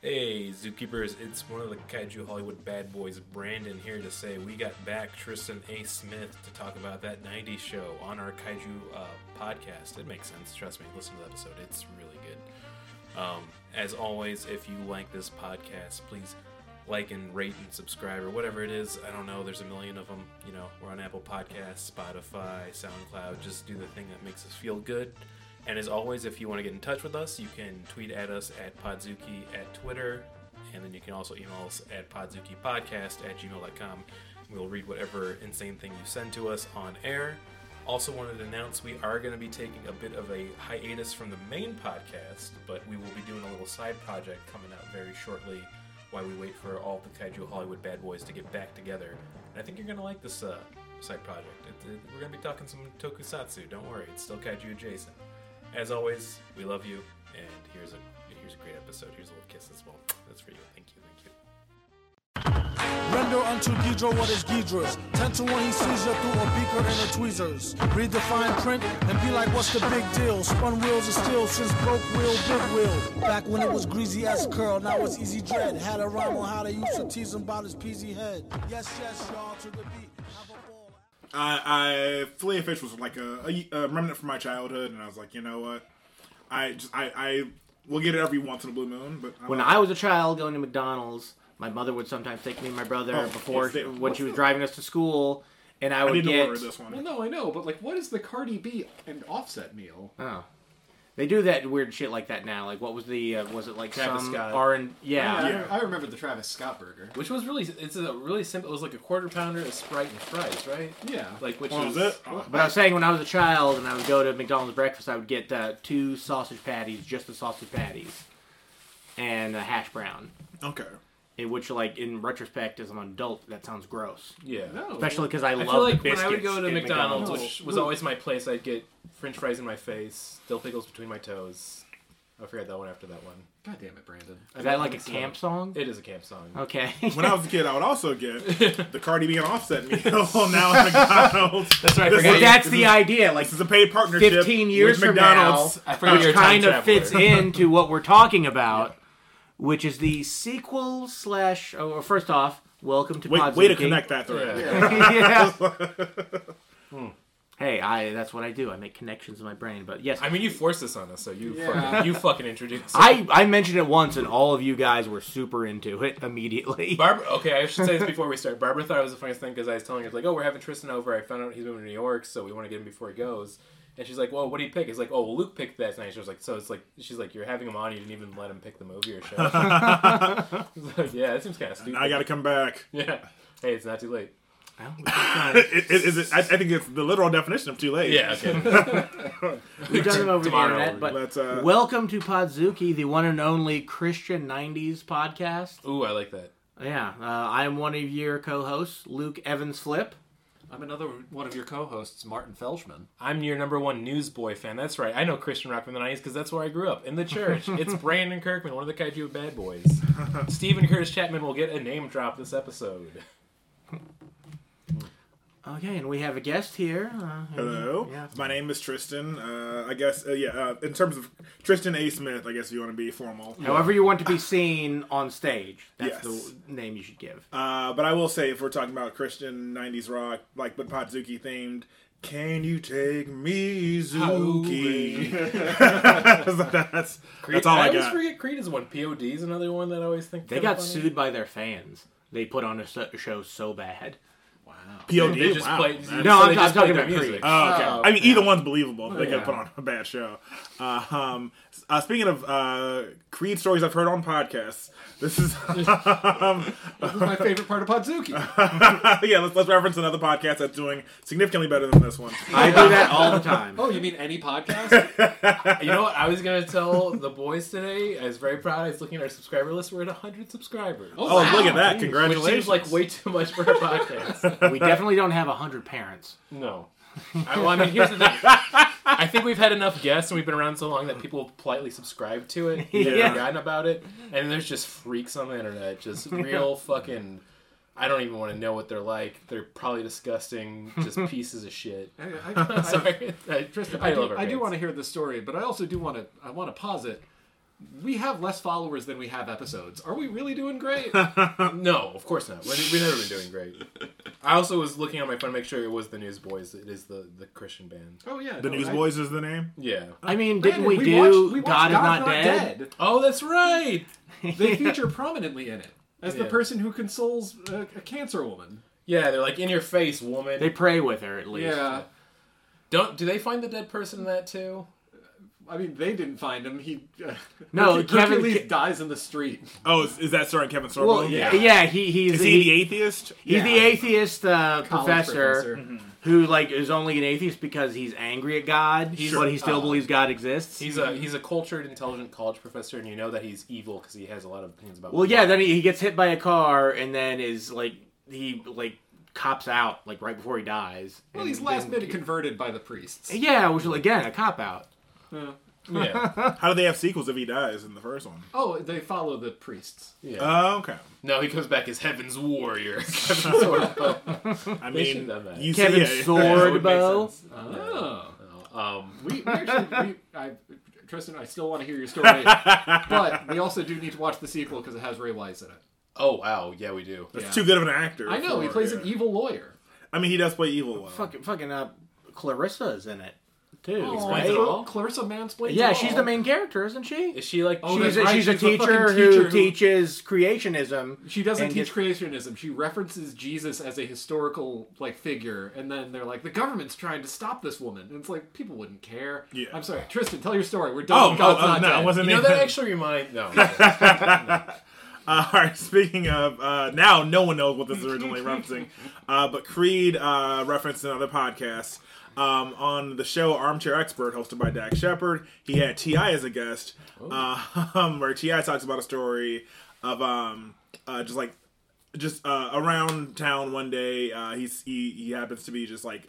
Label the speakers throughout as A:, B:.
A: Hey, zookeepers! It's one of the Kaiju Hollywood bad boys, Brandon, here to say we got back Tristan A. Smith to talk about that '90s show on our Kaiju uh, podcast. It makes sense, trust me. Listen to the episode; it's really good. Um, as always, if you like this podcast, please like and rate and subscribe or whatever it is. I don't know. There's a million of them. You know, we're on Apple Podcasts, Spotify, SoundCloud. Just do the thing that makes us feel good. And as always, if you want to get in touch with us, you can tweet at us at Podzuki at Twitter. And then you can also email us at podzukipodcast at gmail.com. We'll read whatever insane thing you send to us on air. Also, wanted to announce we are going to be taking a bit of a hiatus from the main podcast, but we will be doing a little side project coming out very shortly while we wait for all the Kaiju Hollywood bad boys to get back together. And I think you're going to like this uh, side project. It, it- we're going to be talking some tokusatsu. Don't worry, it's still Kaiju adjacent. As always, we love you, and here's a here's a great episode. Here's a little kiss as well. That's for you. Thank you, thank you.
B: Render unto Ghidra what is Ghidra's. Ten to one, he sees you through a beaker and a tweezers. Read the fine print and be like, what's the big deal? Spun wheels of steel since broke wheel, big wheel. Back when it was greasy as curl, now it's easy dread. Had a rhyme on how they used to tease him about his peasy head. Yes, yes, y'all, to the beat. Have a ball.
C: I, I filet fish was like a, a, a remnant from my childhood, and I was like, you know what? I just I I will get it every once in a blue moon, but I'm
D: When
C: not-
D: I was a child going to McDonald's, my mother would sometimes take me and my brother
C: Oh,
D: before
C: yes, they-
D: when she was driving us to school, and I
C: I
D: would
C: need to
D: get.
C: order this one.
E: Well, no, I know, but like, what is the Cardi B and Offset meal?
D: Oh. They do that weird shit like that now. Like, what was the uh, was it like
F: Travis
D: some
F: Scott.
D: R and yeah.
E: I-
C: Oh, Yeah.
E: I, remember the Travis Scott burger.
F: Which was really, it's a really simple. It was like a quarter pounder, a sprite, and fries, right?
E: Yeah.
F: Like which
C: What
F: is,
C: was it? Oh,
D: But I was saying when I was a child and I would go to McDonald's breakfast, I would get uh, two sausage patties, just the sausage patties, and a hash brown.
C: okay.
D: In which, like in retrospect, as an adult, that sounds gross.
F: Yeah.
E: no.
D: Especially because I
F: I
D: love
F: feel like
D: the
F: when I would
D: biscuits
F: go to
D: at
F: McDonald's,
E: McDonald's.
F: which was always my place, I'd get French fries in my face, dill pickles between my toes. I forgot that one after that one.
E: God damn it, Brandon.
D: Is that like a camp song?
F: uh, It is a camp song.
D: Okay.
C: Oh. When I was a kid, I would also get the Cardi B and Offset meal. now at McDonald's,
F: That's right. I
C: This
F: forgot.
C: is-
D: But that's
C: This
D: the
C: is-
D: idea. Like
C: this is a paid partnership.
D: 15 years
C: with
D: from
C: McDonald's.
D: now,
F: I forgot
D: which
F: you're a time
D: kind of
F: traveler.
D: fits into what we're talking about, which is the sequel slash. Oh, well, first off, welcome to
C: Wait,
D: Podzuki.
C: way to connect that thread.
F: Yeah.
D: yeah. Hey, I that's what I do. I make connections in my brain. But yes,
F: I mean, you forced this on us, so you
E: Yeah.
F: fucking, you fucking introduced. it.
D: I I mentioned it once, and all of you guys were super into it immediately.
F: Barbara, okay, I should say this before we start. Barbara thought it was the funniest thing because I was telling her, like, oh, we're having Tristan over. I found out he's moving to New York, so we want to get him before he goes. And she's like, well, what do you pick? It's like, oh, well, Luke picked that night. She was like, so it's like, she's like, you're having him on. You didn't even let him pick the movie or show. I was like, yeah, that seems kind of stupid.
C: I gotta come back.
F: Yeah. Hey, it's not too late.
D: Well, we've done-
C: It, it, is it, I, I think it's the literal definition of too late.
F: Yeah. Okay.
D: we've done them over the
F: Tomorrow.
D: internet, but
C: Let's, uh,
D: welcome to Podzuki, the one and only Christian '90s podcast.
F: Ooh, I like that.
D: Yeah, uh, I'm one of your co-hosts, Luke Evans Flip.
F: I'm another.
E: One of your co-hosts, Martin Felshman.
F: I'm your number one newsboy fan. That's right. I know Christian rock from the '90s because that's where I grew up in the church. it's Brandon Kirkman, one of the Kaiju bad boys. Stephen Curtis Chapman will get a name drop this episode.
D: Okay, and we have a guest here. Uh,
C: Hello.
D: Yeah.
C: My name is Tristan. Uh, I guess, uh, yeah, uh, in terms of Tristan A. Smith, I guess if you want to be formal.
D: However, you want to be seen on stage. That's
C: Yes.
D: the name you should give.
C: Uh, but I will say, if we're talking about Christian 90s rock, like but Podzuki themed, can you take me, Zuki? that's, that's all I,
F: always
C: got.
F: forget Creed is one. POD is another one that I always think
D: They
F: kinda
D: got
F: funny.
D: sued by their fans. They put on a so- show so bad.
C: POD.
F: They just
C: wow.
F: played.
C: That's-
F: so
D: No, I'm-
F: they just
D: I'm talking
F: played their
D: about Creed.
F: music.
C: Oh, okay. I mean, either one's believable. They could
F: yeah.
C: put on a bad show. Uh, um, s- uh, speaking of uh, Creed stories I've heard on podcasts, this is um,
E: This is my favorite part of Podzuki.
C: yeah. Let's, let's reference another podcast that's doing significantly better than this one.
D: I do that all the time.
E: Oh, you mean any podcast?
F: You know what? I was gonna tell the boys today. I was very proud. I was looking at our subscriber list. We're at 100 subscribers.
C: Oh,
E: wow.
C: look at that!
F: which
C: Congratulations.
F: seems like way too much for a podcast.
D: We definitely don't have 100 parents.
F: no. I, well, I mean, here's the thing. I think we've had enough guests and we've been around so long that people have politely subscribed to it. Yeah.
D: Yeah.
F: Forgotten about it. And there's just freaks on the internet. Just real fucking. I don't even want to know what they're like. They're probably disgusting, just pieces of shit.
E: I, I- I-
F: Sorry. I,
E: Tristan,
F: I
E: I,
F: love
E: do,
F: our
E: I do
F: fans.
E: want to hear the story, but I also do want to I want to posit we have less followers than we have episodes. Are we really doing great?
F: No, of course not. We're, we've never been doing great. I also was looking on my phone to make sure it was the Newsboys. It is the, the Christian band.
E: oh yeah,
C: The
E: no, I-
C: Newsboys is the name.
F: Yeah.
D: I mean, didn't
E: Brandon,
D: we, do
E: watched- we watched
D: God, is not, dead?
F: Oh, that's right.
E: They feature prominently in it as the
F: Yeah.
E: person who consoles a, a cancer woman.
F: Yeah, they're like in your face, woman.
D: They pray with her at least.
E: Yeah,
F: don't. Do they find the dead person in that too?
E: I mean they didn't find him. He uh,
D: No,
E: Hercu-
D: Kevin-
E: Hercules
D: Ke-
E: dies in the street.
C: Oh, is, is that starring Kevin Sorbo?
D: Well, yeah,
E: Yeah.
D: yeah he, he's
C: Is
D: the,
C: he the atheist?
D: he's the
E: Yeah.
D: atheist uh,
E: College
D: professor, who like is only an atheist because he's angry at God,
F: He's-
D: but he still
F: uh,
D: believes God exists.
F: He's a he's a cultured, intelligent college professor, and you know that he's evil because he has a lot of opinions about.
D: Well, yeah. Then he, he gets hit by a car, and then is like he like cops out like right before he dies.
E: Well,
D: and
E: he's last
D: then-
E: minute converted by the priests.
D: Yeah, which is again a cop out.
F: yeah,
C: How do they have sequels if he dies in the first one?
E: Oh, they follow the priests.
F: yeah.
C: Oh, okay.
F: no, he comes back as Heaven's Warrior.
C: I
F: They should've
C: mean,
F: done that.
C: you
D: Kevin
C: see it.
D: Sword bow.
E: Oh,
F: Um,
E: we, we actually, we, I, Tristan, I still want to hear your story, but we also do need to watch the sequel because it has Ray Wise in it.
F: oh wow, yeah, we do.
C: That's
E: Yeah.
C: too good of an actor.
E: I know he
C: for-
E: plays an
C: yeah.
E: evil lawyer.
C: I mean, he does play evil. Well.
D: Fucking fucking uh, Clarissa's in it too.
F: Explains it
D: right?
F: all.
E: Clarissa mansplains.
D: Yeah,
E: it
D: she's
E: all.
D: the main character, isn't she?
F: Is she like?
E: Oh,
D: she's
E: that's
D: a,
E: right,
D: she's a
E: she's the fucking
D: teacher,
E: teacher
D: who
E: who-
D: teaches creationism.
E: She doesn't
D: and
E: teach
D: gets-
E: creationism. She references Jesus as a historical like figure, and then they're like, "The government's trying to stop this woman." And it's like people wouldn't care.
C: Yeah.
E: I'm sorry, Tristan, tell your story. We're done.
C: Oh,
E: with God's
C: oh, oh,
E: not
C: no,
E: dead.
C: I wasn't.
F: You know
C: even-
F: that actually reminds no.
C: Uh, all right, speaking of uh, now, no one knows what this is originally referencing, uh, but Creed uh, referenced another podcast um, on the show Armchair Expert, hosted by Dak Shepard. He had Ti as a guest, uh, where Ti talks about a story of um, uh, just like just uh, around town one day. Uh, he's he, he happens to be just like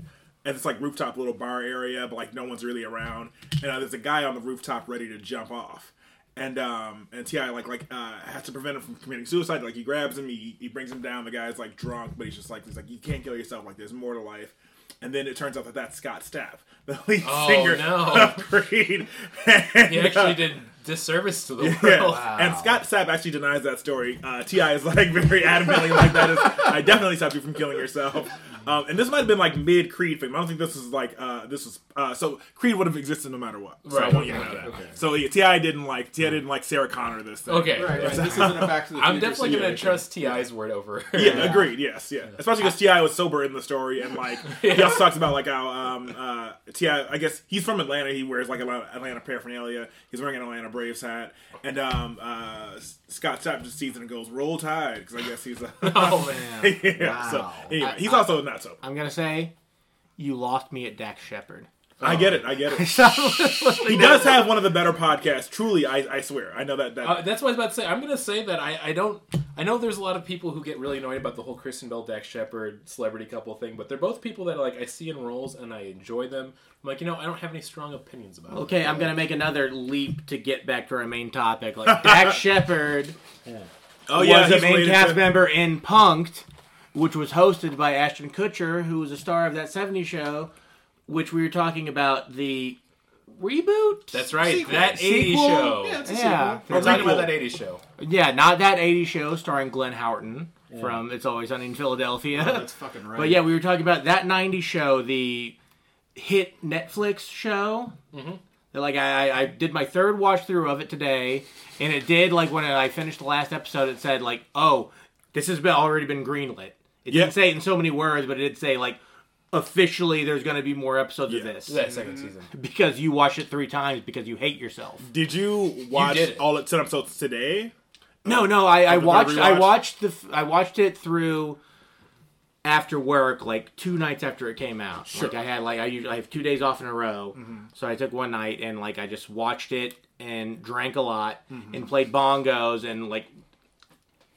C: at this like rooftop little bar area, but like no one's really around. And uh, there's a guy on the rooftop ready to jump off, and um and Ti like like uh, has to prevent him from committing suicide. Like he grabs him, he, he brings him down. The guy's like drunk, but he's just like he's like you can't kill yourself. Like there's more to life. And then it turns out that that's Scott Stapp, the lead
F: Oh,
C: singer
F: no.
C: of Creed. And,
F: He
C: uh,
F: actually did disservice to the world.
C: yeah. And Scott Sapp actually denies that story. Uh, Ti is like very adamantly like that is I definitely stopped you from killing yourself. Um, and this might have been like mid Creed film. I don't think this is like uh, this was uh, so Creed would have existed no matter what. So
F: Right.
C: I want you to know that. So yeah, Ti didn't like Ti didn't like Sarah Connor this thing.
F: Okay.
E: Right, right. This isn't a Back to the
F: I'm
E: Future
F: definitely gonna
E: situation.
F: trust Ti's word over.
C: Yeah, agreed. Yes, yeah. Especially because Ti was sober in the story, and like he also talks about like how um, uh, Ti. I guess he's from Atlanta. He wears like a lot of Atlanta paraphernalia. He's wearing an Atlanta Braves hat, and um, uh, S- Scott Stapp just sees it and goes, "Roll Tide," because I guess he's a.
F: Oh man.
C: yeah. So
D: Wow.
C: anyway,
D: I-
C: he's
D: I-
C: also not sober.
D: I'm gonna say, you lost me at Dak Shepard.
C: I get it. I get it.
D: he
C: He does have one of the better podcasts. Truly, I, I swear. I know that. that
F: Uh, that's what I was about to say. I'm gonna say that I, I don't. I know there's a lot of people who get really annoyed about the whole Kristen Bell, Dax Shepard celebrity couple thing, but they're both people that like I see in roles and I enjoy them. I'm like, you know, I don't have any strong opinions about. it.
D: Okay, I'm gonna make another leap to get back to our main topic. Like Dak Shepard
C: oh
D: was a
C: he's
D: main
C: related
D: cast
C: to-
D: member in Punked, which was hosted by Ashton Kutcher, who was a star of that '70s show, which we were talking about the reboot.
F: That's right.
E: Sequel.
F: That 80
D: Sequel?
F: show.
E: Yeah, it's a
D: yeah,
E: sequel.
F: We're talking
C: Sequel.
F: about that 80 show.
D: yeah, not that '80s show starring Glenn Howerton from "It's Always Sunny in Philadelphia."
E: That's fucking right.
D: But yeah, we were talking about that '90s show, the hit Netflix show.
C: Mm-hmm.
D: That, Like I, I- I did my third watch through of it today, and it did like when I finished the last episode, it said like, "Oh, this has been already been greenlit." It
C: Yeah.
D: didn't say it in so many words, but it did say like, "Officially, there's going to be more episodes of
C: Yeah.
D: this
F: That second season.
D: because you watched it three times because you hate yourself."
C: Did you watch
F: did it.
C: all its ten episodes today?
D: No, no, I, I
C: the
D: watched. I
C: rewatch?
D: watched the. f- I watched it through after work, like two nights after it came out. Like I had like I usually I have two days off in a row,
F: Mm-hmm.
D: so I took one night and like I just watched it and drank a lot
F: Mm-hmm.
D: and played bongos and like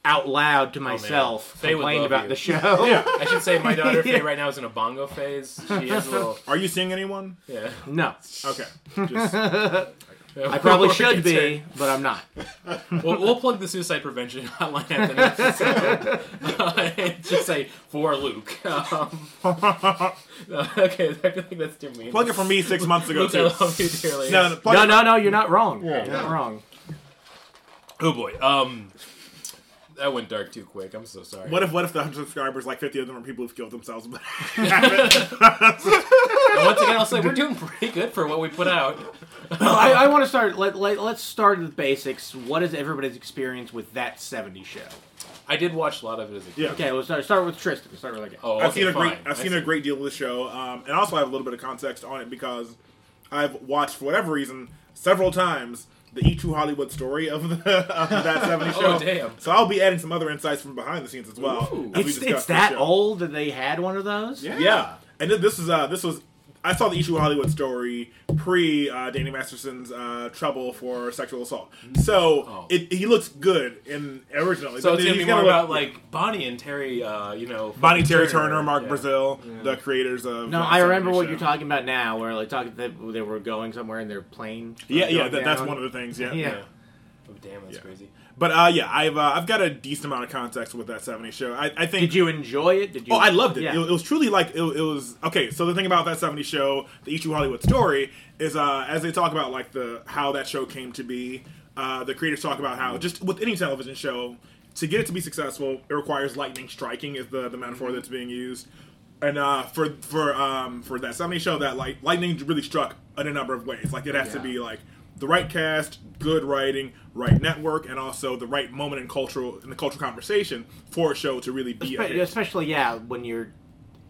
D: out loud to myself
F: Faye Oh, would
D: complained
F: love
D: about
F: you.
D: the show.
F: I should say my daughter Faye right now is in a bongo phase. She is a little.
C: Are you seeing anyone?
F: Yeah.
D: No,
C: Okay. Just,
D: I probably should be, but I'm not.
F: We'll, we'll plug the suicide prevention hotline at the next episode. Uh, and just say for Luke. Um, no, okay, I feel like that's too mean.
C: plug it for me six months ago
F: Luke, I
C: too.
F: love you dearly.
C: No, no, plug
D: No,
C: it-
D: no, no, you're not wrong. You're not wrong.
F: Oh boy. Um, that went dark too quick. I'm so sorry.
C: What if what if the hundred subscribers, like fifty of them are people who've killed themselves?
F: And once again, I'll say we're doing pretty good for what we put out.
D: I, I want to start. Let, let, let's start with basics. What is everybody's experience with that 70 show?
F: I did watch a lot of it as a kid.
C: Yeah.
D: Okay, let's start, start with Tristan. Start with like
F: Oh,
C: I've
F: okay,
C: seen a
F: fine.
C: great I've
F: I
C: seen
F: see.
C: a great deal of the show, um, and also I have a little bit of context on it because I've watched for whatever reason several times the E2 Hollywood story of, the, of that 70 show.
F: Oh, damn.
C: So I'll be adding some other insights from behind the scenes as well.
F: Ooh.
C: as we
D: It's,
C: discuss
D: it's
C: the
D: that
C: show.
D: old that they had one of those.
C: Yeah. And then this is uh this was I saw the issue Hollywood story pre uh, Danny Masterson's uh, trouble for sexual assault. So
F: Oh.
C: it he looks good in originally.
F: So
C: but
F: it's gonna
C: then
F: be
C: he's
F: more
C: look-
F: about like Bonnie and Terry. Uh, you know,
C: Bonnie
F: fucking
C: Terry Turner, Mark
F: yeah.
C: Brazil, the creators of
D: No,
C: uh,
D: I remember
C: Saturday
D: what
C: Show.
D: you're talking about now, where like talking that they were going somewhere in their plane.
C: Yeah, yeah,
D: going
C: that, that's
D: down.
C: one of the things. Yeah,
D: Yeah.
F: Yeah. Oh damn, that's
C: Yeah.
F: crazy.
C: But uh, yeah, I've uh, I've got a decent amount of context with that '70s show. I, I think
D: Did you enjoy it? Did you?
C: Oh, I loved it.
D: Yeah.
C: it. It was truly like it, it was okay. So the thing about that '70s show, the Ichu Hollywood story, is uh, as they talk about like the how that show came to be. Uh, the creators talk about how just with any television show, to get it to be successful, it requires lightning striking is the, the metaphor
D: Mm-hmm.
C: that's being used. And uh, for for um, for that '70s show, that like lightning really struck in a number of ways. Like it has to
E: Yeah.
C: be like the right cast, good writing, right network, and also the right moment in cultural in the cultural conversation for a show to really be. a
D: But
C: hit.
D: especially yeah, when you're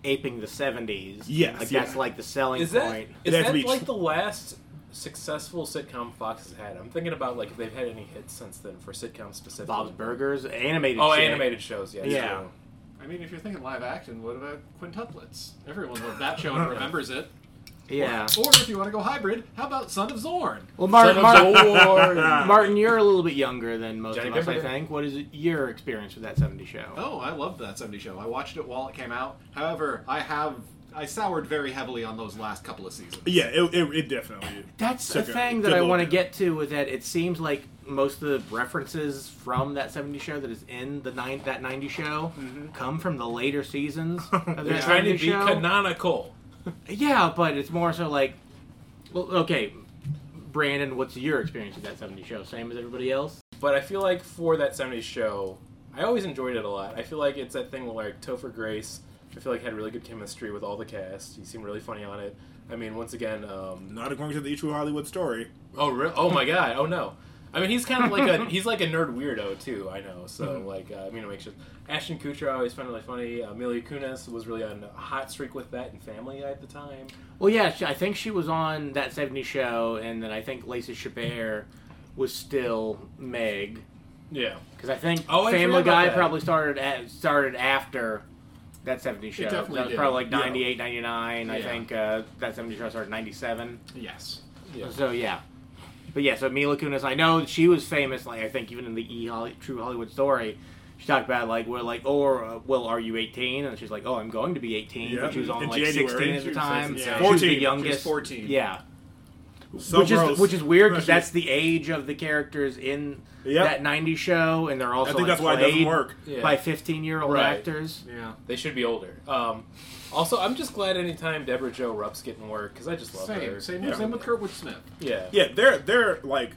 D: aping the 70s.
C: Yes,
D: like
C: yeah.
D: that's like the selling
F: Is that
D: point.
F: is
C: It has to
F: that
C: be-
F: like the last successful sitcom Fox has had? I'm thinking about like if they've had any hits since then for sitcoms specifically.
D: Bob's Burgers, animated.
F: Oh,
D: shit.
F: animated shows. Yeah.
D: Yeah.
F: true.
E: I mean, if you're thinking live action, what about quintuplets? Everyone loved that show and remembers it.
D: Yeah.
E: Or if you want to go hybrid, how about Son of Zorn?
D: Well, Martin,
F: Son of
D: Martin,
F: Zorn.
D: Martin, you're a little bit younger than most
F: Johnny
D: of us, I
F: Depp.
D: think. What is your experience with that 70 show?
E: Oh, I loved that 70 show. I watched it while it came out. However, I have I soured very heavily on those last couple of seasons.
C: Yeah, it, it, it definitely.
D: That's the
C: took a
D: thing
C: good
D: that I
C: look
D: want to
C: at it.
D: get to with that. It seems like most of the references from that 70 show that is in the nine, that 90 show come from the later seasons. Of
F: They're
D: that
F: trying to
D: 90
F: be
D: show.
F: canonical.
D: Yeah, but it's more so like, well, okay, Brandon, what's your experience with that 70 show? Same as everybody else?
F: But I feel like for that 70s show, I always enjoyed it a lot. I feel like it's that thing where like Topher Grace, I feel like had really good chemistry with all the cast. He seemed really funny on it. I mean, once again, um,
C: Not according to the true Hollywood story.
F: oh re- oh my god, oh no. I mean, he's kind of like a he's like a nerd weirdo too. I know, so like uh, I mean, it makes sense. Ashton Kutcher I always found really funny. Uh, Amelia Kunis was really on a hot streak with that and Family Guy at the time.
D: Well, yeah, she, I think she was on that 70 show, and then I think Lacey Chabert was still Meg.
F: Yeah,
D: Because I think
F: Oh, I forgot
D: Family
F: about
D: Guy
F: that.
D: probably started at, started after that 70 show.
E: definitely
D: that was
E: did.
D: probably like
C: Yeah.
D: 98, 99. I
E: Yeah.
D: think uh, that 70 show started 97.
E: Yes.
F: Yeah.
D: So, yeah. But yeah, so Mila Kunis, I know she was famous, like, I think even in the e Holly, True Hollywood Story. She talked about like we're like or uh, well are you 18 and she's like oh I'm going to be 18
C: Yeah,
D: but she was on
C: in
D: like
C: January.
D: 16 at
C: She
D: the
C: was
D: time
C: like,
D: She
C: yeah.
D: was
C: 14. She
D: the
C: was
D: youngest
E: 14.
D: yeah
C: So
D: which
C: gross.
D: is which is weird
C: Gross.
D: because that's the age of the characters in
C: Yep.
D: that '90s show, and they're also
C: I think
D: like,
C: that's why it doesn't
D: played
C: work.
F: Yeah.
D: by 15 year old
F: Right.
D: actors.
E: Yeah.
F: They should be older. Um, also, I'm just glad anytime Deborah Jo Rupp's getting work because I just love
E: Same.
F: her.
E: Same,
C: Yeah.
E: same with Kurtwood Smith.
F: Yeah.
C: Yeah, they're they're like,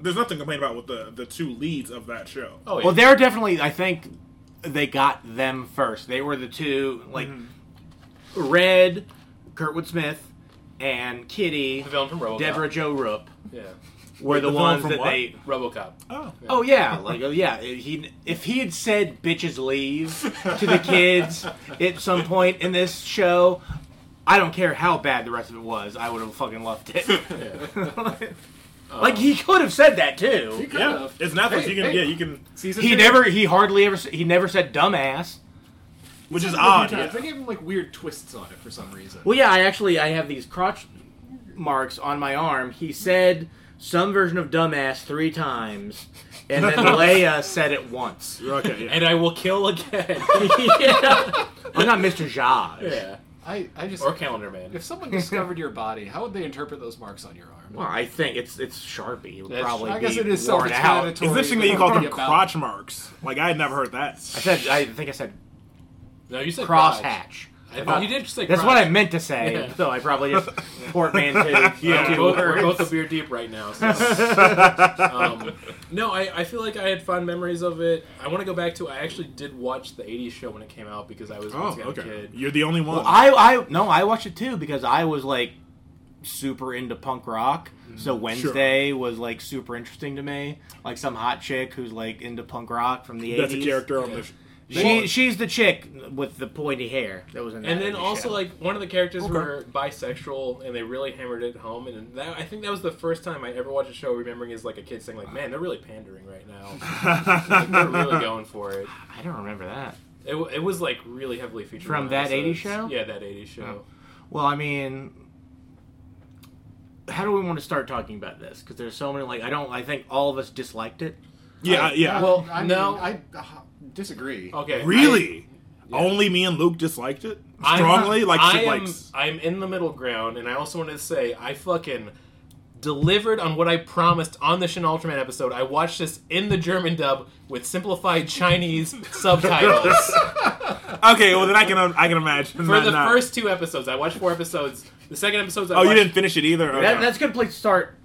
C: there's nothing to complain about with the the two leads of that show.
F: Oh yeah.
D: Well, they're definitely. I think they got them first. They were the two like
C: Mm-hmm.
D: Red, Kurtwood Smith, and Kitty,
F: the villain from RoboCop.
D: Deborah Jo Rupp
F: Yeah.
D: were the,
C: the villain
D: ones
C: from
D: that
C: what?
D: they.
F: RoboCop.
C: Oh,
D: Oh yeah, like oh, yeah. He if he had said "bitches leave" to the kids at some point in this show, I don't care how bad the rest of it was. I would have fucking loved it. like he could have said that too.
E: Kind
C: yeah,
E: of.
C: it's Netflix.
E: Hey,
C: you can
E: hey.
C: yeah, you can,
E: Season
D: He
E: two.
D: never. He hardly ever. s- He never said "dumbass."
C: which is
E: Season two a few
C: odd.
E: times.
C: Yeah.
E: They gave him like weird twists on it for some reason.
D: Well, yeah. I actually I have these crotch marks on my arm. He said some version of "dumbass" three times, and then Leia said it once.
C: Okay, yeah.
F: And I will kill again.
D: yeah. I'm not Mr. Zsa.
F: yeah.
E: I, I just
F: Or Calendar Man.
E: if someone discovered your body, how would they interpret those marks on your arm?
D: Well, I think it's it's Sharpie. It would
F: That's-
D: probably
E: I guess
D: be
E: it is
D: worn out.
E: self-explanatory.
C: It's interesting that you call them
E: About-
C: crotch marks. Like I had never heard that.
D: I said I think I said
F: No, you said
D: crosshatch.
F: I
D: thought-
F: you did just like
D: That's
F: promise-
D: what I meant to say,
F: Yeah.
D: so I probably just portmanteaued.
F: Yeah,
D: two
F: both, we're
D: words.
F: both a beer deep right now. So. um, no, I, I feel like I had fond memories of it. I want to go back to. I actually did watch the '80s show when it came out because I was
C: Oh,
F: once again a
C: okay.
F: kid.
C: You're the only one.
D: Well, I, I no, I watched it too because I was like super into punk rock.
F: Mm,
D: So Wednesday was like super interesting to me. Like some hot chick who's like into punk rock from the
C: That's a
D: eighties.
C: character on the.
D: She she's the chick with the pointy hair that was in. That
F: And then
D: 80s
F: also
D: show.
F: like one of the characters
C: Okay.
F: were bisexual, and they really hammered it home. And that, I think that was the first time I ever watched a show remembering as like a kid saying like, "Man, they're really pandering right now. like, they're really going for it."
D: I don't remember that.
F: It, w- it was like really heavily featured
D: From
F: in
D: that 80s
F: episodes.
D: show?
F: Yeah, that '80s show.
D: Well, I mean, how do we want to start talking about this? Because there's so many. Like I don't. I think all of us disliked it.
C: Yeah, yeah.
F: Well,
E: I mean,
F: no.
E: I uh, disagree.
F: Okay,
C: Oh. really? Only me and Luke disliked it
F: I'm-
C: strongly. like
F: I
C: she
F: am,
C: likes.
F: I'm in the middle ground, and I also want to say I fucking delivered on what I promised on the Shin Ultraman episode. I watched this in the German dub with simplified Chinese subtitles
C: Okay, well then I can I can imagine
F: for
C: that
F: the
C: not-
F: first two episodes. I watched four episodes. The second episode, I
C: Oh, you
F: watched-
C: didn't finish it either. Okay.
D: That, that's a good place to start.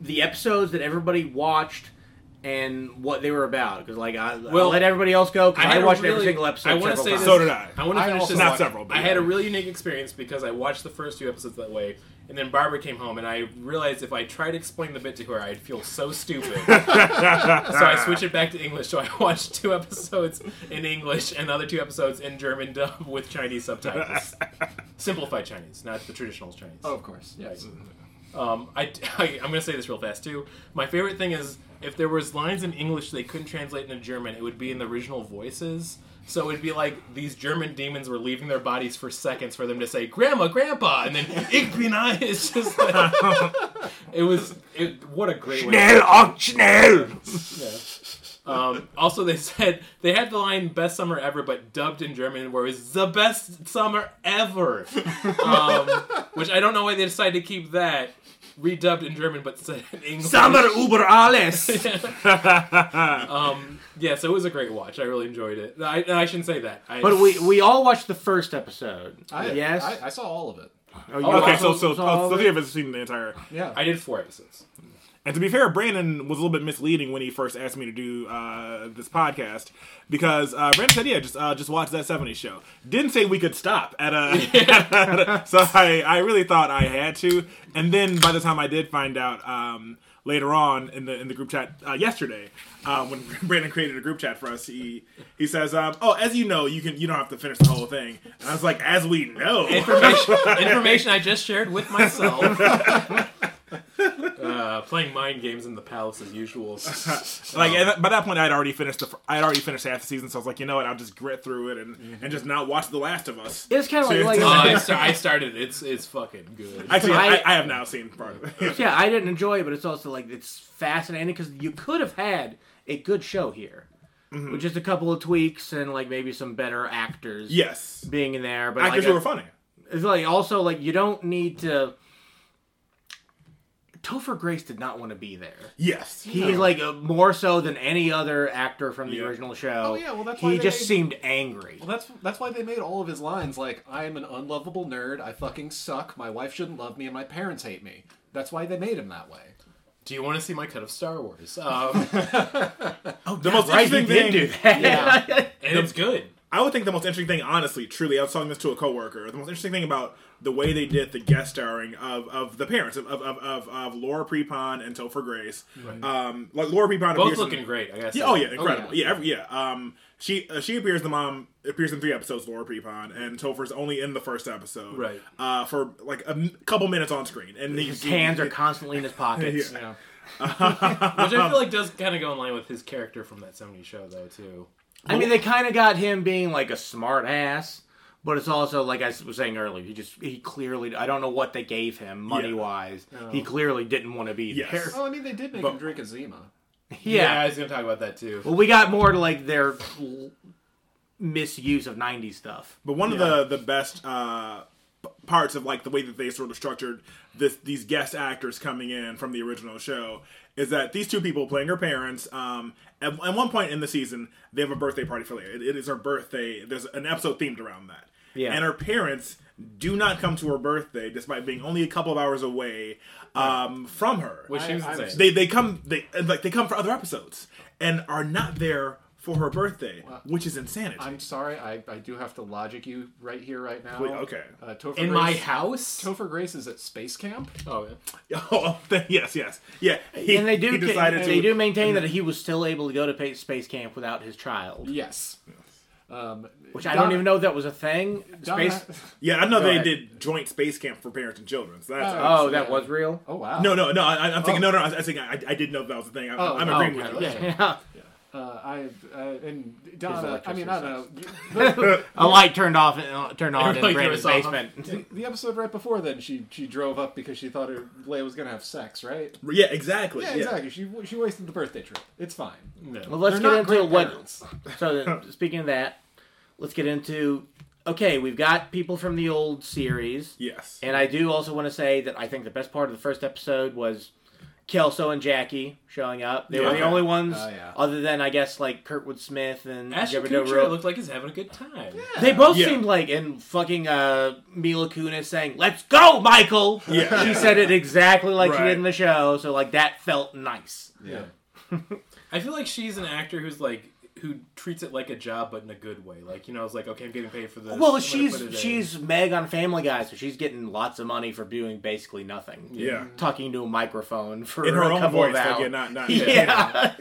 D: The episodes that everybody watched and what they were about, because like I,
F: Well,
D: I let everybody else go
F: I
D: because
F: had
D: I,
F: a
D: watched every
F: really-
D: single episode.
F: I want to
D: several
F: say
D: times.
F: this.
C: So did I.
F: I want to
E: I
F: finish
E: also
F: this.
C: Not
F: up.
C: several, but
F: I had a
C: yeah.
F: really unique experience because I watched the first two episodes that way, and then Barbara came home, and I realized if I tried to explain the bit to her, I'd feel so stupid. so I switched it back to English. So I watched two episodes in English and the other two episodes in German dub with Chinese subtitles, simplified Chinese, not the traditional Chinese.
E: Oh, of course. Yes.
F: Um, I, I, am going to say this real fast, too. My favorite thing is if there was lines in English they couldn't translate into German, it would be in the original voices. So it would be like these German demons were leaving their bodies for seconds for them to say, Grandma, Grandpa, and then Ich bin ein. It's just like, it was, it, what a great way.
C: Schnell, oh, schnell.
F: Um, also, they said they had the line "best summer ever," but dubbed in German, where it was "the best summer ever," um, which I don't know why they decided to keep that redubbed in German, but said in English.
D: Summer über alles.
F: um, yeah, so it was a great watch. I really enjoyed it. I, I shouldn't say that. I,
D: but we we all watched the first episode.
E: I,
D: yes.
E: I, I saw all of it.
D: oh, you
C: Okay,
D: watched
C: so
D: those
C: so
D: all
C: so
D: of
C: three
D: it?
C: of us have seen the entire.
E: Yeah.
F: I did four episodes.
C: And to be fair, Brandon was a little bit misleading when he first asked me to do uh, this podcast because uh, Brandon said, "Yeah, just uh, just watch that '70s show." Didn't say we could stop at a. so I I really thought I had to, and then by the time I did find out um, later on in the in the group chat uh, yesterday. Uh, when Brandon created a group chat for us, he he says, um, "Oh, as you know, you can you don't have to finish the whole thing." And I was like, "As we know,
F: Information, information I just shared with myself. Uh, playing mind games in the palace as usual. Um,
C: Like and that- by that point, I'd already finished the fir- I'd already finished half the season, so I was like, you know what, I'll just grit through it and,
F: Mm-hmm.
C: and just not watch The Last of Us.
D: It's kind of
C: So-
D: like, like
F: Uh, I, sta- I started. It's it's fucking good.
C: Actually, I,
D: I-
C: I, have now seen part of it.
D: yeah, I didn't enjoy it, but it's also like it's fascinating because you could have had a good show here
F: Mm-hmm.
D: with just a couple of tweaks and like maybe some better actors
C: yes,
D: being in there. But
C: actors
D: like,
C: who were funny.
D: it's like also like you don't need to. Topher Grace did not want to be there.
C: Yes,
D: He like uh, more so than any other actor from the
C: Yeah.
D: original show.
E: Oh, yeah, well, that's
D: he
E: why they
D: just
E: made-
D: seemed angry.
E: Well, that's that's why they made all of his lines like I am an unlovable nerd, I fucking suck, my wife shouldn't love me, and my parents hate me. That's why they made him that way.
F: Do you want to see my cut of Star Wars? Um,
C: the most
D: right, he
C: interesting
D: did
C: thing.
D: do that.
F: and it's good.
C: I would think the most interesting thing, honestly, truly, I was telling this to a coworker. The most interesting thing about the way they did the guest starring of, of the parents of of, of, of, of Laura Prepon and Topher Grace, um, like Laura Prepon
F: Both
C: appears in-
F: looking great. I guess.
C: Yeah, oh yeah, incredible.
E: yeah.
C: yeah, every, yeah. Um, she uh, she appears the mom appears in three episodes. Laura Prepon and Topher's only in the first episode,
F: Right.
C: Uh, for like a m- couple minutes on screen, and
D: His hands are constantly in his pockets.
C: Yeah.
F: Which I feel like does kind of go in line with his character from that '70s show, though, too.
D: I mean, they kind of got him being like a smart ass, but it's also like I was saying earlier. He just he clearly I don't know what they gave him money wise. He clearly didn't want to be
C: Yes.
D: there.
E: Well, I mean, they did make him drink a Zima.
D: Yeah.
F: I was gonna talk about that too.
D: Well, we got more to like their l- misuse of '90s stuff.
C: But one of the the best uh, p- parts of like the way that they sort of structured this these guest actors coming in from the original show is that these two people playing her parents. Um, at, at one point in the season, they have a birthday party for Leia. It, it is her birthday. There's an episode themed around that.
D: Yeah.
C: and her parents do not come to her birthday despite being only a couple of hours away um, from her.
F: Which seems
E: I'm-
F: insane.
C: they they come they like they come for other episodes and are not there for her birthday, which is insanity.
E: I'm sorry, I, I do have to logic you right here, right now.
C: Wait, okay.
E: Uh, Topher
F: in my
E: Grace-
F: house.
E: Topher Grace is at space camp.
F: Oh, yeah.
C: oh, yes, yes, yeah. He,
D: and they do
C: he decided
D: they
C: to-
D: do maintain that he was still able to go to pa- space camp without his child,
E: Yes. Um,
D: which I don't
E: Donna-
D: even know that was a thing.
E: Donna-
D: Space.
C: Yeah, I know they
D: ahead.
C: did joint space camp for parents and children. So that's
E: Oh.
D: Oh, that was real.
E: Oh wow.
C: no, no, no. I, I'm thinking no, no. I, I think I, I did know that was the thing. I,
E: Oh,
C: I'm
E: oh,
C: agreeing
E: okay.
C: with you.
E: Yeah.
D: Yeah.
E: Uh, I uh, and Donna. I
D: electricity
E: mean, I don't know.
D: A light turned off and uh, turned on in
F: light
D: Brandon's
F: goes off.
D: basement.
E: The, the episode right before then, she she drove up because she thought her Leia was gonna have sex, right?
C: Yeah, exactly.
E: Yeah, exactly. She she wasted the birthday trip. It's fine.
D: Well, let's
E: They're not
D: get into
E: great
D: what.
E: parents.
D: So then, speaking of that, let's get into. Okay, we've got people from the old series.
C: Yes.
D: And I do also want to say that I think the best part of the first episode was Kelso and Jackie showing up. They were the
C: Yeah.
D: only ones,
E: Oh, yeah.
D: other than I guess like Kurtwood Smith and
F: Ashton
D: Jebediah
F: Kutcher
D: Rowe.
F: looked like he's having a good time.
D: They both
C: Yeah.
D: seemed like, and fucking uh, Mila Kunis saying "Let's go, Michael."
C: Yeah.
D: she said it exactly like she
C: Right.
D: did in the show, so like that felt nice.
E: Yeah.
F: I feel like she's an actor who's like who treats it like a job, but in a good way. Like you know, it's like okay, I'm getting paid for this. I'm
D: Well,
F: gonna
D: she's
F: put it in.
D: she's Meg on Family Guy, so she's getting lots of money for doing basically nothing.
C: Yeah.
D: talking to a microphone for
C: In her
D: a
C: own
D: couple
C: voice,
D: of
C: like,
D: hours.
C: yeah, not, not,
D: yeah.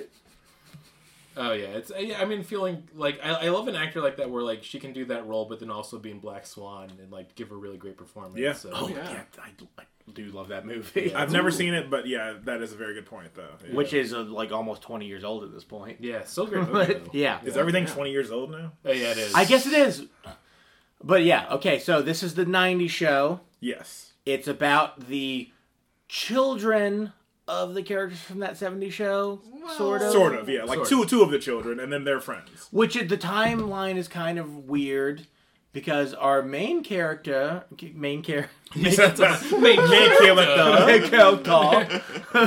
F: Oh yeah, it's yeah. I mean, feeling like I, I love an actor like that where like she can do that role, but then also be in Black Swan and like give a really great performance.
C: Yeah.
F: So.
C: Oh,
E: yeah.
D: I, I do love that movie.
C: I've never seen it, but yeah, that is a very good point, though. Yeah.
D: Which is uh, like almost 20 years old at this point.
F: yeah, still a great. Movie,
D: But
F: though.
D: yeah.
C: is everything 20 years old now?
F: Oh, yeah, it is.
D: I guess it is. But yeah, okay, so this is the 90s show.
C: Yes.
D: It's about the children of the characters from that 70s show, Uh, sort of.
C: Sort of, yeah. Like
F: Sort
C: two, two of the children, and then their friends.
D: Which at the timeline is kind of weird because our main character, main character,
C: Make it with the-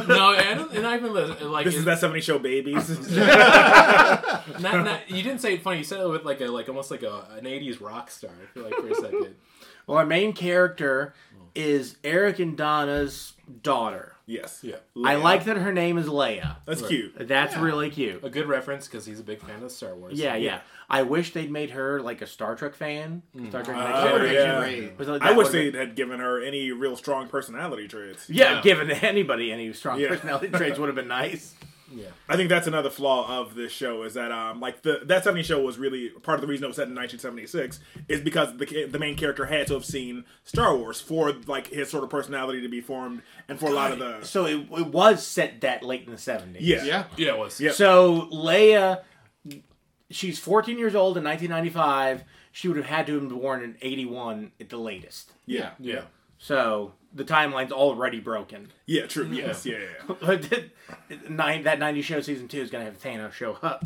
F: no, and, I don't- and I even like
C: This is that 70 show babies.
F: not, not, you didn't say it funny. You said it with like a like almost like a, an '80s rock star. I feel like for a second.
D: well, our main character is Eric and Donna's daughter.
C: yes.
F: Yeah.
D: I like that her name is Leia.
C: That's cute.
D: That's really cute.
F: a good reference because he's a big fan of Star Wars.
D: Yeah, yeah. Mm. I wish they'd made her like a Star Trek fan. Star Trek Next
C: Oh,
D: Generation.
C: yeah.
E: Great.
D: Was like-
C: I
D: that
C: wish
D: would've been-
C: they had given her any real strong personality traits.
D: Yeah, given anybody any strong
C: Yeah.
D: personality traits would have been nice.
C: I think that's another flaw of this show is that um like the that 70 show was really part of the reason it was set in 1976 is because the ca- the main character had to have seen Star Wars for like his sort of personality to be formed and for a lot of the
D: So it, it was set that late in the 70s.
C: yeah
E: Yeah.
F: yeah, it was.
C: Yeah.
D: So Leia, she's 14 years old in 1995. She would have had to have been born in 81 at the latest.
C: yeah
F: yeah.
D: So the timeline's already broken.
C: yeah true yes yeah, yeah, yeah.
D: Nine, that 90 show season two is going to have Thanos show up.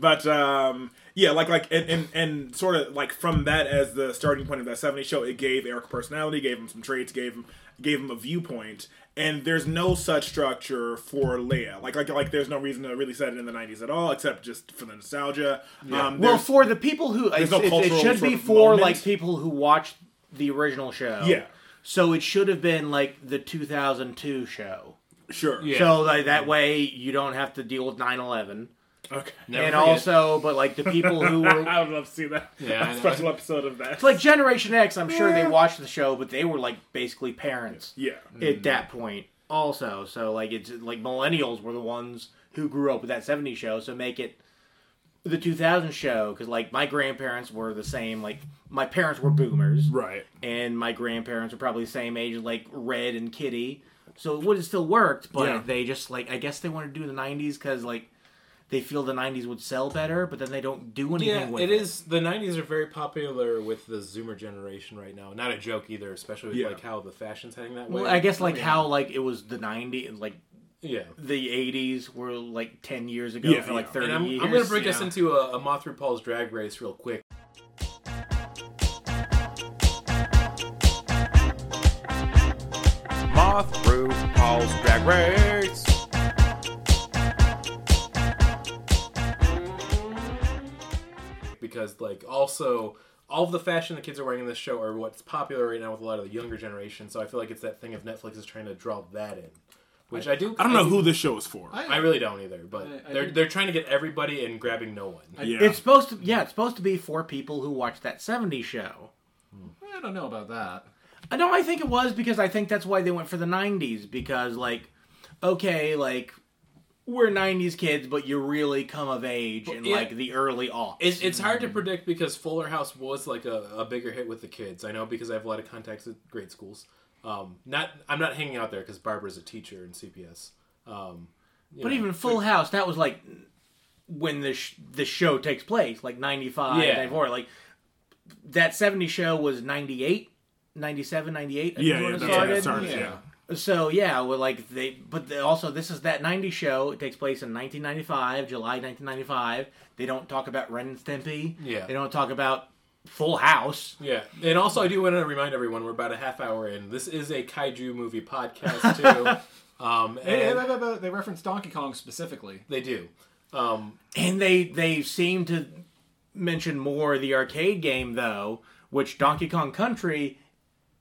C: but um yeah like like and, and and sort of like from that as the starting point of that 70 show it gave Eric personality gave him some traits gave him gave him a viewpoint and there's no such structure for Leia like like like there's no reason to really set it in the 90s at all except just for the nostalgia um
D: Well,
C: there's-
D: for the people who it's,
C: no
D: it, it
C: cultural
D: should
C: sort
D: be
C: of
D: for
C: moment.
D: like people who watched the original show.
C: Yeah.
D: So it should have been like the 2002 show.
C: Sure.
F: Yeah.
D: So like that way you don't have to deal with 9/11.
C: Okay.
F: Never forget.
D: and also, but like the people who were
C: I would love to see that.
F: Yeah,
C: a
F: I
C: special episode of that.
D: it's like Generation X, I'm sure they watched the show, but they were like basically parents
C: yeah.
F: Mm-hmm.
D: at that point. Also, so like it's like millennials were the ones who grew up with that 70s show, so make it the 2000 show because like my grandparents were the same. Like my parents were boomers,
C: Right.
D: and my grandparents were probably the same age, like Red and Kitty. So it would have still worked, but
C: Yeah.
D: they just like I guess they wanted to do the '90s because like they feel the '90s would sell better, but then they don't do anything
F: Yeah,
D: with
F: it is. The '90s are very popular with the Zoomer generation right now. Not a joke either, especially with
C: Yeah.
F: like how the fashion's heading that way.
D: Well, I guess like how like it was the '90s, like
F: Yeah.
D: the '80s were like ten years ago
C: Yeah,
D: for like
C: yeah.
D: thirty
F: And I'm,
D: years.
F: I'm gonna break us
D: Yeah.
F: into a, a Moth RuPaul's Drag Race real quick.
G: Moth RuPaul's Drag Race.
F: because like also all of the fashion the kids are wearing in this show are what's popular right now with a lot of the younger generation. So I feel like it's that thing of Netflix is trying to draw that in, which I, do.
C: I don't know who this show is for.
F: I really don't either, but
E: I- I
F: they're
E: think-
F: they're trying to get everybody and grabbing no one.
C: yeah.
D: It's supposed to yeah, it's supposed to be for people who watch that 70s show.
E: I don't know about that.
D: I know I think it was because I think that's why they went for the 90s because like okay, like we're 90s kids but you really come of age in
F: yeah.
D: like the early aughts.
F: It's, it's hard
E: Mm.
F: to predict because Fuller House was like a, a bigger hit with the kids. I know because I have a lot of contacts at grade schools. Um, not I'm not hanging out there because Barbara's a teacher in CPS. Um,
D: but even Full House that was like when the sh- the show takes place like 95
F: Yeah.
D: 94 like that 70s show was 98 97 98 I think
C: yeah,
D: is
C: yeah,
D: when it
C: that's how it
D: started.
C: starts.
E: Yeah.
C: Yeah.
D: So yeah, well, like they, but they also this is that '90s show. It takes place in 1995, July 1995. They don't talk about Ren and Stimpy.
F: Yeah.
D: They don't talk about Full House.
F: yeah, and also I do want to remind everyone we're about a half hour in. This is a kaiju movie podcast too. um,
E: Hey, hey,
F: and
E: hey, hey, hey, they reference Donkey Kong specifically.
F: they do. Um,
D: And they they seem to mention more the arcade game though, which Donkey Kong Country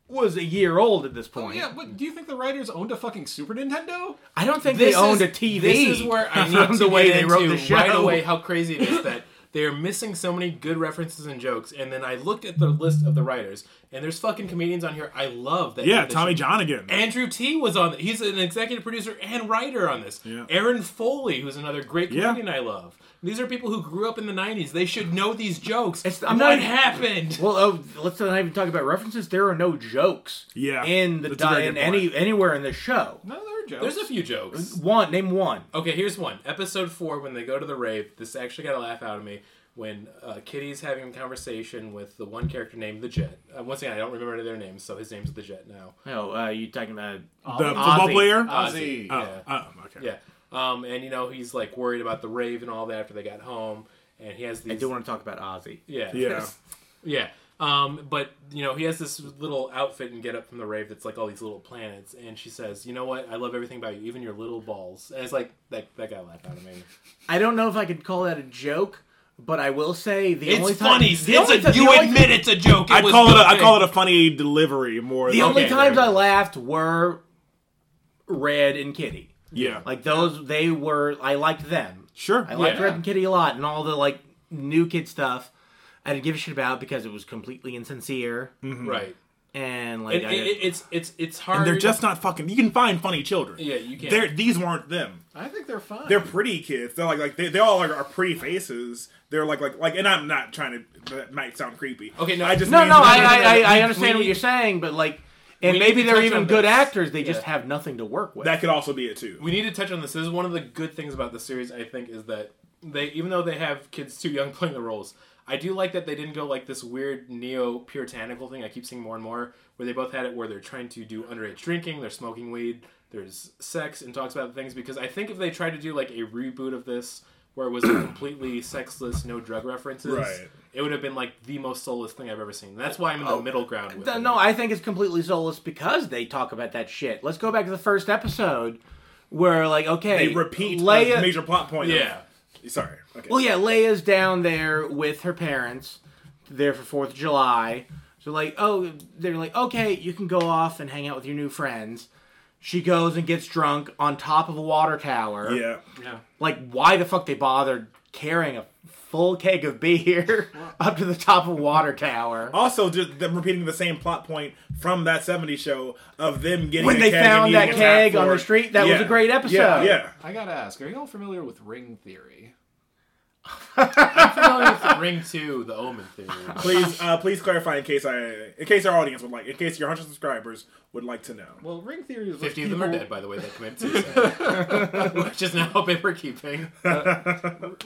D: was a year old at this point.
E: Oh, Yeah, but do you think the writers owned a fucking Super Nintendo?
D: I don't think
F: This
D: they owned
F: is-
D: a TV.
F: This is where I
D: from
F: need
D: the
F: to
D: way
F: get
D: they wrote
F: into
D: the show.
F: right away how crazy it is that they are missing so many good references and jokes. And then I looked at the list of the writers, and there's fucking comedians on here. I love that.
C: Yeah,
F: they-
C: Tommy John again.
F: Andrew T was on. He's an executive producer and writer on this.
C: Yeah.
F: Aaron Foley, who's another great
C: Yeah.
F: comedian I love. These are people who grew up in the '90s. They should know these jokes.
D: It's-
F: what
D: I'm not-
F: happened?
D: Well, oh, let's not even talk about references. There are no jokes.
C: Yeah,
D: In the
C: that's a very
D: di- in
C: good
D: any anywhere in the show.
E: No, they're jokes.
F: There's a few jokes.
D: One name one.
F: Okay, here's one. Episode four, when they go to the rave, this actually got a laugh out of me. When uh, Kitty's having a conversation with the one character named the Jet. Uh, once again, I don't remember their names, so his name's the Jet now.
D: No, uh, you talking about?
C: the football
D: Ozzy.
C: player.
E: Ozzy.
C: oh,
F: yeah.
C: um, okay.
F: Yeah, um, and you know he's like worried about the rave and all that after they got home, and he has these.
D: I do want to talk about Ozzy.
F: yeah,
C: Yeah.
F: yeah. Um, but you know he has this little outfit and get up from the rave that's like all these little planets, and she says, "You know what? I love everything about you, even your little balls." And it's like that that guy laughed out of me.
D: I don't know if I could call that a joke, but I will say the only
F: It's
D: time
F: funny.
D: the only
F: It's
D: ti-
F: a,
D: the
F: you
D: only-
F: admit it's a joke. It
C: I
F: was
C: call it. A, I
F: nothing.
C: call it a funny delivery more.
D: the
C: than,
D: only
F: Okay,
D: times
F: there
D: I
F: you go.
D: laughed were Red and Kitty.
C: yeah,
D: Like those, they were. I liked them.
C: sure.
D: I liked
F: Yeah.
D: Red and Kitty a lot, and all the like new kid stuff. I didn't give a shit about because it was completely insincere
C: Hmm.
F: right.
D: and like
F: And
D: I
F: Mm-hmm. it, it, it's it's it's hard.
C: and they're just not fucking. You can find funny children.
F: yeah. You can't.
C: They're, these weren't them.
E: I think they're fine.
C: They're pretty kids. They're like like they, they all like are pretty faces. They're like like like. And I'm not trying to. That might sound creepy.
F: Okay, no,
C: I just
D: No,
C: mean-
D: no, I, I,
F: no,
D: I, I
F: we-
D: understand
F: we
D: what
F: need-
D: you're saying, but like, and
F: we need
D: maybe
F: to
D: they're
F: touch
D: even
F: on
D: good
F: this.
D: actors. They just
F: Yeah.
D: have nothing to work with.
C: that could also be it too.
F: we need to touch on this. This is one of the good things about the series, I think, is that they, even though they have kids too young playing the roles, I do like that they didn't go like this weird neo puritanical thing I keep seeing more and more, where they both had it where they're trying to do underage drinking, they're smoking weed, there's sex, and talks about things. Because I think if they tried to do like a reboot of this, where it was completely sexless, no drug references,
C: Right. Oh,
F: it would have been like the most soulless thing I've ever seen. That's why I'm in the middle
C: uh,
F: ground with
D: Th-
F: it.
D: no, I think it's completely soulless because they talk about that shit. Let's go back to the first episode where, like, okay,
C: They repeat
D: Leia.
C: a major plot point. of-
F: yeah.
C: sorry. Okay.
D: well, yeah, Leia's down there with her parents, there for Fourth of July. So, like, oh, they're like, okay, you can go off and hang out with your new friends. She goes and gets drunk on top of a water tower.
C: yeah.
D: like why the fuck they bothered carrying a full keg of beer up to the top of a water tower
C: Also, just them repeating the same plot point from that '70s show of them getting
D: when
C: a
D: they
C: keg and
D: found
C: eating
D: that
C: a tap
D: keg on
C: for
D: the
C: it.
D: street that was
C: Yeah.
D: a great episode
C: Yeah, yeah.
E: I gotta ask, are you all familiar with ring theory?
F: I'm familiar with Ring 2, The Omen Theory.
C: Please, uh, please clarify in case I, in case our audience would like, in case your 100 subscribers would like to know.
E: Well, ring theory is what
F: 50 of them are
E: people-
F: dead, by the way, that committed suicide. Which is now paper keeping.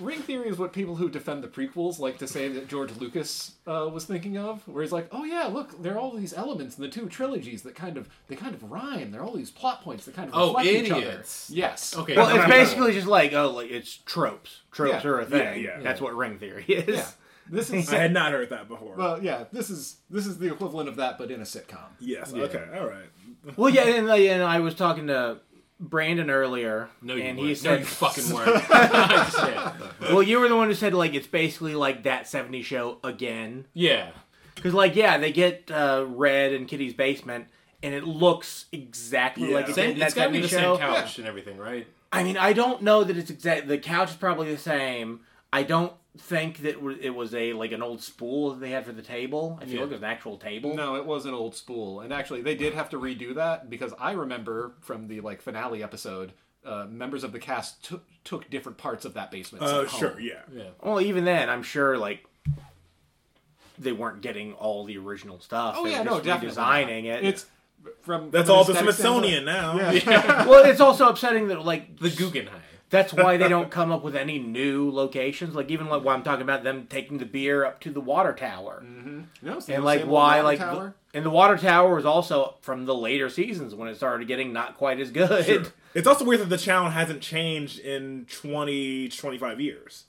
E: Ring theory is what people who defend the prequels like to say that George Lucas uh, was thinking of, where he's like, "Oh yeah, look, there are all these elements in the two trilogies that kind of they kind of rhyme. There are all these plot points that kind of
F: Oh,
E: reflect each other."
F: idiots.
E: Yes.
F: Okay.
D: well it's basically just like oh like it's tropes tropes
E: Yeah.
D: are a thing
C: yeah.
D: that's what ring theory is
E: Yeah. This is
C: I had not heard that before.
E: well, yeah. This is this is the equivalent of that, but in a sitcom.
C: yes. Okay. All right.
D: well yeah and, like, and i was talking to brandon earlier
F: No, you
D: and
F: weren't. no,
D: he said
F: you fucking weren't. I understand.
D: well you were the one who said like it's basically like that 70 show again
F: Yeah.
D: Because like yeah, they get uh, Red in Kitty's basement, and it looks exactly
C: Yeah.
D: like it
F: Same,
D: did in
F: it's
D: that
F: got to be
D: TV
F: the
D: show.
F: same couch and everything, right?
D: I mean, I don't know that it's exact. The couch is probably the same. I don't think that w- it was a like an old spool that they had for the table. I feel
E: Yeah.
D: like it was an actual table.
E: No, it was an old spool, and actually, they did have to redo that because I remember from the like finale episode, uh, members of the cast took took different parts of that basement.
C: Uh,
E: set home.
C: sure, yeah.
D: Well, even then, I'm sure like they weren't getting all the original stuff.
E: Oh
D: They
E: yeah,
D: were
E: no,
D: just
E: definitely
D: redesigning
E: not.
D: it.
E: It's from
C: That's
E: from an
C: all the
E: aesthetic
C: Smithsonian
E: standpoint.
C: now.
D: well, it's also upsetting that like
F: The Guggenheim.
D: That's why they don't come up with any new locations. Like even like why I'm talking about them taking the beer up to the water tower,
E: No, it's Mm-hmm. the
D: and like
E: same old
D: why
E: water
D: like
E: tower.
D: the, and the water tower was also from the later seasons when it started getting not quite as good.
C: It's also weird that the channel hasn't changed in 20, 25 years.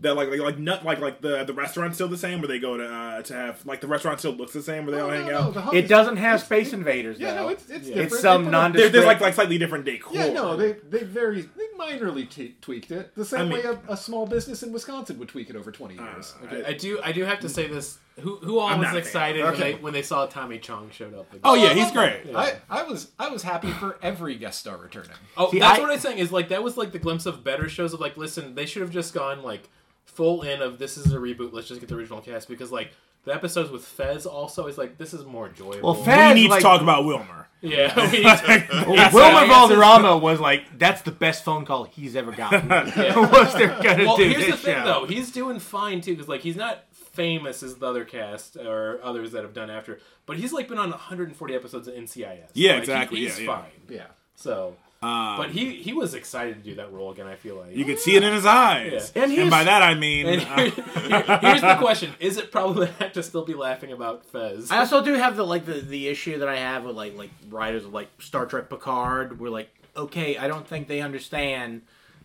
C: That like like like not like like the the restaurant's still the same where they go to uh, to have like the restaurant still looks the same where they all
E: Oh, No,
C: hang
E: no, no,
C: out.
E: the hub
D: It
E: is-
D: doesn't have Space Invaders
E: Yeah,
D: though.
E: no, it's it's different.
D: It's
E: They
D: some
E: put
C: There,
E: a-
D: nondescript.
C: there's like like slightly different decor.
E: Yeah, no, they they very they minorly t- tweaked it the same
C: I mean- Uh,
E: way a, a small business in Wisconsin would tweak it over twenty years.
F: I do. I do have to say this. Who who all
C: I'm
F: was
C: not a fan.
F: excited when
C: Okay.
F: they when they saw Tommy Chong showed up?
C: Oh yeah, he's great.
E: I, I was I was happy for every guest star returning.
F: Oh,
D: See,
F: that's
D: I-
F: what I'm saying is like that was like the glimpse of better shows of like listen they should have just gone like full in of this is a reboot let's just get the original cast because like the episodes with Fez also is like this is more enjoyable.
D: well, Fez,
C: we need
D: like,
C: to talk about Wilmer.
F: yeah, we need to-
D: Well, Wilmer Valderrama was like, that's the best phone call he's ever gotten. What's they're gonna
F: well,
D: do
F: here's
D: this
F: the thing
D: show?
F: though he's doing fine too because like he's not famous as the other cast or others that have done after, but he's like been on 140 episodes of NCIS.
C: Yeah,
F: Like, he-
C: exactly,
F: He's
C: yeah, yeah.
F: fine.
E: Yeah,
F: So, but he he was excited to do that role again. I feel like
C: You could see it in his eyes,
D: Yeah. And
C: and,
D: his-
C: by that I mean
F: And
C: uh,
F: here- here- here's the question: Is it problematic to still be laughing about Fez?
D: I also do have the like the, the issue that I have with like like writers of like Star Trek Picard. We're like, okay, I don't think they understand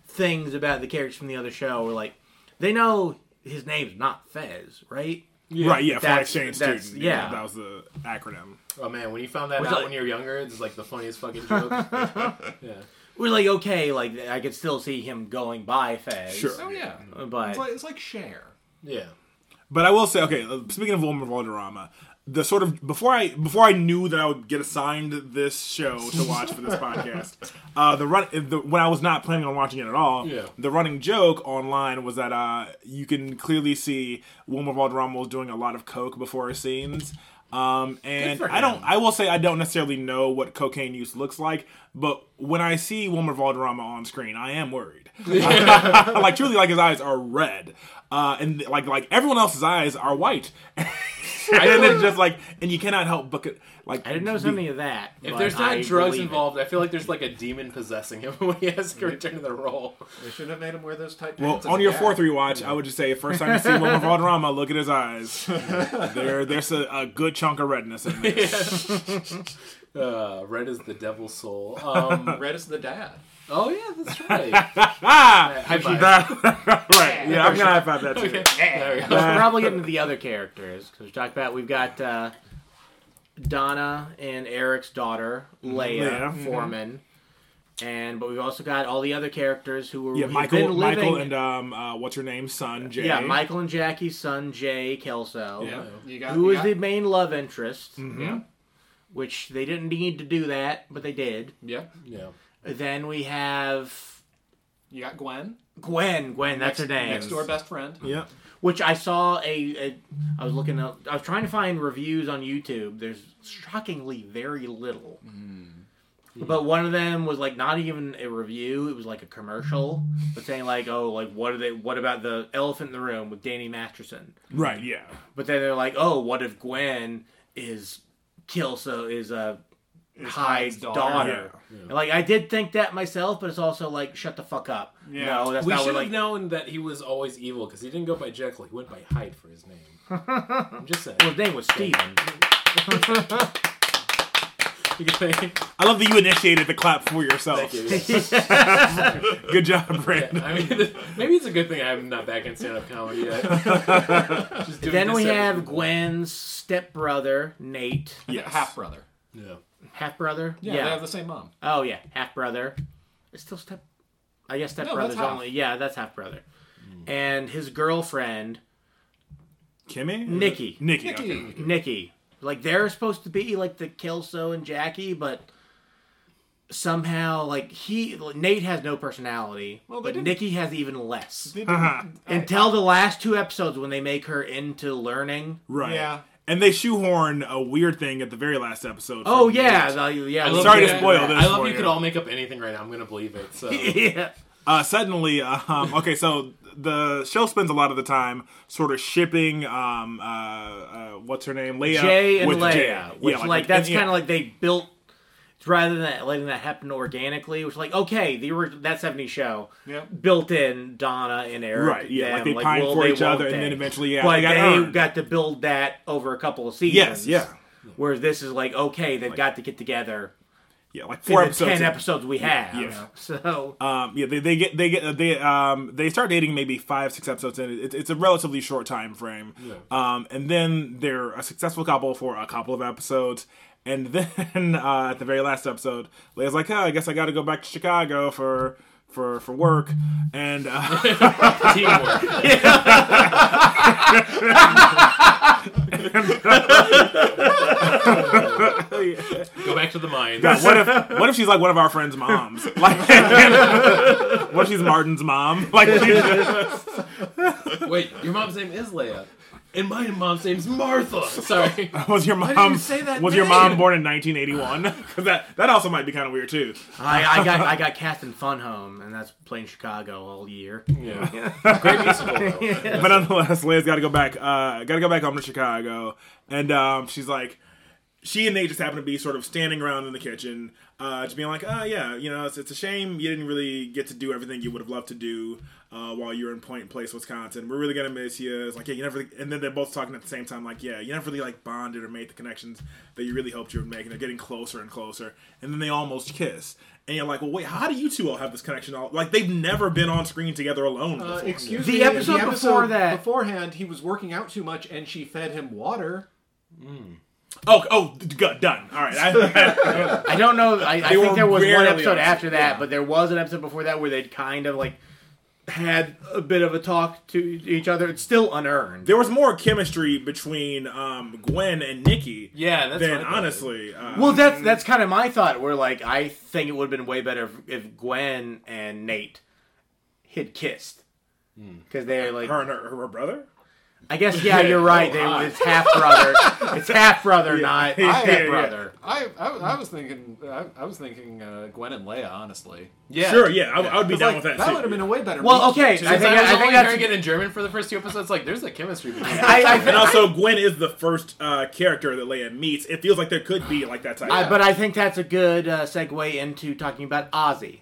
D: things about the characters from the other show. We're like, they know his name's not Fez, right?
C: right, yeah, foreign
D: That's-
C: exchange
D: that's-
C: student.
D: yeah.
C: that was the acronym.
F: Oh man, when you found that
D: Was
F: out
D: it-
F: when you were younger, it's like the funniest fucking joke. yeah.
D: We're like, okay, like I could still see him going by Fez,
C: Sure.
E: oh yeah,
D: but
E: it's like it's like share.
F: Yeah.
C: But I will say, okay, uh, speaking of Wilmer Valderrama, the sort of before I before I knew that I would get assigned this show to watch for this podcast, uh, the run the, when I was not planning on watching it at all,
F: Yeah.
C: the running joke online was that uh, you can clearly see Wilmer Valderrama was doing a lot of coke before her scenes. Um, and
F: for
C: I don't.
F: him.
C: I will say I don't necessarily know what cocaine use looks like, but when I see Wilmer Valderrama on screen, I am worried. like truly, like his eyes are red, uh, and like like everyone else's eyes are white. and it's just like, and you cannot help but like.
D: I didn't notice any of that.
F: If there's not drugs involved, I feel like there's like a demon possessing him when he has to return to the role.
E: They should have made him wear those tight
C: Well,
E: pants.
C: on your fourth
E: fourth.
C: rewatch, I would just say first time you see Wilmer Valderrama, look at his eyes. there, there's a, a good chunk of redness in there.
F: Uh, red is the devil's soul. Um,
E: Red is the dad.
F: oh yeah, that's right.
C: ah,
F: High five.
C: right. Yeah, I'm gonna high five that too.
F: Okay, there we go.
C: Uh.
D: Let's probably get into the other characters because we talked about we've got uh, Donna and Eric's daughter Leia
C: Mm-hmm. Leia.
D: Foreman, and but we've also got all the other characters who were
C: Yeah,
D: who've
C: Michael,
D: been living,
C: Michael, and um, uh, what's her name, son Jay.
D: yeah, Michael and Jackie's son Jay Kelso,
E: Yeah, Mm-hmm. you got
D: who
E: you
D: was
E: got,
D: the main love interest,
C: Mm.
E: yeah
D: which they didn't need to do that, but they did.
E: yeah.
F: Yeah.
D: Then we have
E: You got Gwen.
D: Gwen. Gwen, that's her name.
E: Next door best friend.
C: Yeah.
D: which I saw a, a I was looking up I was trying to find reviews on YouTube. There's shockingly very little. But one of them was like not even a review, it was like a commercial, but saying like, "Oh, like what are they what about the elephant in the room with Danny Masterson?"
C: Right. Yeah.
D: But then they're like, "Oh, what if Gwen is Kilso is a Hyde's
E: Hyde's
D: daughter?"
E: daughter.
D: And, like I did think that myself, but it's also like, "Shut the fuck up."
C: Yeah.
D: No, that's
F: We
D: not
F: should
D: what
F: have
D: like
F: known that he was always evil because he didn't go by Jekyll. He went by Hyde for his name. I'm just saying.
D: well, his name was Steven.
F: You can think-
C: I love that you initiated the clap for yourself.
F: Thank you.
C: Good job, Brandon.
F: I mean, maybe it's a good thing I'm not back in stand-up comedy yet. Just doing
D: Then we
F: disservice
D: have
F: people.
D: Gwen's stepbrother, Nate.
C: Yes.
E: Half brother.
F: Yeah.
D: Half brother?
E: Yeah, they have the same mom.
D: oh, yeah. Half brother. It's still step. I guess
E: that's Hmm.
D: stepbrother's
E: half.
D: only. Yeah, that's half brother. And his girlfriend,
C: Kimmy?
D: Nikki.
C: Nikki.
E: Nikki.
C: okay.
D: Nikki. Like they're supposed to be like the Kelso and Jackie, but somehow like he Nate has no personality,
E: Well, they
D: but
E: didn't-
D: Nikki has even less.
E: They didn't-
D: Until the last two episodes when they make her into learning.
C: Right.
E: Yeah.
C: And they shoehorn a weird thing at the very last episode.
D: Oh
C: from
D: yeah,
C: Nate.
D: the- yeah.
F: love
C: Sorry
F: you
C: to
F: guys-
C: spoil this
F: I love
C: for
F: you
C: you.
F: could all make up anything right now. I'm gonna believe it. So
D: yeah.
C: Uh, suddenly, uh, um, okay, so the show spends a lot of the time sort of shipping, um, uh, uh, what's her name? Leia.
D: Jay and
C: with
D: Leia,
C: Jay.
D: which
C: Yeah,
D: like, that's
C: and- yeah.
D: kind of like they built rather than letting that happen organically, which like okay, the ori- that '70s show
E: Yep.
D: built in Donna and Eric,
C: Right, yeah, like,
D: them,
C: they pined
D: will
C: for
D: they,
C: each other,
D: won't
C: and then
D: they?
C: eventually, yeah,
D: but
C: they got
D: they
C: earned.
D: got to build that over a couple of
C: Yes,
D: seasons.
C: yeah.
D: Whereas this is like okay, they've got to get together.
C: Yeah, like
D: For
C: four
D: the
C: episodes.
D: ten
C: in.
D: episodes we have,
C: yeah.
D: so
C: Um, yeah, they, they get they get they um they start dating maybe five six episodes in. It, it's a relatively short time frame. Um, and then they're a successful couple for a couple of episodes, and then uh, at the very last episode, Leia's like, oh, I guess I got to go back to Chicago for for for work, and uh,
F: teamwork. Go back to the mines.
C: what if what if she's like one of our friends' moms? Like, what if she's Martin's mom? Like,
F: Wait, your mom's name is Leia, and my mom's name's Martha. Sorry.
C: was your
D: did you
C: mom
D: say that
C: was your
D: name?
C: mom born in 1981? Because that that also might be kind of weird too.
D: I, I got I got cast in Fun Home, and that's playing Chicago all year.
F: Yeah. Great musical. Though.
C: but nonetheless, Leia's got to go back. Uh, got to go back home to Chicago, and um, she's like, she and Nate just happen to be sort of standing around in the kitchen, uh, just being like, oh yeah, you know, it's, it's a shame you didn't really get to do everything you would have loved to do uh, while you were in Point Place, Wisconsin. We're really gonna miss you. It's like, yeah, you never. And then they're both talking at the same time, like, yeah, you never really like bonded or made the connections that you really hoped you would make, and they're getting closer and closer, and then they almost kiss. And you're like, well, wait, how do you two all have this connection? All like they've never been on screen together alone.
E: Uh,
C: before.
E: excuse
D: The
E: me. in
D: episode before that-
E: Beforehand, he was working out too much, and she fed him water.
C: Oh, oh, d- good, done. All right. I-
D: I don't know. I, I
C: were
D: think there was one
C: rarely
D: episode
C: on-
D: after that, but there was an episode before that where they'd kind of like had a bit of a talk to each other. It's still unearned.
C: there was more chemistry between um, Gwen and Nikki.
F: Yeah, that's
C: Than
F: what I thought.
C: honestly. Uh,
D: Well, that's that's kind of my thought. Where like I think it would have been way better if, if Gwen and Nate had kissed because they're like.
C: her and her, her brother.
D: I guess yeah, you're right. They, it's half brother. it's half brother, not
C: Yeah, yeah,
D: step brother.
E: I, I, I was thinking, I, I was thinking uh, Gwen and Leia, honestly.
F: Yeah.
C: Sure, yeah, I, I would be
E: 'Cause,
C: down
E: like,
C: with that.
E: that
C: too.
E: would have been a way better.
D: Well,
E: meeting.
D: okay, I
F: Since
D: think
F: I was
D: I
F: only
D: think
F: hearing
D: that's.
F: it in German for the first two episodes. Like, there's a chemistry between. them.
D: I, I,
C: and also, Gwen is the first uh, character that Leia meets. It feels like there could be like that type.
D: I, but I think that's a good uh, segue into talking about Ozzy.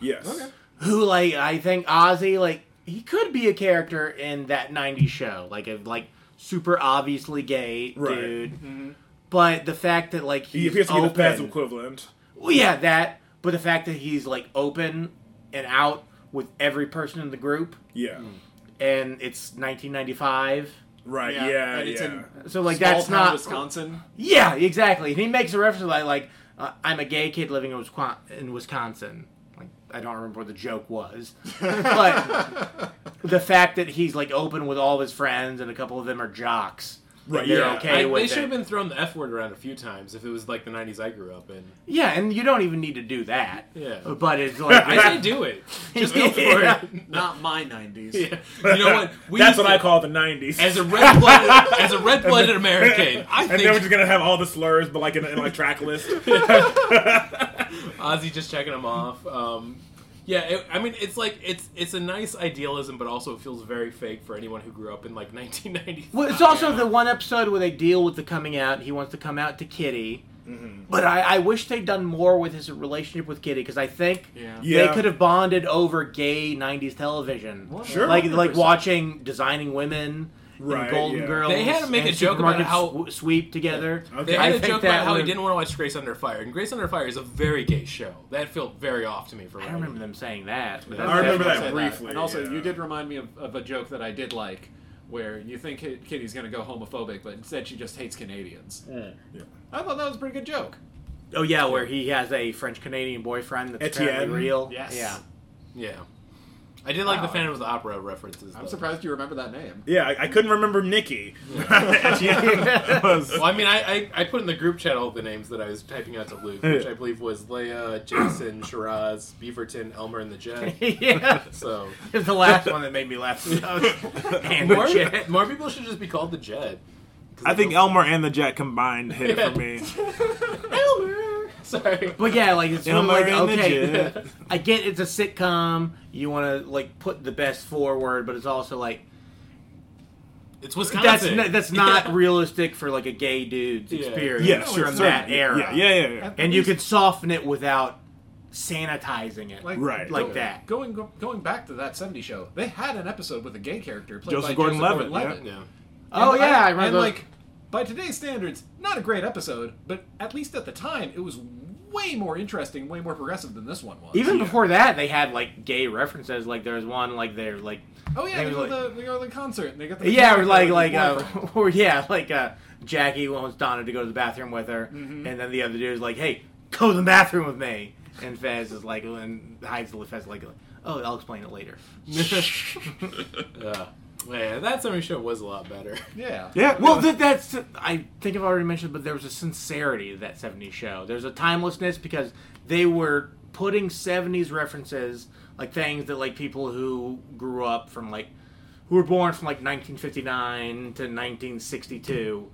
C: yes.
D: who like I think Ozzy like he could be a character in that '90s show, like a like super obviously gay
C: Right.
D: dude.
E: Mm-hmm.
D: But the fact that like
C: He
D: he's
C: appears to be the passive
D: open,
C: equivalent.
D: well, yeah, that. But the fact that he's like open and out with every person in the group,
C: Yeah.
E: Hmm.
D: and it's 1995.
C: Right. Yeah. Yeah.
E: and it's in
D: So like
E: small
D: that's
E: town
D: not
E: Wisconsin.
D: yeah exactly. And he makes a reference to that, like uh, I'm a gay kid living in, Wisco- in Wisconsin. Like I don't remember what the joke was, but the fact that he's like open with all of his friends and a couple of them are jocks.
C: right.
D: They're
C: Yeah.
D: okay
F: I,
D: with
F: they
D: it.
F: should have been thrown the F word around a few times if it was like the 90s I grew up in.
D: Yeah, and you don't even need to do that.
F: Yeah.
D: But it's like
F: I say do it. Just go for
D: Yeah.
F: it.
E: Not my '90s.
F: You know what? We
C: That's
F: used
C: what
F: to-
C: I call the '90s.
F: As a red blooded as a red blooded American, I
C: and then we're
F: think
C: just gonna have all the slurs, but like in, in like track list.
F: Ozzy just checking them off. Um, yeah, it, I mean it's like it's it's a nice idealism, but also it feels very fake for anyone who grew up in like 1990.
D: Well, it's also the one episode where they deal with the coming out. He wants to come out to Kitty.
F: Mm-hmm.
D: But I, I wish they'd done more with his relationship with Kitty because I think
E: Yeah.
C: Yeah.
D: they could have bonded over gay '90s television,
C: Sure.
D: like like
F: 100%.
D: watching Designing Women,
C: Right,
D: and Golden
C: yeah.
D: Girls.
F: They had to make
D: and
F: a joke about
D: Supermarket
F: how-
D: Sw- Sweep together.
C: Okay.
F: They had
D: I
F: a
D: think
F: joke
D: that
F: about how he
D: would-
F: didn't want to watch Grace Under Fire, and Grace Under Fire is a very gay show. That felt very off to me for.
D: I don't remember them saying that. But that's
C: I remember
E: Yeah,
C: that
E: say
C: briefly,
E: And also,
C: yeah.
E: you did remind me of, of a joke that I did like, where you think Kit- Kitty's going to go homophobic, but instead she just hates Canadians.
C: Yeah.
E: I thought that was a pretty good joke.
D: Oh yeah, where he has a French Canadian boyfriend that's
C: Etienne.
D: apparently real.
E: Yes.
D: Yeah.
F: Yeah. I did like the Phantom of the Opera references.
E: I'm
F: though.
E: surprised you remember that name.
C: Yeah, I, I couldn't remember Nikki. And she was-
F: Well, I mean, I, I, I put in the group chat all the names that I was typing out to Luke, which I believe was Leia, Jason, Shiraz, Beaverton, Elmer, and the Jet.
D: yeah,
F: So
D: it's the last one that made me laugh. and the
F: more,
D: jet.
F: more people should just be called the Jet. 'Cause
C: I
F: they
C: think
F: go-
C: Elmer and the Jet combined hit it for me.
F: Elmer. Sorry.
D: But yeah, like it's
C: Elmer
D: like
C: and the
D: okay,
C: Jet.
D: I get it's a sitcom. You want to like put the best forward, but it's also like
F: It's Wisconsin.
D: that's n- that's not realistic for like a gay dude's
F: Yeah.
D: experience
C: Yeah, sure,
D: from
C: certainly.
D: that era.
C: Yeah, yeah, yeah. yeah.
D: and you could soften it without sanitizing it.
E: Like,
C: Right.
D: Like
E: go-
D: that.
E: Going go- going back to that '70s show, they had an episode with a gay character played
C: Joseph
E: by
C: Gordon-Levitt,
E: Joseph Gordon-Levitt.
F: Yeah.
D: oh
E: And
D: yeah, I
E: and
D: remember.
E: like by today's standards, not a great episode, but at least at the time, it was way more interesting, way more progressive than this one was.
D: even before that, they had like gay references. Like there was one like they're like
E: oh yeah,
D: they
E: they,
D: were
E: go
D: like-
E: to the, they go to the concert and they got the
D: yeah, or like
E: with
D: like
E: the
D: uh,
E: boyfriend.
D: or yeah, like uh, Jackie wants Donna to go to the bathroom with her, and then the other dude is like, "Hey, go to the bathroom with me," and Fez is like, and hides the Fez is like, "Oh, I'll explain it later."
F: Yeah. Yeah, that summer show was a lot better.
E: yeah.
C: Yeah,
D: Well, that, that's I think I've already mentioned, but there was a sincerity to that '70s show. There's a timelessness because they were putting '70s references, like things that like people who grew up from like who were born from like 1959 to 1962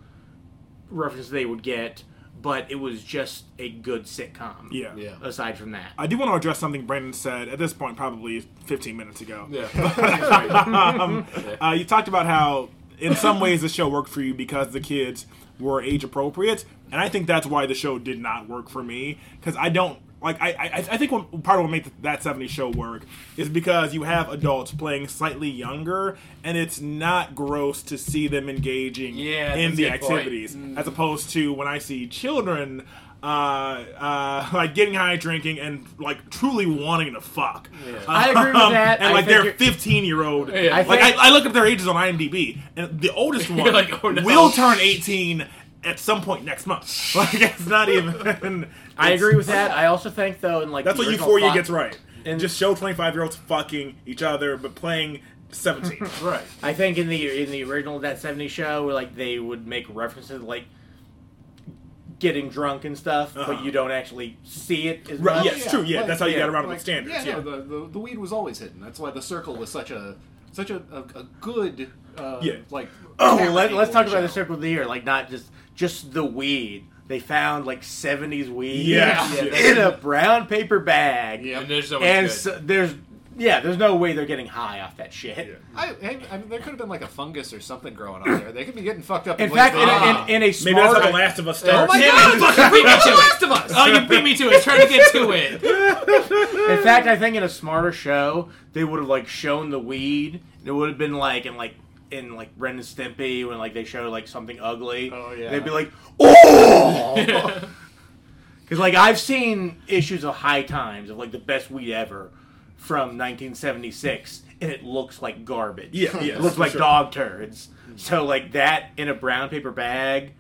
D: references they would get, but it was just a good sitcom.
C: yeah.
F: Yeah.
D: Aside from that,
C: I do want to address something Brandon said at this point, probably 15 minutes ago.
F: Oh Yeah.
C: um, uh, you talked about how, in some ways, the show worked for you because the kids were age appropriate, and I think that's why the show did not work for me because I don't like. I I, I think one, part of what made that '70s show work is because you have adults playing slightly younger, and it's not gross to see them engaging
F: Yeah,
C: in
F: that's
C: the
F: a good point.
C: activities
D: Mm.
C: as opposed to when I see children. Uh, uh, like getting high, drinking, and like truly wanting to fuck.
D: I agree with
C: Um,
D: that.
C: And
D: I
C: like
D: think
C: they're
D: you're-
C: 15 year old.
F: Yeah. I
C: Like
D: think-
C: I, I look up their ages on IMDb, and the oldest one
F: like, oh, no.
C: will turn 18 at some point next month. Like it's not even.
D: I
C: it's-
D: agree with that. I also think though, in like
C: That's
D: the
C: what
D: original
C: Euphoria
D: Fox-
C: gets right.
D: And-
C: Just show 25 year olds fucking each other, but playing 17.
F: right.
D: I think in the in the original That 70 show, where like they would make references like getting drunk and stuff,
C: Uh-huh.
D: but you don't actually see it as
C: right?
D: much.
C: Yes, true. Yeah,
E: Like,
C: that's how you
D: yeah,
C: got around with
E: Like,
C: standards.
E: Yeah,
C: Yeah,
E: no, the, the the weed was always hidden. That's why the circle was such a such a a, a good uh,
C: Yeah.
E: like.
D: Oh, well, let, let's talk
E: show.
D: about the circle of the year, like not just just the weed. They found like 70s weed
C: Yes,
F: Yeah.
C: yes.
D: in a brown paper bag,
E: Yeah.
F: And there's always
D: and
F: good.
D: so, there's yeah, there's no way they're getting high off that shit.
C: Yeah.
E: I, I, I mean, there could have been like a fungus or something growing on there. They could be getting fucked up.
D: In
E: like,
D: fact, in
E: ah.
D: a, in, in a
C: uh, Maybe that's
D: smart,
C: how The Last of Us
E: oh
C: starts.
E: my god, fucking beat me to it. The Last of Us.
F: Oh, you beat me to it. Trying to get to it.
D: In fact, I think in a smarter show, they would have like shown the weed. It would have been like in like in like Ren and Stimpy when like they show like something ugly.
E: Oh, yeah.
D: They'd be like, oh. Because like I've seen issues of High Times of like the best weed ever from 1976, and it looks like garbage.
C: Yeah, yeah,
D: it looks
C: for
D: like
C: sure.
D: dog turds. So like that in a brown paper bag,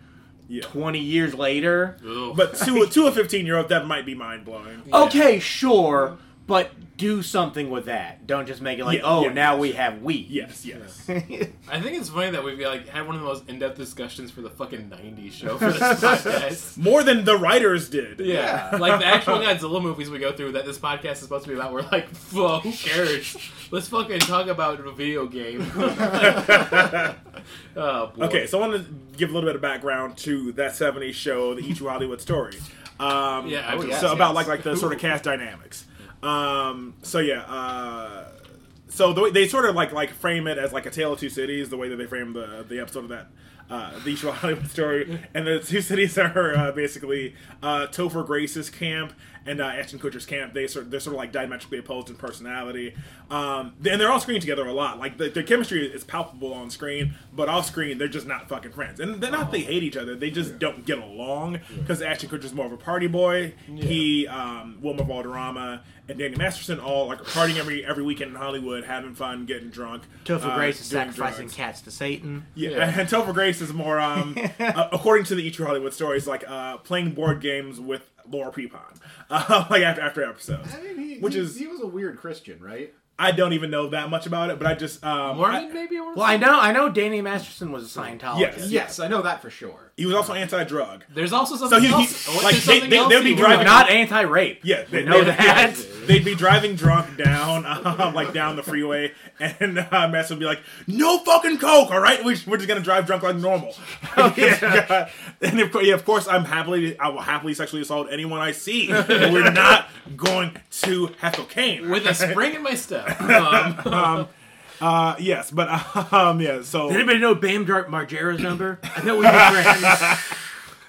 C: Yeah.
D: 20 years later.
C: But to a, to a 15 year old, that might be mind blowing.
D: Okay, sure, but do something with that. Don't just make it like,
C: Yeah,
D: oh,
C: yeah.
D: now we have wheat.
C: Yes, yes.
F: I think it's funny that we've like had one of the most in-depth discussions for the fucking '90s show for this podcast.
C: More than the writers did.
F: Yeah. like the actual Godzilla movies we go through that this podcast is supposed to be about. We're like, whoa, who cares? Let's fucking talk about a video game. oh, boy.
C: Okay, so I want to give a little bit of background to that '70s show, the Eat You Hollywood Story. Um,
F: Yeah, I would
C: so
F: guess,
C: about
F: Oh, yes.
C: like like the sort of cast dynamics. Um, so yeah, uh, so the way they sort of like like frame it as like a tale of two cities, the way that they frame the the episode of that. Uh, the Eat You Hollywood story, and the two cities are uh, basically uh, Topher Grace's camp and uh, Ashton Kutcher's camp. They sort they're sort of like diametrically opposed in personality, um, and they're on screen together a lot. Like the, their chemistry is palpable on screen, but off screen they're just not fucking friends. And they're not they hate each other; they just don't get along. Because Ashton Kutcher's more of a party boy. He, um, Wilma Valderrama, and Danny Masterson all like partying every every weekend in Hollywood, having fun, getting drunk.
D: Topher
C: uh,
D: Grace is
C: doing
D: sacrificing
C: drugs.
D: cats to Satan.
C: Yeah,
F: Yeah.
C: and Topher Grace is more, um, uh, according to the Eat Your Hollywood stories, like uh, playing board games with Laura Prepon, uh, like after, after episodes,
E: I mean, he,
C: which
E: he-
C: is
E: he was a weird Christian, right?
C: I don't even know that much about it, but I just um,
E: Mormon,
C: I-
E: maybe? Or
D: Well, I know, I know. Danny Masterson was a Scientologist.
C: Yes.
E: yes, I know that for sure.
C: he was also anti-drug.
E: There's also
C: So
E: something
C: he,
E: else.
C: he
E: oh,
C: like
E: there's
C: they,
E: something
C: they,
E: else
C: they'd be
E: you-
D: We are
C: driving
D: not anti-rape.
C: Yeah,
D: we
C: they,
D: know
C: they-
D: that.
C: yeah, they'd be driving drunk down, um, like down the freeway, and uh, Master would be like, "No fucking coke, all right? We, we're just gonna drive drunk like normal." yeah. and of, cour- yeah, of course, I'm happily, I will happily sexually assault anyone I see. and we're not going to have cocaine.
E: with a spring in my step. Um,
C: Uh, yes, but um, yeah. So
D: Did anybody know Bam Dart Margera's number? I thought we were friends.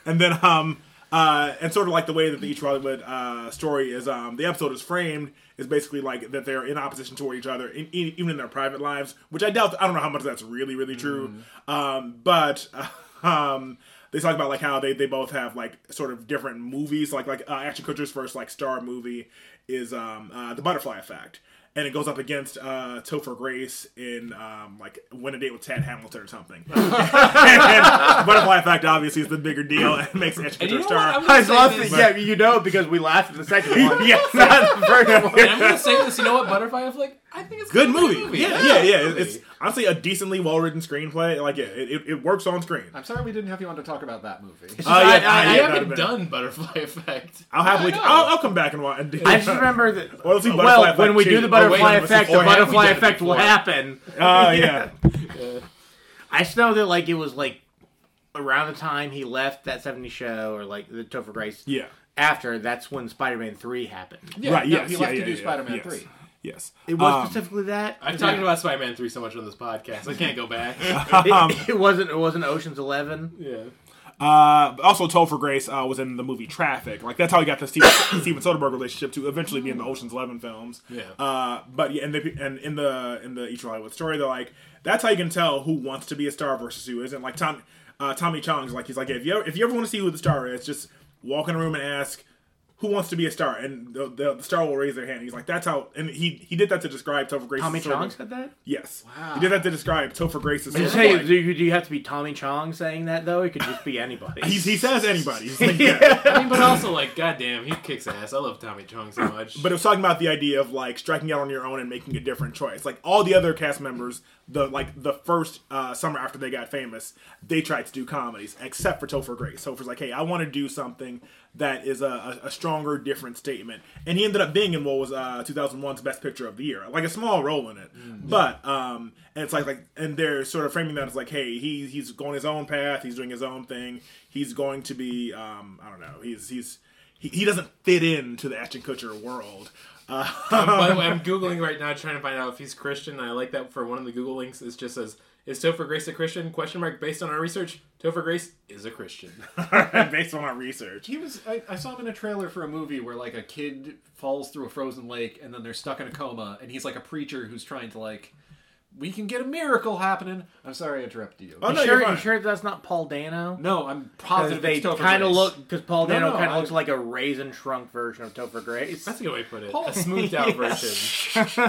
C: and then um uh and sort of like the way that the each Hollywood uh story is um the episode is framed is basically like that they're in opposition toward each other in, in, even in their private lives which I doubt I don't know how much that's really really true um but um they talk about like how they, they both have like sort of different movies like like uh, Action Kutcher's first like star movie is um uh, the Butterfly Effect and it goes up against uh, Topher Grace in um, like Win a Date with Tad Hamilton or something. and Butterfly Effect obviously is the bigger deal and makes Ash
E: and you
C: Kutcher a
E: know what? I'm
C: star.
E: gonna say this-
D: yeah, you know because we laughed at the second one.
C: Yes.
D: not
C: Oh,
D: the first one.
E: And I'm gonna say this. You know what? Butterfly Effect. I think it's a
C: Good movie. Yeah, yeah, yeah.
E: movie.
C: It's honestly a decently well written screenplay. Like, yeah, it, it, it works on screen.
E: I'm sorry we didn't have you on to talk about that movie.
C: Oh, yeah,
D: I-
C: yeah,
D: I-
E: I
C: yeah, that'd
E: haven't
C: been-
E: done Butterfly Effect.
C: I'll happily.
E: I know.
C: I'll, I'll come back and watch. And,
D: I just remember that.
C: Or let's see Butterfly
D: well,
C: Effect
D: when we
C: too.
D: do the
C: Oh, wait,
D: butterfly
C: no, this is
D: effect, the
E: beforehand.
D: butterfly
E: We did it
D: effect will
E: before.
D: happen.
C: Oh yeah.
D: I just know that like it was like around the time he left that 70 show or like the Topher Grace.
C: Yeah.
D: After that's when Spider-Man 3 happened.
E: Yeah,
C: right.
E: no,
C: yes.
E: he
C: yeah,
E: left
C: yeah,
E: to do
C: yeah,
E: Spider-Man
C: yes.
E: three.
C: Yes.
D: It was
C: Um,
D: specifically that.
F: I've talked about Spider-Man three so much on this podcast. I can't go back.
D: It,
E: um,
D: it wasn't. It wasn't Ocean's Eleven.
F: yeah.
C: Uh, but also, Topher Grace uh, was in the movie Traffic. Like that's how he got the Steven, Steven Soderbergh relationship to eventually be in the Ocean's Eleven films.
F: Yeah.
C: Uh, but yeah, and, they, and in the in the Each Hollywood story, they're like, that's how you can tell who wants to be a star versus who isn't. Like Tom, uh, Tommy Chong's like, he's like, if you ever, if you ever want to see who the star is, just walk in a room and ask who wants to be a star, and the, the, the star will raise their hand. He's like, that's how, and he he did that to describe Topher Grace.
D: Tommy Chong said that.
C: Yes. He did that to describe Topher Grace's.
D: Did you
C: sort of
D: say
C: like-
D: do you, do you have to be Tommy Chong saying that though? It could just be anybody.
C: he, he says anybody. He's like, yeah.
F: I mean, but also like, goddamn, he kicks ass. I love Tommy Chong so much.
C: But it was talking about the idea of like striking out on your own and making a different choice. Like all the other cast members, the like the first uh, summer after they got famous, they tried to do comedies, except for Topher Grace. Topher's like, hey, I want to do something that is a, a, a stronger, different statement, and he ended up being in what was uh, 2001's Best Picture of the Year, like a small role in it. But um, and it's like like and they're sort of framing that as like, hey, he he's going his own path, he's doing his own thing, he's going to be um, I don't know, he's he's he, he doesn't fit into the Ashton Kutcher world. Uh,
F: By the way, I'm googling right now trying to find out if he's Christian. And I like that for one of the Google links. It just says, "Is Topher Grace a Christian?" Question mark. Based on our research, Topher Grace is a Christian.
C: based on my research.
E: He was. I, I saw him in a trailer for a movie where like a kid falls through a frozen lake and then they're stuck in a coma, and he's like a preacher who's trying to like, we can get a miracle happening. I'm sorry I interrupted you.
C: Oh,
D: You
C: no,
D: sure,
C: you're fine.
D: you sure that's not Paul Dano?
E: No, I'm
D: 'Cause
E: positive
D: they
E: it's Topher
D: kind of
E: Grace.
D: look because Paul
E: No,
D: Dano
E: no,
D: kind of
E: I-
D: looks like a raisin shrunk version of Topher Grace.
F: That's a good way to put it.
E: Paul-
F: A smoothed out version.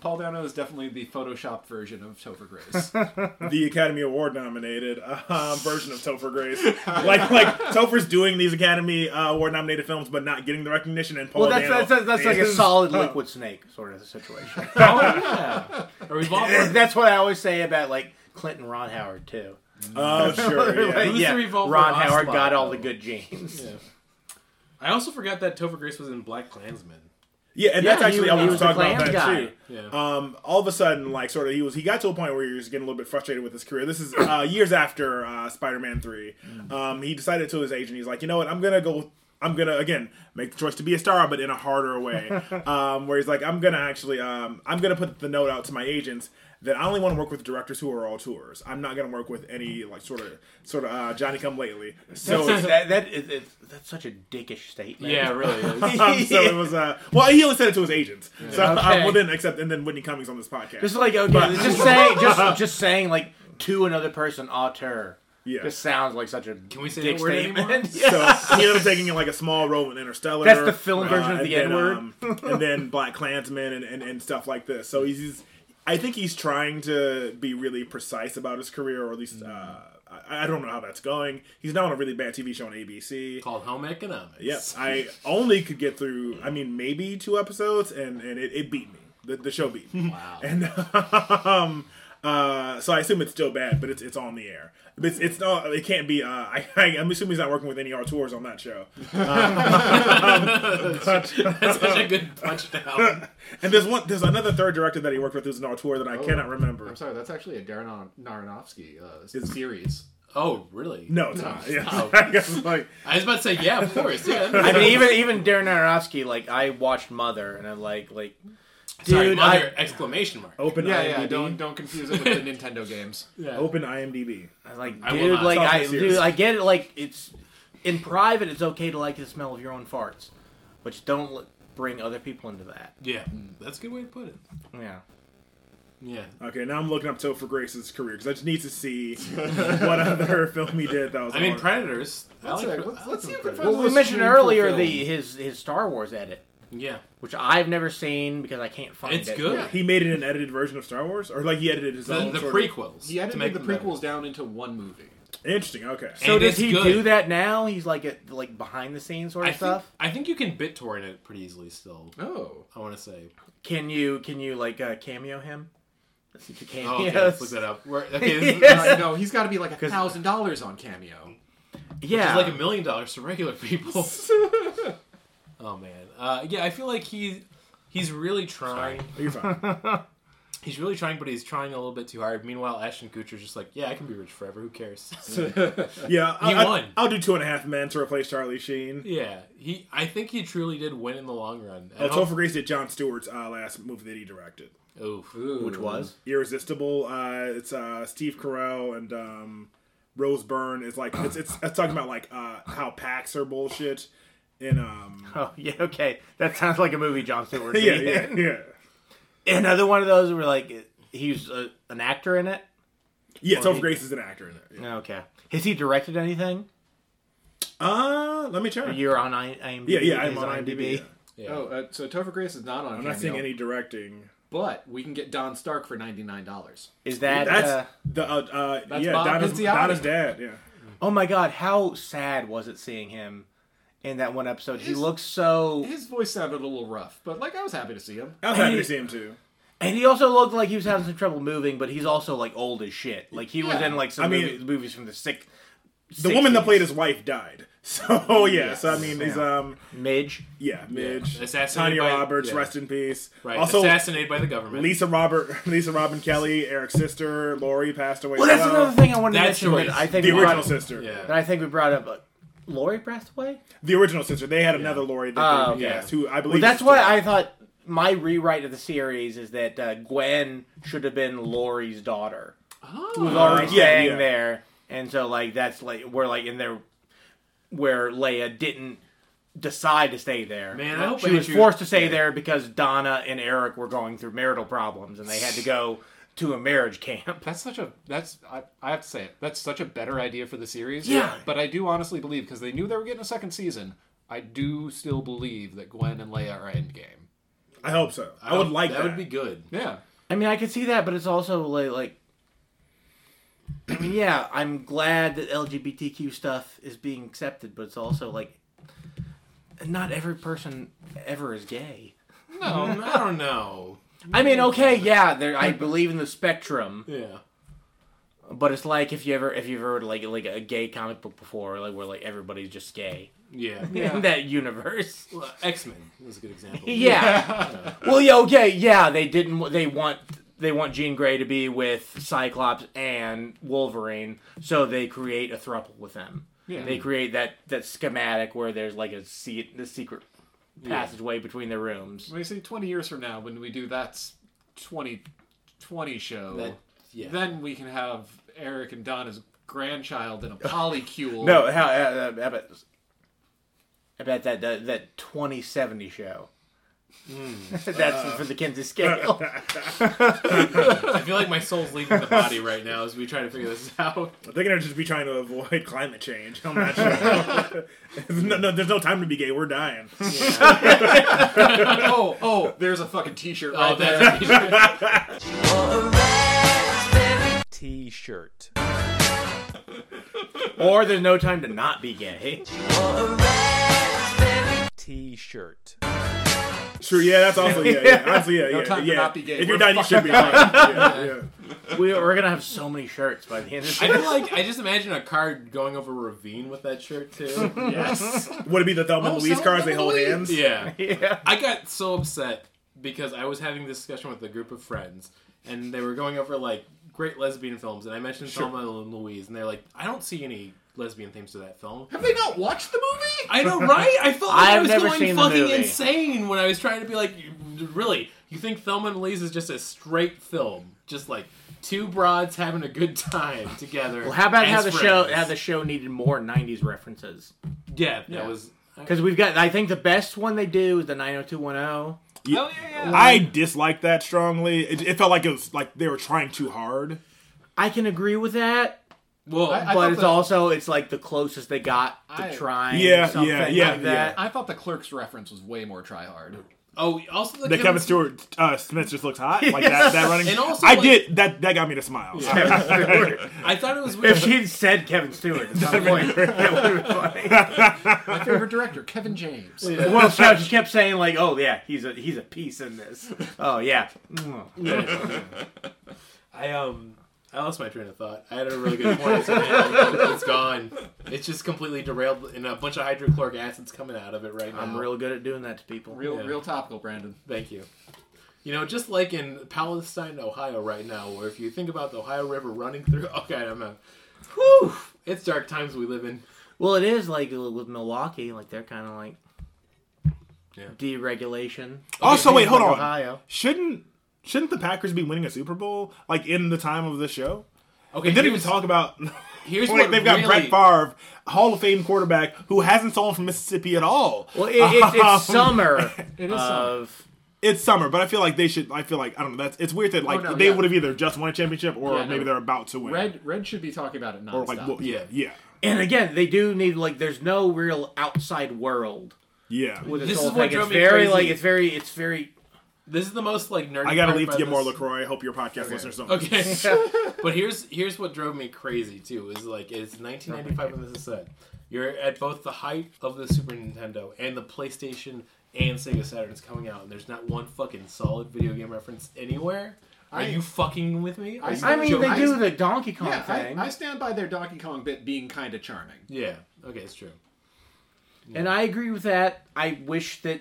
E: Paul Dano is definitely the Photoshop version of Topher Grace. Oh,
C: The Academy Award nominated uh, version of Topher Grace. like like Topher's doing these Academy uh, Award nominated films, but not getting the recognition. And Paul
D: Well, that's
C: Dano
D: that's, that's, that's like a
C: is-
D: solid liquid snake sort of situation.
F: Or we've all
D: that's what I always say about like Clinton Ron Howard too.
C: Oh sure, yeah.
D: Like,
F: Who's
D: yeah,
F: the revolver
D: Ron
F: Ocelot,
D: Howard got all
F: though?
D: the good genes.
F: I also forgot that Topher Grace was in Black Klansman.
C: Yeah, and
D: Yeah,
C: that's actually
D: he-
C: I
D: he
C: was,
D: was a
C: talking about that
D: glam guy.
C: too.
F: Yeah.
C: Um, all of a sudden, like sort of, he was he got to a point where he was getting a little bit frustrated with his career. This is uh, years after uh, Spider-Man Three. Um, he decided to his agent, he's like, you know what, I'm gonna go. I'm gonna again make the choice to be a star, but in a harder way. um, where he's like, I'm gonna actually, um, I'm gonna put the note out to my agents that I only want to work with directors who are all tours. I'm not gonna work with any like sort of sort of uh, Johnny Come Lately. So it's-
D: that, that is, it's, that's such a dickish statement.
F: Yeah, it really. Is.
C: um, so it was uh well he only said it to his agents so um,
D: Okay.
C: well then except and then Whitney Cummings on this podcast
D: Just like okay, just saying, just just saying like to another person, auteur.
C: Yeah.
D: just sounds like such a
F: Can we say
D: dick
F: that word
D: statement.
F: anymore?
D: Yeah.
C: so he ended up taking like a small role in Interstellar Uh,
D: That's the film version of
C: and
D: the
C: then,
D: N-word.
C: um, and then Black Klansman and, and and stuff like this so he's, he's I think he's trying to be really precise about his career or at least
D: Mm-hmm.
C: uh I, I don't know how that's going he's now on a really bad TV show on ABC
F: Called Home Economics.
C: Yes, I only could get through. I mean, maybe two episodes, and and it, it beat me. The- The, the show beat. Wow. And um, uh, so I assume it's still bad, but it's it's on the air. It's it's not. It can't be. Uh, I, I I'm assuming he's not working with any tours on that show.
F: That's such a good punchdown.
C: And there's one. There's another third director that he worked with who's an tour that I cannot remember.
E: Oh, I'm sorry, that's actually a Darren Aronofsky uh,
C: It's-
E: series.
F: Oh, really?
C: No, it's not. Yeah,
E: Oh.
F: stop.
C: I guess it's like
F: I was about to say, yeah, of course. Yeah.
D: I mean, even even Darren Aronofsky, like I watched Mother, and I'm like, like, dude,
F: Sorry,
D: I,
F: mother, exclamation mark.
C: open
E: Yeah,
C: IMDb.
E: yeah. Don't don't confuse it with the Nintendo games.
C: Open IMDb.
D: I was like,
F: I will
D: dude,
F: not.
D: like
C: It's
D: I,
C: awfully serious.
D: dude, I get it. Like it's in private, it's okay to like the smell of your own farts, but just don't l- bring other people into that.
F: Yeah, that's a good way to put it.
D: Yeah,
F: Yeah.
C: Okay, now I'm looking up Topher Grace's career because I just need to see what other film he did that was.
F: I mean,
C: on-
F: Predators. I
E: Let's,
F: like,
E: uh,
F: Pre-
E: let's-
F: I like
E: let's see if we can
F: Predators.
E: find
D: we
E: a
D: mentioned
E: stream for
D: earlier
E: film.
D: the his his Star Wars edit,
F: Yeah.
D: which I've never seen because I can't find
F: It's
D: it.
F: good.
C: he made it an edited version of Star Wars, or like he edited his
F: The,
C: own.
F: the
C: sort of-
F: prequels.
E: He
F: to
E: edited
F: make
E: the
F: them better.
E: prequels down into one movie.
C: Interesting. Okay.
D: So
F: And
D: does
F: it's
D: he
F: good.
D: do that now? He's like at like behind the scenes sort
F: I
D: of
F: think,
D: stuff.
F: I think you can BitTorrent it pretty easily still.
E: Oh,
F: I want to say.
D: Can you can you like uh, cameo him? Let's see if you
F: Oh, okay, let's
D: cameos.
F: look that up. We're, okay, this is,
D: Yes.
E: Uh, no, he's got to be like a thousand dollars on Cameo.
D: yeah,
F: It's like a million dollars to regular people. oh man, uh, yeah, I feel like he he's really trying.
C: You're fine.
F: He's really trying, but he's trying a little bit too hard. Meanwhile, Ashton Kutcher's just like, yeah, I can be rich forever. Who cares?
C: Yeah, I,
F: He
C: I-
F: won.
C: I'll do two and a half men to replace Charlie Sheen.
F: yeah, he. I think he truly did win in the long run.
C: Oh,
F: And
C: Topher Grace did John Stewart's uh, last movie that he directed,
F: oof.
D: which was
C: Irresistible. Uh, it's uh, Steve Carell and um, Rose Byrne. Is like it's, it's it's talking about like uh, how packs are bullshit. And um,
D: oh yeah okay that sounds like a movie John Stewart.
C: yeah,
D: did.
C: yeah, yeah,
D: Another one of those where like he's uh an actor in it.
C: yeah.
D: Or
C: Topher
D: he-
C: Grace is an actor in it.
D: Okay, has he directed anything?
C: Uh, let me check.
D: You're on I- IMDb.
C: Yeah, yeah, I'm
D: He's
C: on IMDb. yeah.
F: Yeah.
E: Oh, uh, so Topher Grace is not on.
C: I'm
E: Cameo,
C: not seeing any directing.
E: but we can get Don Stark for ninety nine dollars.
D: Is that?
C: That's
D: uh,
C: the uh, uh,
E: That's
C: yeah,
E: Bob
C: Donna's,
E: Pizziotti.
C: Donna's dad. Yeah,
D: oh my god, how sad was it seeing him in that one episode? he
E: His-
D: looks so,
E: His voice sounded a little rough, but like I was happy to see him.
C: I was happy
D: Hey.
C: to see him too.
D: and he also looked like he was having some trouble moving, but he's also like old as shit. Like he was
E: Yeah.
D: in like some
C: I mean-
D: movies, movies from the sick.
C: The woman that played his wife died. So yeah, so I mean, he's um,
D: Midge.
C: yeah, Midge,
F: Assassinated
C: Tanya
F: by-
C: Roberts,
F: yeah.
C: rest in peace.
F: Right.
C: Also,
F: assassinated by the government.
C: Lisa Robert, Lisa Robin Kelly, Eric's sister, Lori passed away.
D: Well,
C: as
D: that's another thing I wanted to
F: That
D: mention.
F: story
D: That
F: is-
D: I think
C: The
D: we
C: original
D: brought,
C: sister.
D: that
F: Yeah.
D: I think we brought up. Uh, Lori passed away.
C: The original sister. They had another Lori that
D: Oh,
C: they
F: okay.
C: cast, who I believe.
D: Well, that's
C: is
D: why
C: still-
D: I thought my rewrite of the series is that uh, Gwen should have been Lori's daughter,
F: Oh.
D: who was already
C: yeah,
D: staying
C: yeah.
D: there, and so like that's like where like in there where Leia didn't decide to stay there.
F: Man, I hope
D: she
F: I
D: was
F: hit you-
D: forced to stay there because Donna and Eric were going through marital problems, and they had to go to a marriage camp.
E: That's such a that's I, I have to say it. That's such a better idea for the series.
D: Yeah.
E: But I do honestly believe because they knew they were getting a second season. I do still believe that Gwen and Leia are endgame.
C: I hope so. I, would like that.
F: That would be good.
E: Yeah.
D: I mean, I could see that, but it's also like, like I mean, yeah, I'm glad that LGBTQ stuff is being accepted, but it's also like not every person ever is gay.
F: No, I don't know.
D: I mean, okay, yeah, there I believe in the spectrum,
F: Yeah.
D: but it's like if you ever if you've heard like like a gay comic book before, like where like everybody's just gay
F: Yeah.
D: in that universe.
F: Well, X Men was a good example.
D: Yeah. well, yeah, okay, yeah. They didn't. They want. They want Jean Grey to be with Cyclops and Wolverine, so they create a thruple with them.
E: Yeah.
D: They create that that schematic where there's like a se- the secret passageway between the rooms.
E: When you say twenty years from now, when we do that's twenty twenty show,
F: That- yeah.
E: then we can have Eric and Donna's grandchild in a polycule.
D: No, how uh, uh, about about that that, that twenty seventy show? That's for the Kinsey scale.
F: I feel like my soul's leaving the body right now as we try to figure this out.
C: They're gonna just be trying to avoid climate change. I'm not sure. no, no, there's no time to be gay. We're dying.
E: oh, oh, there's a fucking T-shirt right
F: Oh,
E: there.
F: that's
G: T-shirt.
D: or there's no time to not be gay.
G: T-shirt.
C: True. Yeah, that's also yeah. yeah. Honestly, yeah,
E: No
C: yeah,
E: time to
C: yeah.
E: not be gay.
C: If you're
E: We're
C: not, you
E: fucking
C: should be. Fine. Yeah, yeah.
D: We, we're gonna have so many shirts by the end of
F: I
D: this.
F: feel like I just imagine a car going over a ravine with that shirt too.
E: Yes.
C: Would it be the Thelma
E: Oh,
C: and Louise
E: Thelma
C: cars? They
E: and
C: hold
E: Louise.
C: hands.
F: yeah.
D: yeah.
F: I got so upset because I was having this discussion with a group of friends, and they were going over like great lesbian films, and I mentioned Thelma and Louise, and they're like, "I don't see any lesbian themes to that film."
E: Have they not watched the movie?
F: I know, right? I felt like
D: I've
F: I was
D: never
F: going
D: seen the
F: fucking
D: movie.
F: insane when I was trying to be like, "You- "Really, you think Thelma and Louise is just a straight film, just like two broads having a good time together?"
D: Well, how about how
F: as
D: the show
F: friends?
D: how the show needed more '90s references?
F: yeah, that
E: Yeah.
F: was.
D: Because we've got, I think the best one they do is the 90210.
F: Oh, yeah, yeah.
C: I disliked that strongly. It, it felt like it was like they were trying too hard.
D: I can agree with that,
F: Well,
E: I-
D: but
E: I thought
D: it's
E: the-
D: also it's like the closest they got to
E: I-
D: trying.
C: Yeah,
D: something
C: yeah, yeah,
D: like that.
E: I thought the clerk's reference was way more try hard.
F: oh, also the,
C: That Kevin Stewart uh, Smith just looks hot like that. That running.
F: And also,
C: I
F: like-
C: did that. That got me to smile.
F: I thought it was weird.
D: If she said Kevin Stewart at some point, that would have been funny.
E: My favorite director, Kevin James.
D: Well, so she kept saying like, "Oh yeah, he's a he's a piece in this." Oh yeah,
F: I um I lost my train of thought. I had a really good point. oh, it's gone. It's just completely derailed, and a bunch of hydrochloric acids coming out of it right now.
D: I'm real good at doing that to people.
E: Real,
F: Yeah.
E: real topical, Brandon.
F: Thank you. You know, just like in Palestine, Ohio, right now, where if you think about the Ohio River running through, okay, I'm out. Whew, it's dark times we live in.
D: Well, it is like with Milwaukee, like they're kind of like
F: Yeah.
D: deregulation.
C: also, wait, hold on.
D: Ohio.
C: Shouldn't shouldn't the Packers be winning a Super Bowl like in the time of the show?
F: Okay,
C: They didn't even
F: here's-
C: talk about.
F: Here's
C: like,
F: what
C: they've got
F: really,
C: Brett Favre, Hall of Fame quarterback, who hasn't stolen from Mississippi at all.
D: Well, it, it's,
C: Um,
D: it's summer
E: It is summer.
D: of
C: It's summer, but I feel like they should. I feel like I don't know. That's it's weird that like
E: Oh, no,
C: they
E: yeah.
C: would have either just won a championship or
E: Yeah, no.
C: maybe they're about to win.
E: Red, Red should be talking about it nonstop.
C: or like well, yeah, yeah,
D: And again, they do need like there's no real outside world
C: yeah.
D: with this,
F: This
D: whole
F: is what
D: thing.
F: drove
D: It's
F: me
D: very
F: crazy.
D: like it's very it's very
F: This is the most like nerdy.
C: I gotta
F: part
C: leave to
F: about
C: get more
F: this.
C: Lacroix. I hope your podcast listeners don't.
F: Okay. but here's here's what drove me crazy too is like it's 1995 when this is set. You're at both the height of the Super Nintendo and the PlayStation and Sega Saturn's coming out, and there's not one fucking solid video game reference anywhere. Are
E: I-
F: you fucking with me? Are
E: I
F: you
E: said-
D: I mean they
E: I-
D: do the Donkey Kong
E: Yeah, I,
D: thing,
E: I stand by their Donkey Kong bit being kind of charming.
F: yeah. Okay, it's true.
D: and I agree with that. I wish that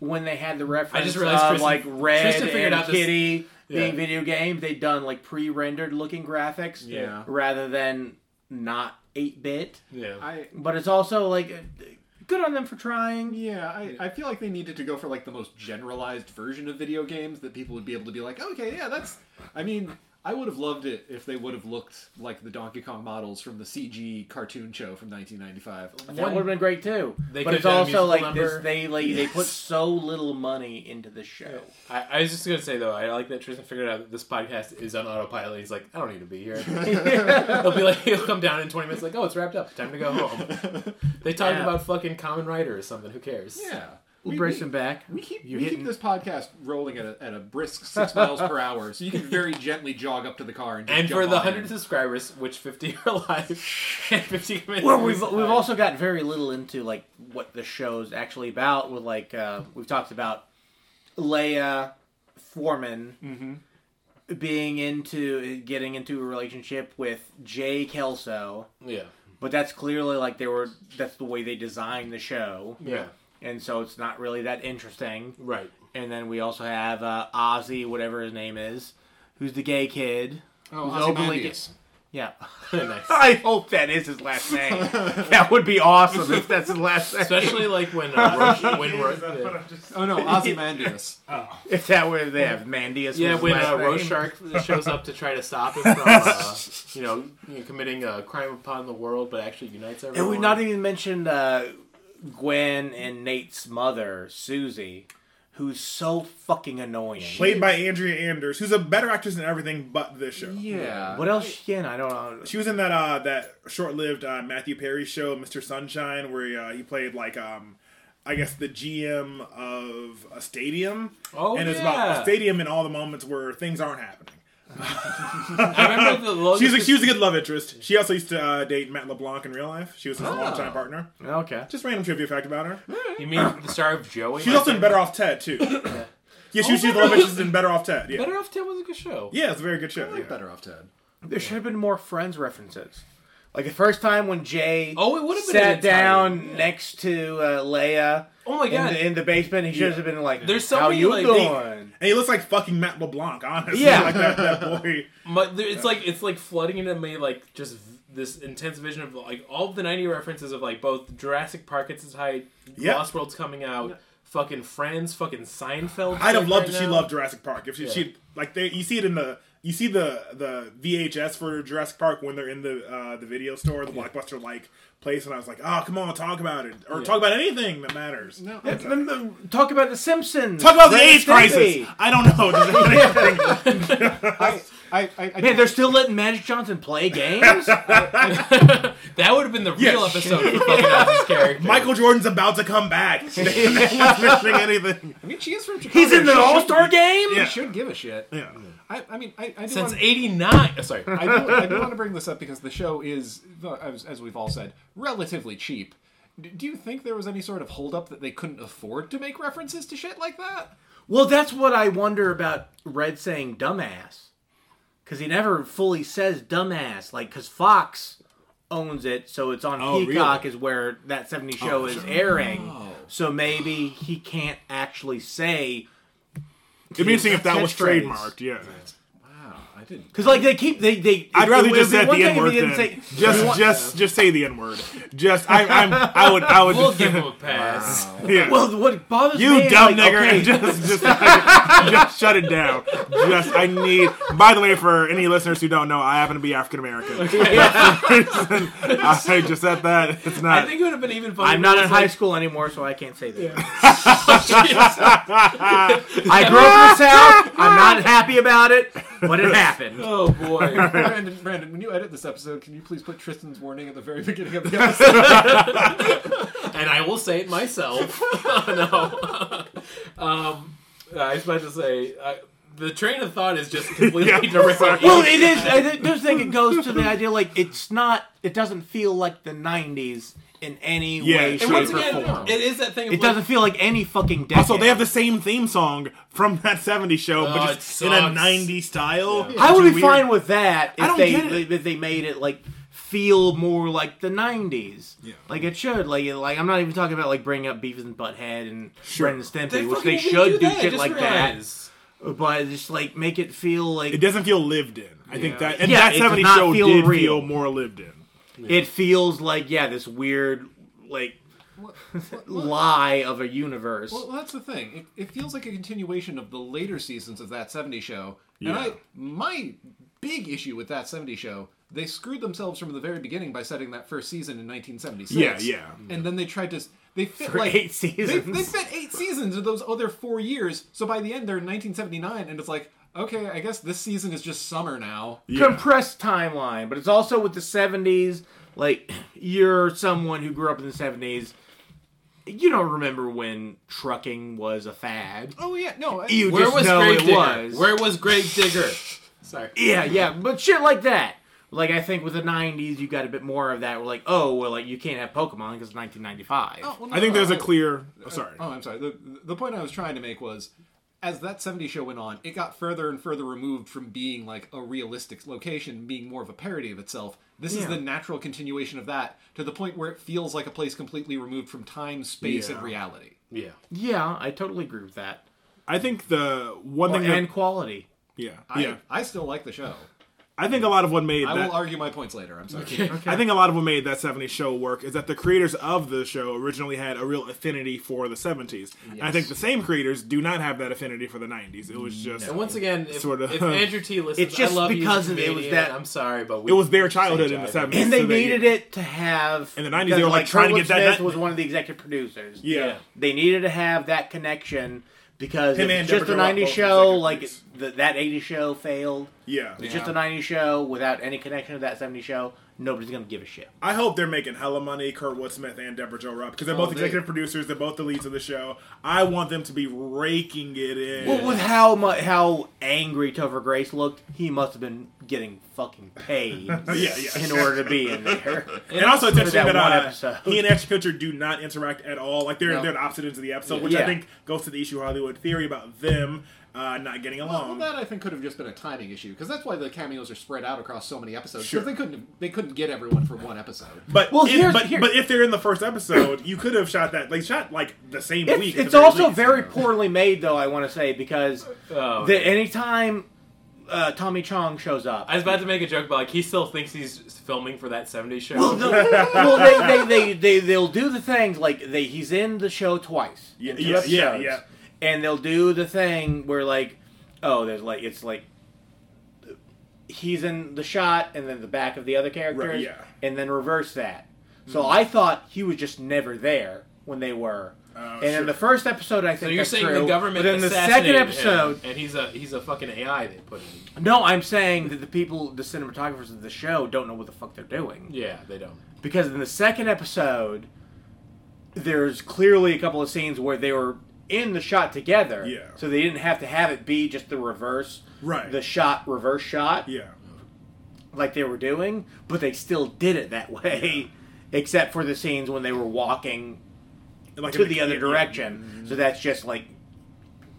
D: when they had the reference
F: realized
D: of
F: Tristan-
D: like Red
F: Tristan figured
D: and
F: out this-
D: Kitty
F: Yeah.
D: being video game, they'd done like pre-rendered looking graphics
E: Yeah.
D: rather than not eight bit.
F: Yeah.
E: I
D: But it's also like uh, good on them for trying.
E: yeah, I, I feel like they needed to go for like the most generalized version of video games that people would be able to be like, okay, yeah, that's. I mean, I would have loved it if they would have looked like the Donkey Kong models from the CG cartoon show from 1995.
D: That would have been great too.
F: They could've
D: But it's
F: done a
D: also
F: musical
D: like this,
F: number.
D: they like they put so little money into the show.
F: I, I was just gonna say though, I like that Tristan figured out that this podcast is on autopilot. He's like, I don't need to be here. he'll be like, he'll come down in twenty minutes, like, oh, it's wrapped up, time to go home. They talked
D: Yeah.
F: about fucking Common Writer or something. Who cares?
E: Yeah.
D: We'll
E: We-
D: brace
E: we-
D: him back.
E: We keep,
D: You
E: we
D: hitting-
E: keep this podcast rolling at a, at a brisk six miles per hour, so you can very gently jog up to the car and just
F: And
E: jump
F: for the
E: on in.
F: hundred subscribers, which fifty are alive, and fifty minutes.
D: Well, we've we've also got very little into like what the show's actually about. With like uh, we've talked about Leia Foreman
E: Mm-hmm.
D: being into getting into a relationship with Jay Kelso,
F: yeah,
E: Mm-hmm.
D: but that's clearly like they were that's the way they designed the show,
F: yeah,
D: and so it's not really that interesting.
F: right.
D: And then we also have uh, Ozzy, whatever his name is, who's the gay kid.
E: Oh,
D: Who's openly gay-
E: Ozymandias.
D: Yeah.
F: nice.
D: I hope that is his last name. that would be awesome if that's his last name.
F: Especially like when uh, Roche, when Ro- yeah.
E: Oh no, Ozymandias.
D: If that were they have Mandius.
F: Yeah,
D: was
F: when
D: his
F: uh,
D: last name.
F: Rorschach shows up to try to stop him from, uh, you, know, you know, committing a crime upon the world, but actually unites everyone.
D: And we not even mentioned uh, Gwen and Nate's mother, Susie, who's so fucking annoying.
C: Played by Andrea Anders, who's a better actress in everything but this show.
E: Yeah.
D: What else she in? I don't know.
C: She was in that uh, that short-lived uh, Matthew Perry show, Mr. Sunshine, where he, uh, he played like um, I guess the GM of a stadium.
F: Oh,
C: and it's
F: yeah.
E: Oh,
C: about a stadium and all the moments where things aren't happening.
F: I remember the longest
C: She's accused of good love interest. She also used to uh, date Matt LeBlanc in real life. She was his longtime partner.
D: Okay.
C: Just random trivia fact about her.
F: You mean the star of Joey?
C: She's also in Better Off Ted too. Yeah, she was the love interest in Better Off Ted. Yeah,
F: Better Off Ted was a good show.
C: yeah, it's a very good show. yeah.
E: Better off Ted.
D: There should have been more Friends references. Like the first time when Jay
F: Oh, it would have been an
D: sat
F: entire-
D: down next to uh, Leia
F: Oh my
D: in
F: god.
D: the, in the basement. He should have been like,
F: There's so
D: "How
F: many,
D: you
F: like,
D: doing?"
C: And he looks like fucking Matt LeBlanc, honestly.
D: Yeah.
C: like that, that boy.
F: My, there, it's like it's like flooding into me like just v- this intense vision of like all of the ninety references of like both Jurassic Park at its height,
C: Yeah.
F: Lost World's coming out, fucking Friends, fucking Seinfeld.
C: I'd have
F: like,
C: loved
F: right
C: if she
F: now.
C: loved Jurassic Park. If she, she like they, you see it in the you see the the VHS for Jurassic Park when they're in the uh, the video store, the blockbuster like place, and I was like, oh come on, talk about it or talk about anything that matters.
E: No,
D: And then the- Talk about the Simpsons.
C: Talk about the
D: Friends
C: AIDS crisis.
D: Therapy.
C: I don't know. Does anybody think-
E: I, I, I, I
D: Man, they're still letting Magic Johnson play games.
F: That would have been the
C: Yeah,
F: real episode for fucking Ozzy's character.
C: Michael Jordan's about to come back. Not missing anything.
E: I mean, she is from Chicago.
D: He's in
E: She
D: an
E: should-
D: All Star game.
E: She should give a shit.
C: Yeah.
E: I, I mean, I, I do
F: since
E: want,
F: '89. Oh, sorry,
E: I do, I do want to bring this up because the show is, uh, as, as we've all said, relatively cheap. D- Do you think there was any sort of holdup that they couldn't afford to make references to shit like that?
D: Well, that's what I wonder about Red saying dumbass. Because he never fully says dumbass. Like, because Fox owns it, so it's on Peacock, is where that 70 show is airing. So maybe he can't actually say.
C: It'd be interesting if that was
D: Catchphrase.
C: trademarked. Yeah.
E: Wow, I didn't.
D: Because, like, they keep. they, they
C: I'd rather
D: it would
C: just
D: be
C: say
D: one
C: the
D: thing
C: N
D: if he
C: word
D: didn't
C: than
D: say-
C: just just just say the N word. Just I I'm I would I would
F: we'll
C: just,
F: give him a pass.
C: yeah.
D: Well, what bothers
C: you
D: me. is,
C: dumb
D: like,
C: nigger
D: okay,
C: just just like, just shut it down. Just I need by the way for any listeners who don't know, I happen to be African American. I just said that it's
F: I
C: not
F: think it would have been even funnier.
D: I'm not
F: if
D: in
F: it
D: high
F: was
D: school anymore, so I can't say that.
F: like-
D: I grew up in the South. I'm not happy about it, but it happened.
F: oh boy.
E: Brandon, Brandon, when you edit this episode, can you please put Tristan's warning at the very beginning of the episode?
F: and I will say it myself. no. um, I was about to say uh, the train of thought is just completely
C: Yeah.
F: derailed.
D: Well, it is. I thi- This thing it goes to the idea like it's not. It doesn't feel like the '90s in any
C: Yeah,
D: way,
C: and
D: shape,
F: and once
D: or
F: again,
D: form.
F: it is that thing. Of
D: It
F: like,
D: doesn't feel like any fucking decade.
C: also, they have the same theme song from that 70s show,
F: Oh,
C: but
F: it
C: just in a
F: sucks.
C: 90s style.
D: I would
C: Which
D: be
C: is weird.
D: fine with that
C: don't
D: if they
C: get it.
D: if they made it like feel more like the '90s.
C: Yeah.
D: Like it should. Like it- like I'm not even talking about like bringing up Beavis and Butthead and Brendan Stimpy,
F: They
D: which
F: fucking
D: they
F: didn't
D: should do,
F: that, I
D: shit
F: just
D: like
F: realized.
D: that. But just like make it feel like
C: It doesn't feel lived in. I think that and
D: Yeah,
C: that
D: it does
C: 70s
D: not
C: show
D: feel
C: did
D: real.
C: feel more lived in.
D: it feels like yeah this weird like lie of a universe.
E: well, that's the thing. It, it feels like a continuation of the later seasons of that 70 show. And I, my big issue with that 70 show, they screwed themselves from the very beginning by setting that first season in 1976.
C: Yeah, yeah.
E: And then they tried to. They fit
D: For
E: like
D: eight
E: They, they
D: seasons.
E: spent eight seasons of those other four years. So by the end, they're in 1979, and it's like, okay, I guess this season is just summer now.
C: Yeah.
D: compressed timeline, but it's also with the 70s. Like, you're someone who grew up in the 70s. You don't remember when trucking was a fad.
E: Oh yeah, no, I-
D: You
F: Where
D: just
F: was
D: know it
F: Grave
D: was.
F: Digger? Where was Grave Digger? Sorry.
D: Yeah, yeah, but shit like that. Like, I think with the 90s, you got a bit more of that. We're like, oh, well, like, you can't have Pokemon because it's 1995.
E: Oh, well, no,
C: I think
E: no,
C: there's a
E: I-
C: clear. Oh, sorry.
E: Oh, I'm sorry. The, the point I was trying to make was, as that 70 show went on, it got further and further removed from being like a realistic location, being more of a parody of itself. This is
D: Yeah.
E: the natural continuation of that to the point where it feels like a place completely removed from time, space,
C: Yeah.
E: and reality.
F: Yeah.
D: Yeah, I totally agree with that.
C: I think the one
D: Or,
C: thing that
D: and quality.
C: yeah
E: I,
C: yeah
E: I still like the show.
C: I think a lot of what made
E: I
C: that Um,
E: will argue my points later. I'm sorry.
C: I think a lot of what made that 70s show work is that the creators of the show originally had a real affinity for the 70s. And I think the same creators do not have that affinity for the 90s. It was just
F: And once again, if,
C: Sort of.
F: if Andrew T listens,
D: It's just
F: I love
D: because
F: you as a
D: it was
F: comedian,
D: that-
F: I'm sorry, but we,
C: it was their childhood in the
F: Same
C: 70s.
D: And they
C: so
D: needed it to have.
C: In the 90s,
D: because,
C: they were, like, trying to get
D: Turtwig
C: that-
D: Smith was one of the executive producers.
C: Yeah.
F: Yeah.
D: they needed to have that connection because
C: Him
D: if
C: and
D: it's just the
C: Deborah Joe Rock
D: '90s
C: both
D: show,
C: executive
D: like
C: produced.
D: the, that '80s show failed.
C: Yeah.
D: It's just a 90s show without any connection to that 70s show. Nobody's going to give a shit.
C: I hope they're making hella money, Kurtwood Smith and Deborah Jo Rupp, because they're both
E: Oh, they-
C: executive producers. They're both the leads of the show. I want them to be raking it in.
D: Well, with how much, how angry Topher Grace looked, he must have been getting fucking paid
C: yeah, yeah.
D: in order to be in there.
C: and also, it's
D: For
C: interesting that,
D: that one
C: uh,
D: episode.
C: he and Ashton Kutcher do not interact at all. Like they're
E: No.
C: they're at opposite ends of the episode, which I
D: Yeah.
C: think goes to the issue Hollywood theory about them uh, not getting
E: Well,
C: along.
E: that I think could have just been a timing issue because that's why the cameos are spread out across so many episodes.
C: Sure.
E: Because they couldn't they couldn't get everyone for one episode.
C: but
D: Well,
C: if,
D: here's-
C: but,
D: here-
C: but if they're in the first episode, you could have shot that. They shot like the same week.
D: It's,
C: at
D: it's
C: the very
D: also
C: least.
D: very poorly made, though, I want to say, because
F: Oh,
D: the, anytime uh, Tommy Chong shows up.
F: I was about to make a joke, but like he still thinks he's filming for that '70s show.
D: well, no, well, they, they, they, they, they'll do the things like they, he's in the show twice.
C: Yeah,
D: in two
C: yeah, yeah,
D: episodes.
C: yeah.
D: And they'll do the thing where like, oh, there's like it's like he's in the shot and then the back of the other characters,
C: Right, yeah. Mm-hmm.
D: and then reverse that. So I thought he was just never there when they were. and
C: sure.
D: in the first episode, I think
F: so you're
D: that's
F: saying
D: true,
F: the government?
D: But in the second
F: assassinated him,
D: episode,
F: and he's a he's a fucking AI they put in.
D: no, I'm saying that the people, the cinematographers of the show, don't know what the fuck they're doing.
F: Yeah, they don't.
D: because in the second episode there's clearly a couple of scenes where they were in the shot together
C: Yeah.
D: so they didn't have to have it be just the reverse
C: Right.
D: the shot reverse shot
C: Yeah.
D: like they were doing but they still did it that way except for the scenes when they were walking
C: And, like,
D: to
C: in Mm-hmm.
D: the other
C: yeah,
D: direction so that's just like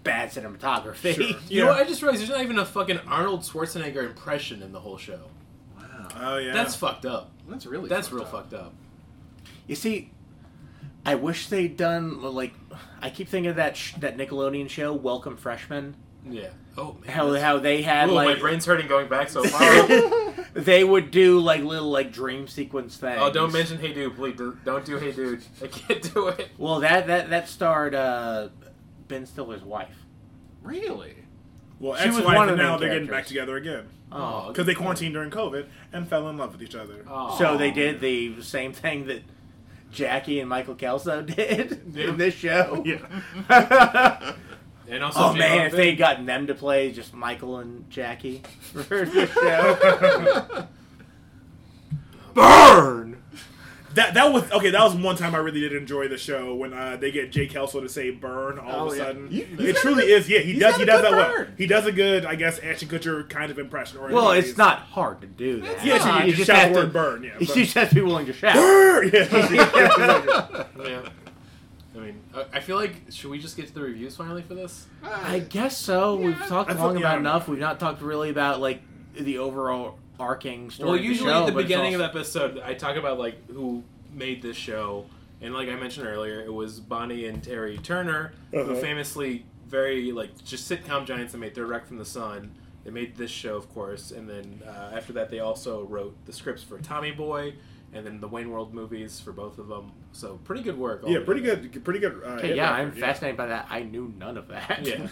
D: bad cinematography
C: Sure.
F: You know what? I just realized there's not even a fucking Arnold Schwarzenegger impression in the whole show.
C: Oh yeah.
F: That's fucked up.
E: That's really
F: That's
E: fucked
F: real
E: up.
F: fucked up.
D: you see i wish they'd done like i keep thinking of that sh- that nickelodeon show welcome freshmen
F: Yeah. Oh man.
D: how
F: that's- Oh,
D: how they had
F: Ooh,
D: like
F: my brain's hurting going back so far.
D: they would do like little like dream sequence things.
F: oh, don't mention Hey Dude, please. Don't do Hey Dude. I can't do it.
D: Well, that that that starred uh, Ben Stiller's wife.
E: Really?
C: well,
D: she was
C: ex-wife,
D: one of
C: and
D: the
C: now
D: main
C: they're getting back
D: characters.
C: together again
F: Oh,
C: because they quarantined during COVID and fell in love with each other.
F: oh.
D: So they did the same thing that Jackie and Michael Kelso did in this show.
C: Yeah.
F: And also,
D: Oh
F: Jim
D: man, if
F: Hopkins.
D: they had gotten them to play just Michael and Jackie for the show. Burn.
C: That that was okay. That was one time I really did enjoy the show when uh, they get Jake Kelso to say "burn" all of
E: Oh,
C: a
E: yeah.
C: sudden.
E: You-
C: it truly is. Yeah, he does.
E: got
C: He
E: a
C: does
E: good
C: that well.
E: burn.
C: He does a good, I guess, Ashton Kutcher kind of impression. Or
D: Well,
C: anyways.
D: it's not hard to do that.
C: Yeah, so you, just shout the word "burn." Yeah,
D: You
C: but-
D: just have to be willing to shout.
C: burn. Yeah.
F: Yeah. I mean, I- I feel like should we just get to the reviews finally for this?
D: I guess so. We've talked
C: I thought-
D: long
C: yeah, I
D: about
C: don't know.
D: enough. We've not talked really about like the overall arcing story.
F: Well,
D: of the
F: usually
D: show,
F: at the
D: but it's
F: beginning
D: also-
F: of the episode, I talk about like who made this show, and like I mentioned earlier, it was Bonnie and Terry Turner,
C: Uh-huh.
F: who famously very like just sitcom giants that made Direct from the Sun. They made this show, of course, and then uh, after that, they also wrote the scripts for Tommy Boy and then the Wayne World movies for both of them. So pretty good work.
C: yeah,
F: altogether.
C: pretty good. Pretty good. Uh,
D: Okay,
C: hit
D: yeah,
C: record,
D: I'm fascinated by that. I knew none of that.
F: Yeah.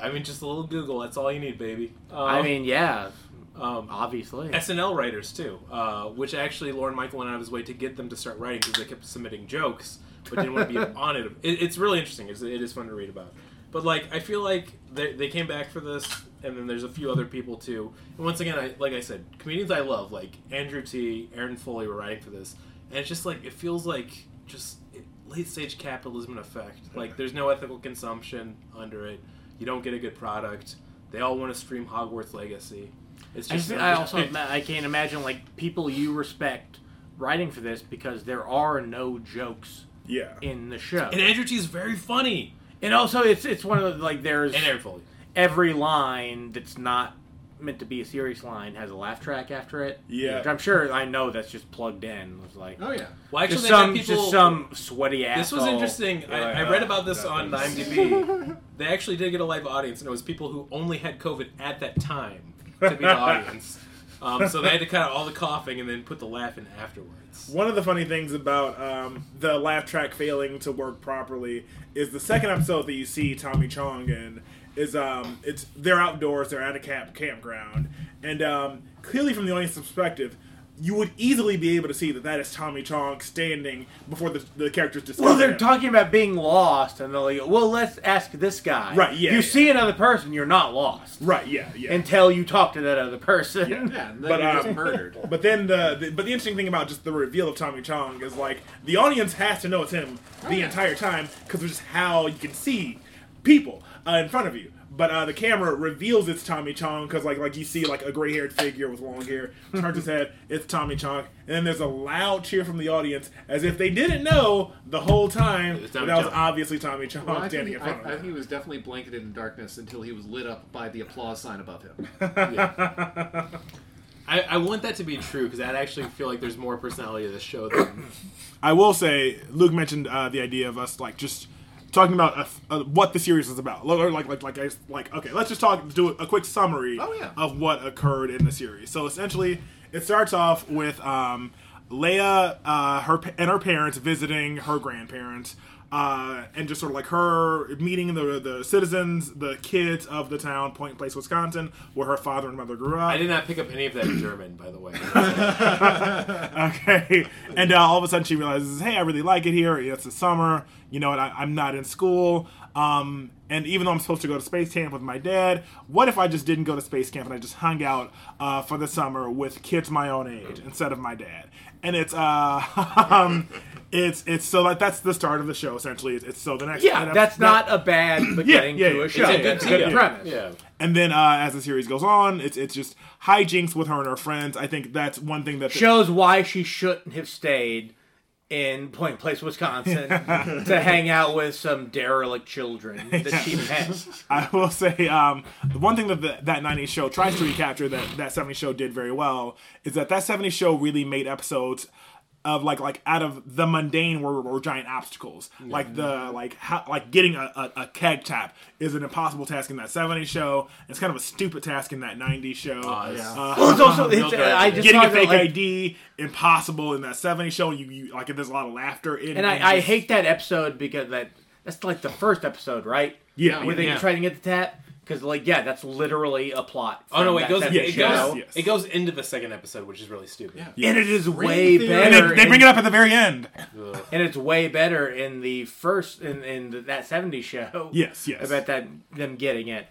F: I mean, just a little Google. That's all you need, baby. Um,
D: I mean, yeah,
F: um,
D: obviously.
F: SNL writers too, uh, which actually Lauren Michael went out of his way to get them to start writing because they kept submitting jokes, but didn't want to be on it. it. It's really interesting. It's, it is fun to read about. But like, I feel like they, they came back for this, and then there's a few other people too. And once again, I like I said, comedians I love like Andrew T, Aaron Foley were writing for this, and it's just like it feels like just late stage capitalism in effect. Like there's no ethical consumption under it. You don't get a good product. They all want to stream Hogwarts Legacy. It's
D: I, just, I also ima- I can't imagine like people you respect writing for this because there are no jokes
C: Yeah. yeah.
D: in the show,
F: And Andrew T is very funny.
D: and also it's it's one of the, like there's
F: And Aaron Foley.
D: every line that's not meant to be a serious line has a laugh track after it.
C: Yeah.
D: Which I'm sure I know that's just plugged in. It's like
E: Oh yeah.
F: Well, actually,
D: just
F: they had
D: some
F: people,
D: just some sweaty ass.
F: This was interesting. I, I read about this
C: That
F: on
C: was-
F: IMDb. they actually did get a live audience, and it was people who only had COVID at that time to be the audience. Um, so they had to cut out all the coughing and then put the laugh in afterwards.
C: One of the funny things about um, the laugh track failing to work properly is the second episode that you see Tommy Chong in is um, it's they're outdoors, they're at a camp campground, and um, clearly from the audience perspective, you would easily be able to see that that is Tommy Chong standing before the, the characters discover
D: Well, they're
C: him.
D: talking about being lost, and they're like, "Well, let's ask this guy."
C: Right, yeah,
D: You
C: yeah.
D: see another person, you're not lost
C: right, yeah, yeah.
D: until you talk to that other person.
E: Yeah, and then
C: But,
E: you're just
C: um,
E: murdered.
C: But then the, the but the interesting thing about just the reveal of Tommy Chong is like the audience has to know it's him
E: Oh,
C: the entire time because of just how you can see people uh, in front of you. But uh, the camera reveals it's Tommy Chong because like like you see like a gray haired figure with long hair turns his head. It's Tommy Chong, and then there's a loud cheer from the audience as if they didn't know the whole time
F: was
C: that
F: Tommy
C: was
F: Chong.
C: obviously Tommy Chong
E: Well, I, think
C: standing
E: he,
C: in front
E: I-
C: of
E: I
C: them.
E: think he was definitely blanketed in darkness until he was lit up by the applause sign above him.
F: I, I want that to be true because I actually feel like there's more personality to the show than
C: I will say, Luke mentioned uh, the idea of us like just talking about uh, uh, what the series is about. Like, like, like, like, I, like, okay, let's just talk, do a quick summary
E: Oh, yeah.
C: of what occurred in the series. So essentially, it starts off with um, Leia uh, her pa- and her parents visiting her grandparents. Uh, and just sort of like her meeting the the citizens, the kids of the town, Point Place, Wisconsin, where her father and mother grew up.
F: I did not pick up any of that in German, by the way.
C: okay. And uh, all of a sudden she realizes, hey, I really like it here. It's the summer. You know what? I, I'm not in school. Um, and even though I'm supposed to go to space camp with my dad, what if I just didn't go to space camp and I just hung out uh, for the summer with kids my own age instead of my dad? And it's uh, um, it's it's so like that's the start of the show essentially. It's, it's so the next
D: Yeah,
C: and
D: that's not a bad beginning
C: yeah,
D: to
C: yeah,
D: a show.
C: it's a
D: That's a
F: good
D: good
F: idea.
D: premise.
F: yeah.
C: And then uh, as the series goes on, it's it's just hijinks with her and her friends. I think that's one thing that the-
D: Shows why she shouldn't have stayed in Point Place, Wisconsin, to hang out with some derelict children that she met.
C: I will say um, the one thing that the, that 90s show tries to recapture that that 70s show did very well is that that 70s show really made episodes of like like out of the mundane were, were giant obstacles like the like how, like getting a, a, a keg tap is an impossible task in that 70s show it's kind of a stupid task in that 90s show
F: Oh,
C: Uh,
D: Well, it's also it's, uh, I just
C: getting
D: saw
C: a
D: that,
C: fake
D: like,
C: id impossible in that 70s show you, you like there's a lot of laughter in it.
D: and I, I
C: It's-
D: hate that episode because that that's like the first episode, right?
C: yeah,
D: where they
F: Yeah.
D: try to get the tap because like yeah, that's literally a plot.
F: Oh no,
D: from
F: it
D: that
F: goes
D: second
F: it
D: show.
F: goes
C: Yes, yes.
F: it goes into the second episode, which is really stupid.
E: Yeah.
D: and it is way
E: theory.
C: and
D: better.
C: they, they bring it
D: in-
C: up at the very end
D: and it's way better in the first in in the, that '70s show.
C: Yes, yes.
D: about that them getting it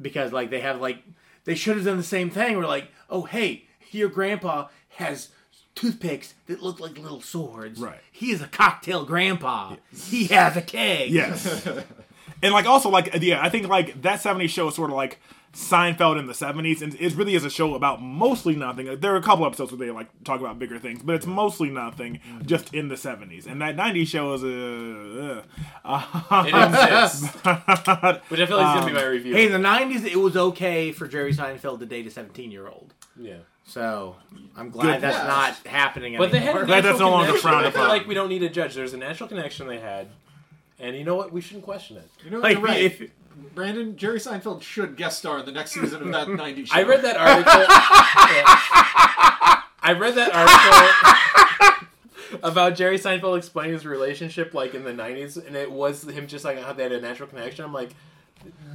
D: because like they have like they should have done the same thing. We're like, oh hey, your grandpa has toothpicks that look like little swords.
C: Right.
D: he is a cocktail grandpa. He has a keg.
C: Yes. and like also like yeah, I think like that 70s show is sort of like Seinfeld in the 70s and it really is a show about mostly nothing. There are a couple episodes where they like talk about bigger things, but it's mostly nothing just in the 70s. And that 90s show is uh, uh,
F: It exists. Which I feel like is gonna be my review.
D: Hey, in the '90s, it was okay for Jerry Seinfeld to date a 17-year-old.
F: yeah.
D: So I'm glad that's
E: point.
D: not happening
F: But they had
D: anymore.
F: a
C: That-
F: natural
C: that's no longer
F: connection.
C: frowned
F: I feel
C: upon.
F: like we don't need a judge. There's a natural connection they had. And you know what? We shouldn't question it.
E: You know,
D: Like,
E: you're right.
D: if-
E: Brandon, Jerry Seinfeld should guest star in the next season of that 90s show.
F: I read that article. Yeah. I read that article about Jerry Seinfeld explaining his relationship like in the '90s, and it was him just like how they had a natural connection. I'm like,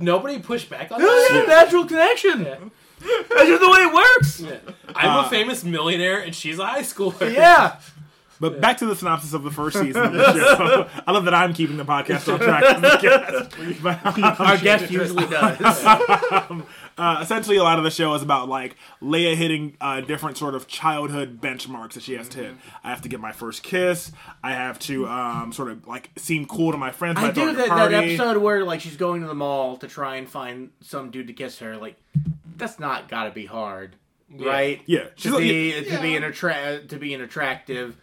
F: nobody pushed back on
D: There's a
F: that.
D: natural connection. That's just the way it works.
F: Yeah. I'm a famous millionaire, and she's a high schooler.
D: Yeah.
C: But back to the synopsis of the first season of the show. I love that I'm keeping the podcast on track. as the guest. But, um,
D: Our guest usually does.
C: uh, essentially a lot of the show is about like Leia hitting uh, different sort of childhood benchmarks that she has to hit.
D: Mm-hmm.
C: I have to get my first kiss. I have to um, sort of like seem cool to my friends.
D: I
C: by throwing
D: do
C: a
D: that, that
C: party.
D: episode where like she's going to the mall to try and find some dude to kiss her. Like that's not gotta be hard, right?
C: Yeah, she's
D: To
C: like,
D: be to be
E: Yeah.
D: an attra- to be an attractive.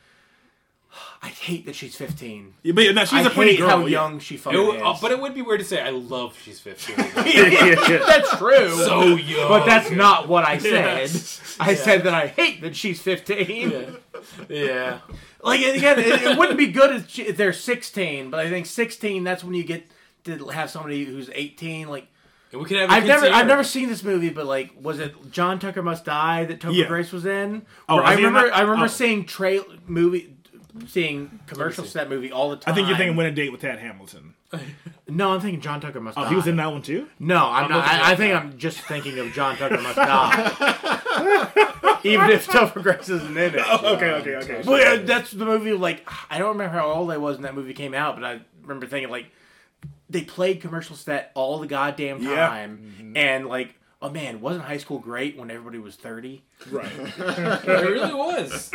D: I hate that she's 15.
C: yeah, but yeah, no, she's
D: I
C: a pretty
D: hate
C: girl.
D: how
C: yeah.
D: young she
F: It
D: fucking
F: w-
D: is.
F: uh, but it would be weird to say I love she's 15.
D: that's true.
F: so young.
D: But that's not what I said. I
F: Yeah.
D: said that I hate that she's 15.
F: yeah.
D: Like, again, it, it wouldn't be good if, she, if they're 16, but I think 16, that's when you get to have somebody who's 18. Like,
F: And we could have. a
D: I've never,
F: consider-
D: I've never seen this movie, but like, was it John Tucker Must Die that Topher
C: Yeah.
D: Grace was in?
C: Oh,
D: Where
C: was
D: I
C: he in
D: remember,
C: that?
D: I remember
C: Oh.
D: seeing trail movie, seeing commercials to that movie all the
C: I
D: time.
C: think you're thinking win a date with Tad Hamilton.
D: No, I'm thinking John Tucker Must
C: Oh,
D: Die.
C: he was in that one too.
D: No, I'm, not.
F: looking at
D: I, I
F: it
D: think
F: now.
D: I'm just thinking of John Tucker Must Die. even if Topher Grace isn't in it.
C: okay, okay, okay.
D: Well, yeah, uh, that's the movie. Like, I don't remember how old I was when that movie came out, but I remember thinking like they played commercials that all the goddamn
C: Yeah.
D: time, and like, oh man, wasn't high school great when everybody was thirty?
C: Right.
F: it really was.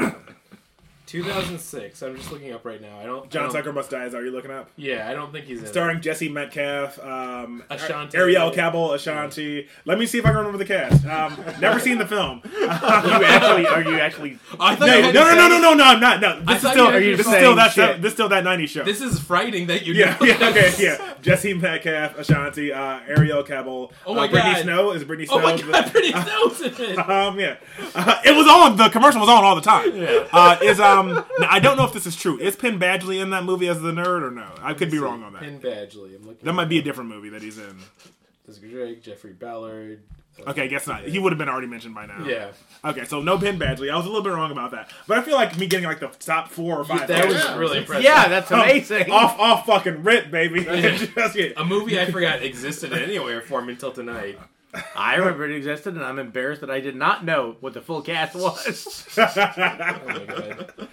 F: 2006. I'm just looking up right now. I don't. I
C: John
D: Um,
F: don't-
C: Sucker Must Die is already looking up.
F: Yeah, I don't think he's in it.
C: Starring Jesse Metcalf, um,
F: Ashanti.
C: Ariel Cabell, Ashanti. Let me see if I can remember the cast. Um, never seen the film.
D: You actually are you actually?
F: I thought
C: No,
F: you
C: no,
F: had
C: no,
F: to
C: no,
F: say-
C: no, no, no, I'm not. No,
F: I
C: this is
F: thought
C: still.
F: you were
C: This is
F: just
C: still
D: saying
C: that.
D: shit.
C: This is still that '90s show.
F: This is frightening that you.
C: yeah,
F: know
C: yeah,
F: this.
C: okay, yeah. Jesse Metcalf, Ashanti, uh, Ariel Cabell.
F: Oh my
C: uh, Brittany
F: God.
C: Snow is Brittany Snow.
F: Oh my god, Pretty Snow's in it.
C: Um, yeah, Uh, it was on. The commercial was on all the time. Uh, is um, now, I don't know if this is true. Is Penn Badgley in that movie as the nerd or no? I could be wrong on that.
F: Penn Badgley. I'm looking.
C: That might be a different movie that he's in.
F: Jessica Drake, Jeffrey Ballard. uh,
C: Okay, guess not. He would have been already mentioned by now.
F: Yeah.
C: Okay, so no Ben Badgley. I was a little bit wrong about that, but I feel like me getting like the top four or five.
F: That was
E: Yeah.
F: really impressive.
D: Yeah, that's amazing.
C: Off, off, fucking rip, baby. Just kidding.
F: A movie I forgot existed in any way for me until tonight.
D: I remember it existed, and I'm embarrassed that I did not know what the full cast was.
F: Oh my god.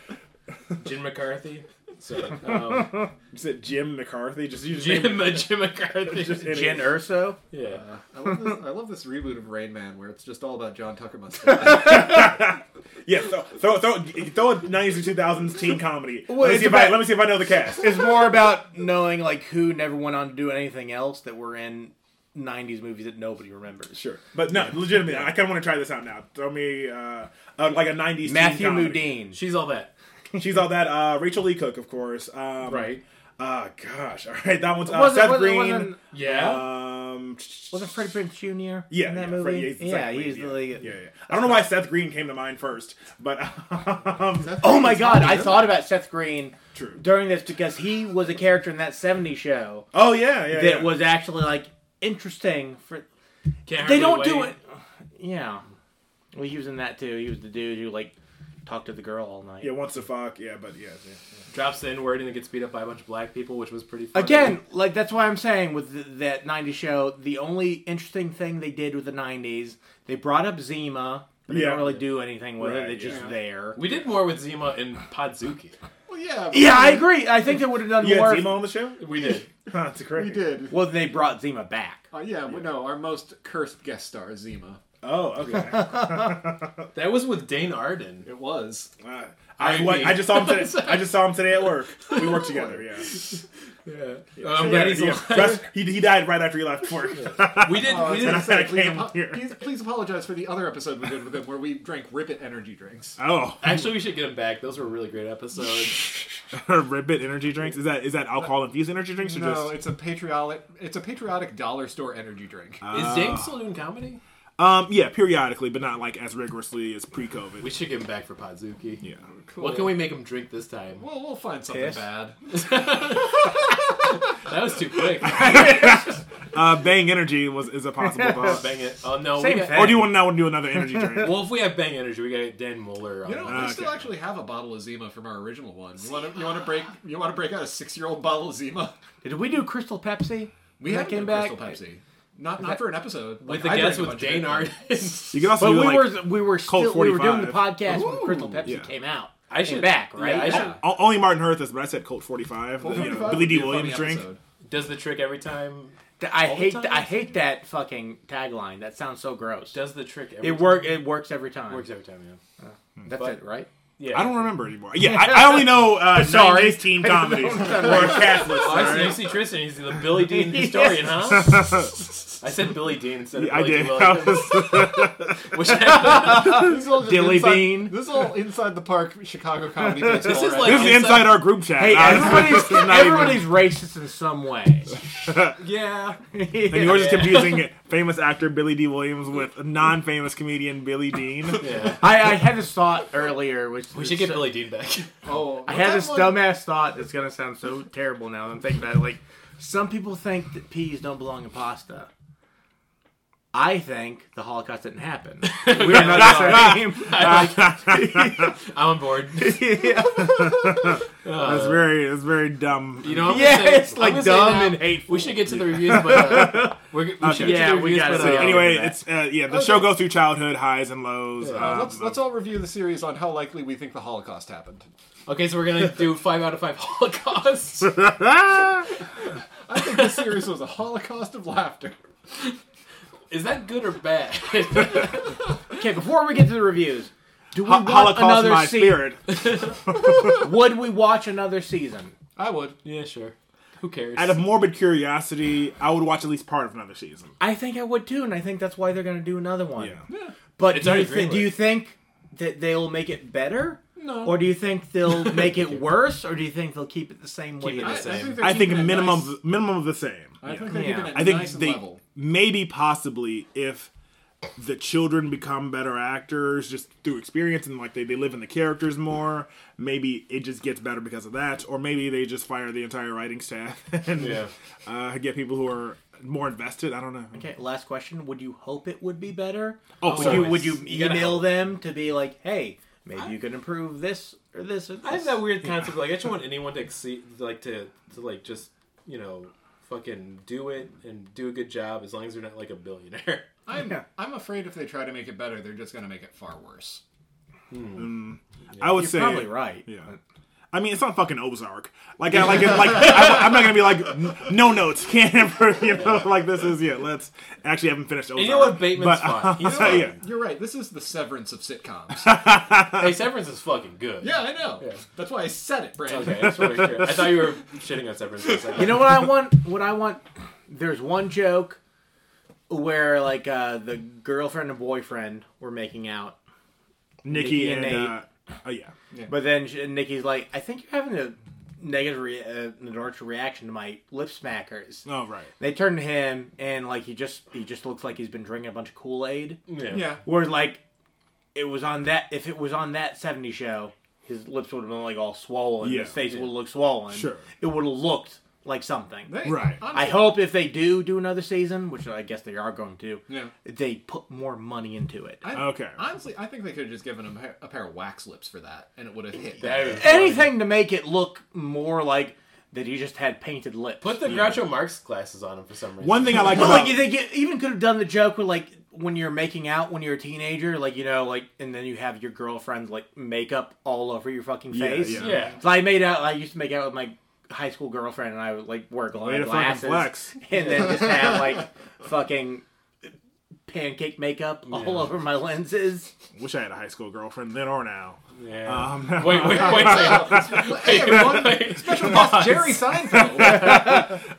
F: Jim McCarthy. So, um,
C: Is it Jim McCarthy? Just use his name.
F: Jim, Jim McCarthy.
C: Any-
D: Jen Urso.
F: yeah.
E: I love, this, I love this reboot of Rain Man where it's just all about John Tucker must die.
C: Yeah, throw, throw, throw, throw a nineties or two thousands teen comedy. let me
D: it's
C: see if I
D: about-
C: let me see if I know the cast.
D: It's more about knowing like who never went on to do anything else that were in '90s movies that nobody remembers.
C: Sure, but no, legitimately, I kind of want to try this out now. Throw me uh, uh, like a nineties
D: Matthew
C: teen
D: Modine.
F: She's all that.
C: Mudine. She's all that. Uh, Rachel Lee Cook, of course. Um,
F: Right.
C: Uh, gosh, all right, that one's uh,
D: Wasn't-
C: Seth
D: wasn't-
C: Green.
D: wasn't-
F: Yeah.
C: Um,
D: Wasn't Freddie Prinze Jr.
C: yeah,
D: in that
C: yeah,
D: movie?
C: Fred- he's the
D: yeah,
C: Seth Green,
D: he's the
C: yeah,
D: like.
C: yeah, yeah. I don't know why Seth Green came to mind first, but um,
D: Oh my god, I thought about Seth Green
C: True.
D: during this because he was a character in that '70s show
C: oh yeah, yeah,
D: that
C: yeah.
D: was actually like interesting for.
F: Can't hardly
D: They don't do
F: wait.
D: it. Yeah. Well, he was in that too. He was the dude who like talked to the girl all night.
C: yeah, wants to fuck, yeah, but yeah, yeah.
F: Drops the N word and then gets beat up by a bunch of black people, which was pretty funny.
D: Again, like that's why I'm saying with th that '90s show, the only interesting thing they did with the '90s, they brought up Zima. But they
C: Yeah.
D: don't really do anything with
C: Right,
D: it. They're just
E: yeah.
D: there.
F: We did more with Zima and Podzuki.
E: well, yeah. but
D: Yeah, I agree. I think they would have done
C: You
D: more.
C: had
D: if-
C: Zemo on the show?
F: We did.
C: Huh, that's great.
E: We did.
D: Well, they brought Zima back.
E: Uh, yeah, well, no, our most cursed guest star, is Zima.
C: Oh, okay.
F: That was with Dane Arden.
E: It was.
C: Uh, I,
F: R.I.P.
C: what, I just saw him today. I just saw him today at work. We worked together. Yeah.
F: Yeah. I'm glad he's
C: Yeah,
F: Um, alive.
C: Russ- he, he died right after he left work.
F: We did.
D: Oh,
F: we did.
C: And I
E: Sorry,
C: came
E: please, apo-
C: here.
E: please, please apologize for the other episode we did with him where we drank Ribbit energy drinks.
C: oh,
F: Actually, we should get him back. Those were really great episodes.
C: Ribbit energy drinks. Is that is that alcohol infused energy drinks or
E: No,
C: just?
E: it's a patriotic it's a patriotic dollar store energy drink.
D: Uh,
F: Is James still doing comedy?
C: Um, yeah, periodically, but not like as rigorously as pre-COVID.
F: We should get him back for Podzuki.
C: yeah.
E: cool.
F: What can we make him drink this time?
E: Well, we'll find something
D: Piss?
E: bad.
F: That was too quick.
C: Uh, Bang Energy was is a possible thought.
F: bang it. Oh no.
D: Same
F: we got,
D: thing.
C: Or do you want to now do another energy drink?
F: Well, if we have bang energy, we gotta get Dan Muller on.
E: You know, I still
C: Okay.
E: actually have a bottle of Zima from our original one. You want to you want to break you want to break out a six year old bottle of Zima?
D: Did we do Crystal Pepsi?
E: We
D: That
E: have
D: came
E: Crystal
D: back-
E: Pepsi. Not not for an episode.
F: with
E: Like,
F: the
E: I
F: guest
E: drank a
F: with
E: bunch of it.
F: Dane Arden.
C: You can also
D: But
C: do,
D: we
C: like,
D: were we were still we were doing the
C: 45.
D: podcast when
E: Ooh.
D: Crystal Pepsi
C: Yeah.
D: came out.
F: I
D: came
F: should-
D: back right.
F: yeah, I should-
C: O- only Martin Hearth is, but I said Colt 45. the, you know,
E: 45
C: Billy
E: would be
C: D.
E: a funny
C: Williams drink.
E: episode.
F: Does the trick every time?
D: Th-
F: All
D: I
F: the
D: hate
F: time?
D: th- I hate that fucking tagline. That sounds so gross.
F: Does the trick every
D: it
F: time?
D: work it works every time.
F: Works every time, yeah.
D: That's
F: but-
D: it, right?
F: Yeah.
C: I don't remember anymore. Yeah, I, I only know uh,
D: Sorry.
C: 90s teen comedies or Catholics.
F: Oh, I see, you see Tristan. He's the Billy Dean historian, huh? I said Billy Dean instead of
C: I
F: Billy
C: did.
F: Dean
C: I
F: Williams.
C: was-
F: Which I-
E: This is all just
D: Dilly
E: inside-
D: Bean.
E: This is all inside the park Chicago comedy. baseball,
F: This is
E: right?
F: like-
C: this is inside our group chat.
D: Hey,
C: Uh, this is-
D: everybody's
C: this is not even-
D: everybody's racist in some way.
F: yeah.
C: And yours is confusing famous actor Billy D. Williams with non-famous comedian Billy Dean.
F: yeah.
D: I, I had this thought earlier, which
F: We should get Billy Dean back.
E: oh,
D: I had
E: was that
D: this
E: one-
D: dumbass thought that's gonna sound so terrible now. that I'm thinking about it. Like some people think that peas don't belong in pasta. I think the Holocaust didn't happen. We're not the same.
F: I'm on board.
C: That's very that's very dumb.
F: You know, I'm
D: Yeah,
F: gonna say-
D: it's, like,
F: I'm gonna say
D: dumb
F: now,
D: and hateful.
F: We should get to the reviews, but uh, we're, we should get
D: Yeah,
F: to the
D: we
F: reviews.
D: gotta
F: but,
D: say
F: uh,
D: it.
C: Anyway, it's uh, yeah. The show
E: Okay.
C: goes through childhood highs and lows.
E: Uh,
C: um,
E: let's let's all review the series on how likely we think the Holocaust happened.
F: okay, so we're gonna do five out of five Holocausts.
E: I think this series was a Holocaust of laughter.
F: Is that good or bad?
D: Okay, before we get to the reviews, do we
C: Ho-
D: want
C: Holocaust
D: another
C: in my
D: season?
C: spirit.
D: Would we watch another season?
E: I would.
F: yeah, sure. Who cares?
C: Out of morbid curiosity, I would watch at least part of another season.
D: I think I would too, and I think that's why they're going to do another one.
C: Yeah.
D: But
F: It's
D: do you,
F: already
D: thi- do
F: greenlit.
D: you think that they'll make it better? No. Or do you think they'll make it worse? Or do you think they'll keep it the same
F: it
D: way? it
F: the
D: is?
F: same.
E: they're
C: I think
E: keeping it
C: minimum
E: nice.
C: minimum of the same.
E: I
C: Yeah.
E: think they're
D: Yeah.
E: keeping it
C: I think
E: nice and
C: they
E: level.
C: maybe possibly if the children become better actors just through experience and like they, they live in the characters more maybe it just gets better because of that or maybe they just fire the entire writing staff and
F: Yeah.
C: uh, get people who are more invested i don't know
D: Okay, last question. Would you hope it would be better?
C: oh
D: would
C: sorry.
D: you would you,
F: You gotta
D: email
F: hope.
D: them to be like, hey, maybe you could improve this or this or this?
F: I have that weird concept. Like, I just want anyone to exceed, like, to, to like, just you know, fucking do it and do a good job as long as they're not like a billionaire.
E: I'm,
D: Yeah.
E: I'm afraid if they try to make it better, they're just going to make it far worse.
C: i would
D: You're
C: say
D: probably right.
C: yeah i mean it's not fucking ozark like i like it like I, i'm not gonna be like "N- no notes can't ever you know like this is yeah let's actually I haven't finished ozark
F: And you know what? Bateman's
C: but, uh,
F: fine. You know what?
C: yeah
E: You're right. This is the severance of sitcoms.
F: Hey, Severance is fucking good.
E: yeah, I know. That's why I said it, Brandon.
F: Okay, I, just wanna make sure. I thought you were shitting on Severance. For a second.
D: You know what I want? What I want? There's one joke where like uh, the girlfriend and boyfriend were making out,
C: nikki
D: Nikki
C: and
D: and
C: uh, oh yeah
D: but then she, Nikki's like, "I think you're having a negative, re- uh, an adorable reaction to my lip smackers."
C: oh right
D: They turn to him and like he just he just looks like he's been drinking a bunch of Kool Aid.
F: Yeah.
E: Yeah.
D: Where like it was on that if it was on that '70 show, his lips would have been like all swollen.
C: Yeah.
D: his face would have looked swollen.
C: Sure.
D: it would have looked like something.
E: They-
C: Right.
E: honestly,
D: I hope if they do do another season, which I guess they are going to,
E: Yeah.
D: they put more money into it.
E: I,
C: Okay.
E: Honestly, I think they could have just given him a pair- a pair of wax lips for that, and it would have hit.
F: That is funny.
D: Anything to make it look more like that he just had painted lips.
F: Put the Groucho Marx glasses on him for some reason.
C: One thing I like
D: Well,
C: about
D: like they get, even could have done the joke where like when you're making out when you're a teenager, like you know, like and then you have your girlfriend's like makeup all over your fucking
C: Yeah,
D: face.
C: yeah.
F: Yeah.
D: So I made out. I used to make out with my high school girlfriend, and I would like wear
C: Way
D: glowing
C: to fucking
D: glasses,
C: flex.
D: and then just have like fucking pancake makeup all over my lenses.
C: wish I had a high school girlfriend then or now.
F: Yeah.
C: Um,
F: wait, wait, wait.
E: hey, everyone, special guest Jerry Seinfeld.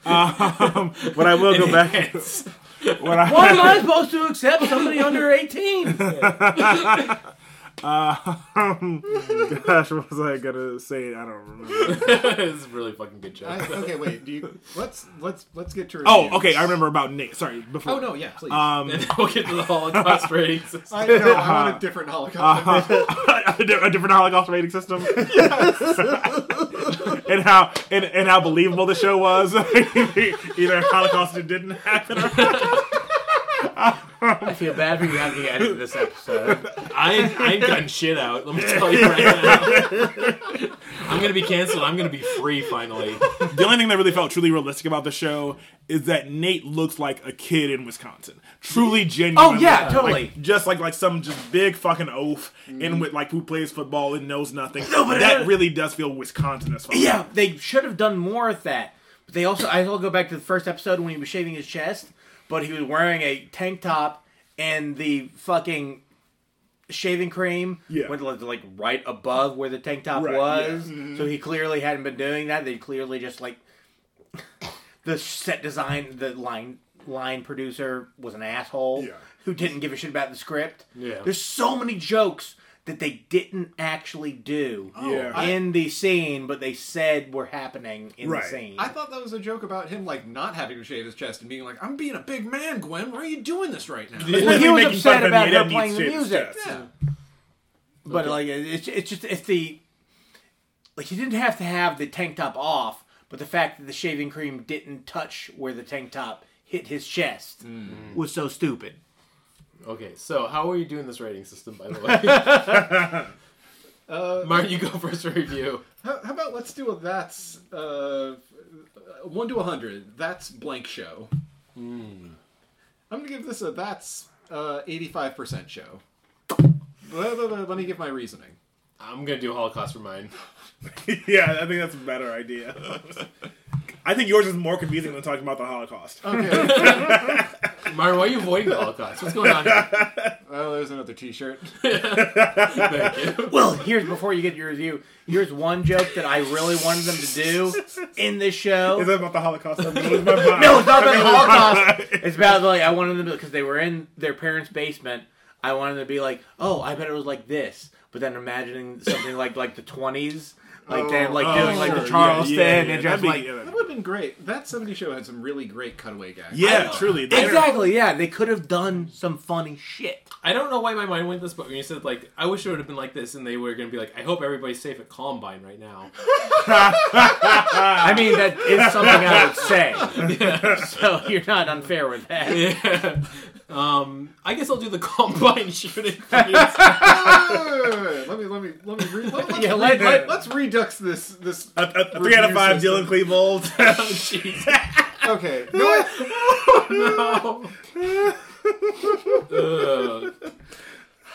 C: what Um, I will go back. What I,
D: Why am I supposed to accept somebody under eighteen?
C: um, gosh, what was I gonna say? I don't remember.
F: it's a really fucking good joke.
E: I, okay, wait. Do you, let's let's let's get to.
C: Oh,
E: reviews.
C: okay, I remember Uh, about Nate. Sorry, before. Um,
E: Oh no, yeah, please.
F: and then we'll get to the Holocaust ratings.
E: I know. I want a different
C: Uh-huh.
E: Holocaust.
C: a di- a different Holocaust rating system. and how and, and how believable the show was. Either Holocaust it didn't happen. Or,
D: I feel bad for you having to edit this episode.
F: I ain't, I ain't gotten shit out. Let me tell you right now. I'm gonna be canceled. I'm gonna be free finally.
C: the only thing that really felt truly realistic about the show is that Nate looks like a kid in Wisconsin. Truly
D: Oh
C: genuine.
D: yeah, totally.
C: just like like some just big fucking oaf and with like who plays football and knows nothing. that really does feel Wisconsin as fuck.
D: Yeah, they should have done more with that. But they also, I will go back to the first episode when he was shaving his chest, but he was wearing a tank top and the fucking shaving cream
C: Yeah.
D: went like, like right above where the tank top
C: Right, Mm-hmm.
D: was. So he clearly hadn't been doing that. They clearly just like the set design, the line line producer was an asshole
C: Yeah.
D: who didn't give a shit about the script.
F: Yeah.
D: There's so many jokes that they didn't actually do
C: Yeah. I-
D: in the scene, but they said were happening in
C: Right.
D: the scene.
E: I thought that was a joke about him like not having to shave his chest and being like, "I'm being a big man, Gwen. Why are you doing this right now?"
C: It's
D: well, he
C: literally
D: was
C: making fun
D: upset
C: of
D: about
C: Nate
D: her
C: Eddie's
D: playing the
C: shit.
D: music,
E: Yeah.
D: but like it's it's just it's the like he didn't have to have the tank top off, but the fact that the
C: Mm.
D: shaving cream didn't touch where the tank top hit his chest was so stupid.
F: Okay, so how are you doing this rating system, by the way?
E: Uh,
F: Martin, you go first for review.
E: how, how about let's do a that's uh, one to a hundred. That's blank show.
D: Hmm.
E: I'm gonna give this a that's uh, eighty-five percent show. Blah, blah, blah, Let me give my reasoning.
F: I'm gonna do Holocaust for mine.
C: yeah, I think that's a better idea. I think yours is more confusing than talking about the Holocaust.
D: Oh.
E: Okay.
F: Martin, why are you avoiding the Holocaust? What's going on here?
E: well, there's another T-shirt.
F: Thank you.
D: Well, here's before you get your review. Here's one joke that I really wanted them to do in this show.
C: Is it about the Holocaust? I'm losing my mind.
D: No, it's not about the Holocaust. It's about like I wanted them to because they were in their parents' basement. I wanted them to be like, oh, I bet it was like this, but then imagining something like like the twenties, like them like
C: Oh,
D: doing like
C: sure,
D: the Charleston
C: yeah, yeah, yeah.
D: and
C: That'd
D: just
C: be-
D: like
C: yeah,
E: That would have been great. That '70 show had some really great cutaway gags.
C: yeah, truly. the inter-
D: exactly yeah. They could have done some funny shit.
F: I don't know why my mind went this, but when you said like, I wish it would have been like this, and they were gonna be like, I hope everybody's safe at Columbine right now.
C: Ah.
D: I mean, that is something I would say. So you're not unfair with that.
F: Yeah. Um, I guess I'll do the Columbine shooting. please.
E: let me let me let me re- let, us
D: Yeah, let- let-
E: us redux this this.
C: A, a- a three out of five
E: Review
C: Dylan Klebold.
F: Oh, jeez.
E: Okay, you know what?
F: Ugh.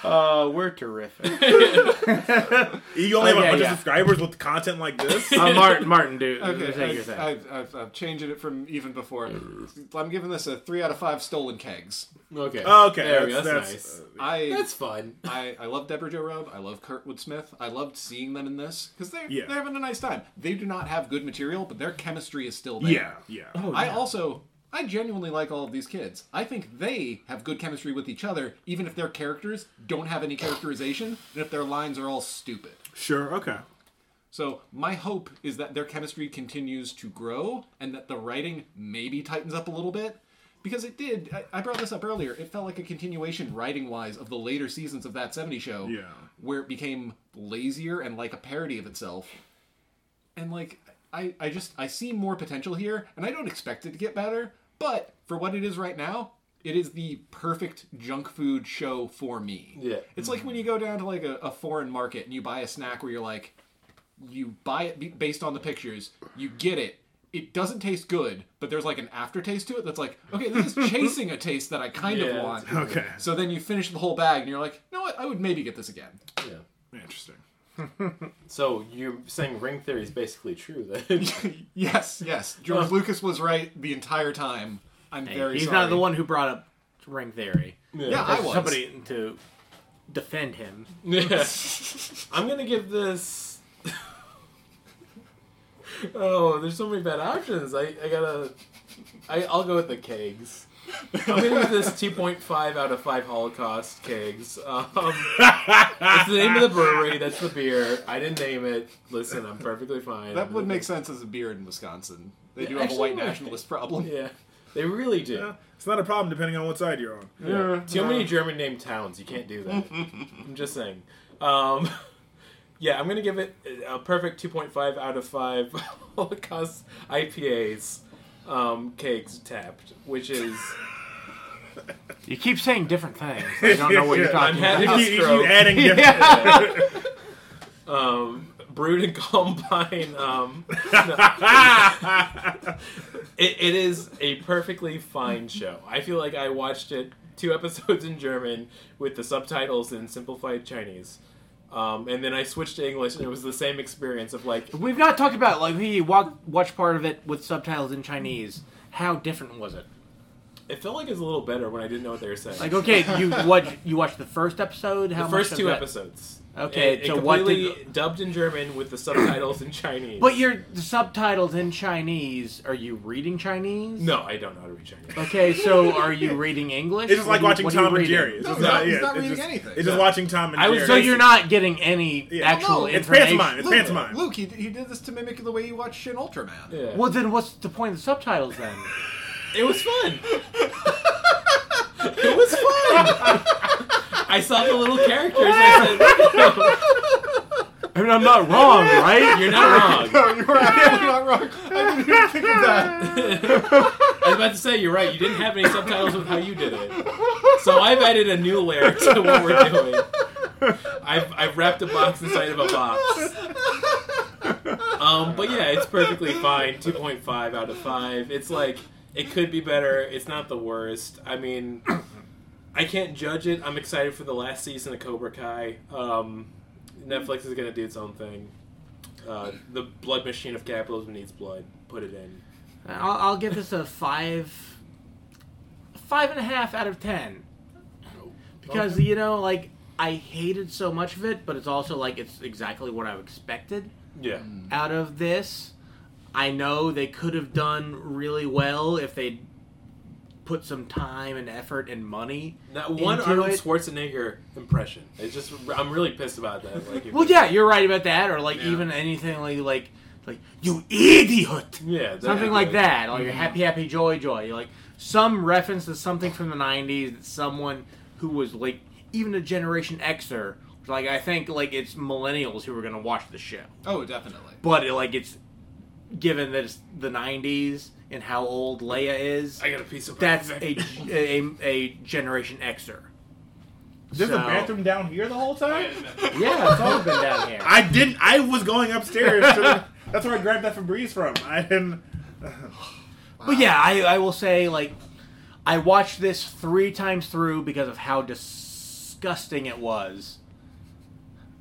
D: Uh, we're terrific.
C: You only
D: Oh,
C: have
D: yeah,
C: 100
D: yeah.
C: subscribers with content like this?
D: Uh, Martin, Martin, do
E: okay.
D: say your
E: I've,
D: thing.
E: I've, I've, I've changed it from even before. I'm giving this a three out of five stolen kegs.
F: Oh, Okay.
C: Oh, Okay,
F: There we go.
C: that's-
F: That's,
C: that's- uh,
F: nice.
E: I
F: that's fun.
E: I, I love Deborah Jo Robb. I love Kurtwood Smith. I loved seeing them in this because they're
C: Yeah.
E: they're having a nice time. They do not have good material, but their chemistry is still there.
C: yeah, yeah.
D: Oh.
E: I also I genuinely like all of these kids. I think they have good chemistry with each other, even if their characters don't have any characterization and if their lines are all stupid.
C: Sure, okay.
E: So my hope is that their chemistry continues to grow and that the writing maybe tightens up a little bit. Because it did. I, I brought this up earlier. It felt like a continuation, writing wise, of the later seasons of that 70 show.
C: Yeah.
E: Where it became lazier and like a parody of itself. And like, I, I just, I see more potential here, and I don't expect it to get better, but for what it is right now, it is the perfect junk food show for me.
F: Yeah.
E: It's like when you go down to like a, a foreign market and you buy a snack where you're like, you buy it be- based on the pictures, you get it. It doesn't taste good, but there's like an aftertaste to it that's like, okay, this is chasing a taste that I kind
F: Yeah,
E: of want.
C: Okay.
E: So then you finish the whole bag and you're like, you know what? I would maybe get this again.
F: Yeah.
C: Interesting.
F: So you're saying ring theory is basically true then?
E: Yes, yes. George Lucas was right the entire time. I'm very
D: He's
E: sorry.
D: not the one who brought up ring theory.
E: Yeah, I was.
D: Somebody to defend him.
F: Yeah. I'm gonna give this. oh, there's so many bad options. I, I gotta. I, I'll go with the kegs. I'm gonna give this 2.5 out of 5 Holocaust kegs. Um, it's the name of the brewery. That's the beer. I didn't name it. Listen, I'm perfectly fine.
E: That would make sense as a beer in Wisconsin. They do have a
F: actually
E: white
F: would.
E: nationalist problem.
F: Yeah, they really do.
C: Yeah, Uh, It's not a problem depending on what side you're on.
F: Yeah. Too many German named towns. You can't do that. I'm just saying. Um, yeah, I'm gonna give it a perfect 2.5 out of five Holocaust IPAs um, cakes tapped, which is
D: You keep saying different things. I don't know what you're
C: Yeah.
D: talking
F: I'm
D: about.
C: You
F: House
C: keep, you keep
F: stroke.
C: adding different.
F: um, brewed in Columbine. Um, it, it is a perfectly fine show. I feel like I watched it two episodes in German with the subtitles in simplified Chinese. Um, and then I switched to English, and it was the same experience of like
D: We've not talked about like we walk, watched part of it with subtitles in Chinese. How different was it?
F: it felt like it was a little better when I didn't know what they were saying.
D: Like okay, you watch you watched the first episode. How
F: the first
D: much of
F: two
D: that-
F: episodes.
D: Okay,
F: It- it
D: so what did-
F: completely dubbed in German with the subtitles in Chinese.
D: But your the subtitles in Chinese. Are you reading Chinese?
F: no, I don't know how to read Chinese.
D: Okay, so are you reading English?
C: It's just
D: What
C: like
D: do
C: watching
D: you- what do you
C: Tom and
D: read?
C: Jerry. It's
E: No,
C: just
E: no,
C: not,
E: he's
C: yeah,
E: not
C: it's
E: reading
C: just-
E: anything.
C: It's just
E: No.
C: watching Tom and
F: I was
C: Jerry.
D: So you're not getting any
C: Yeah.
D: actual
E: No,
C: it's
D: information.
C: pantomime. It's
E: Luke,
C: pantomime.
E: Luke, he, he did this to mimic the way you watch Shin Ultraman.
F: Yeah.
D: Well, then what's the point of the subtitles then?
F: It was fun. it was fun. I saw the little characters. I
D: I mean, I'm not wrong,
F: said,
D: right?
F: "You're not wrong."
E: No, you were absolutely not wrong. I didn't even think of that.
F: I was about to say you're right. You didn't have any subtitles with how you did it, So I've added a new layer to what we're doing. I've, I've wrapped a box inside of a box. Um, but yeah, it's perfectly fine. 2.5 out of 5. It's like, it could be better. It's not the worst. I mean, I can't judge it. I'm excited for the last season of Cobra Kai. Um, Netflix is going to do its own thing. Uh, the blood machine of capitalism needs blood. Put it in.
D: I'll, I'll give this a five, five and a half out of ten. Because you know, like I hated so much of it, but it's also like it's exactly what I expected
F: Yeah.
D: out of this. I know they could have done really well if they put some time and effort and money.
F: Not one
D: Into
F: Arnold
D: it.
F: Schwarzenegger impression. It's just I'm really pissed about that. Like,
D: Well, yeah, you're right about that, or like
A: Yeah.
D: even anything like like like you idiot.
F: yeah, that-
D: something like that, or your happy, happy, joy, joy. You're Like some reference to something from the '90s that someone who was like even a Generation Xer, like I think like it's millennials who are gonna watch the show,
E: Oh, definitely.
D: but it, like it's given that it's the '90s and how old Leia is,
F: I got a piece of
D: that's a a, a Generation Xer.
C: There's
D: So-
C: a bathroom down here the whole time.
D: Yeah, it's always been down here.
C: I didn't. I was going upstairs. To the, that's where I grabbed that Febreze from. I didn't.
D: But yeah, I, I will say like I watched this three times through because of how disgusting it was.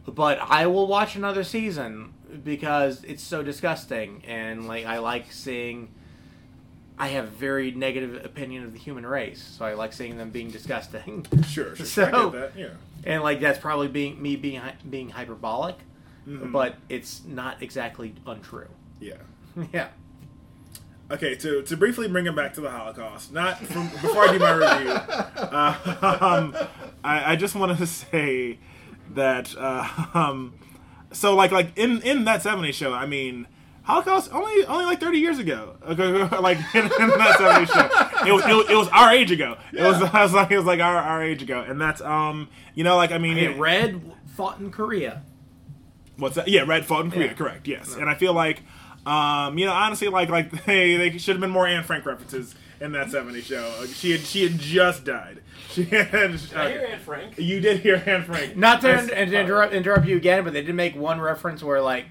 D: But I will watch another season because it's so disgusting and like I like seeing I have very negative opinion of the human race, so I like seeing them being disgusting.
C: Sure, sure. I
D: So-
C: get that. Yeah.
D: And like that's probably being me being hy- being hyperbolic, but it's not exactly untrue.
C: Yeah.
D: yeah.
C: Okay, to, to briefly bring it back to the Holocaust, not from, before I do my review, uh, um, I, I just want to say that uh, um, so like like in in that '70s show, I mean, Holocaust only only like 30 years ago, Okay, like in, in that '70s show, it was, it was it was our age ago. It was I was like it was like our, our age ago, and that's um you know like I mean
D: It
C: it,
D: red fought in Korea.
C: What's that? Yeah, Red Fault in Korea. Correct. Yes, and I feel like, um, you know, honestly, like like they they should have been more Anne Frank references in that '70s show. Like, she had she had just died. She had. uh,
F: Anne Frank.
C: you did hear Anne Frank.
D: Not to
C: That's-
D: and to interrupt, interrupt you again, but they did make one reference where like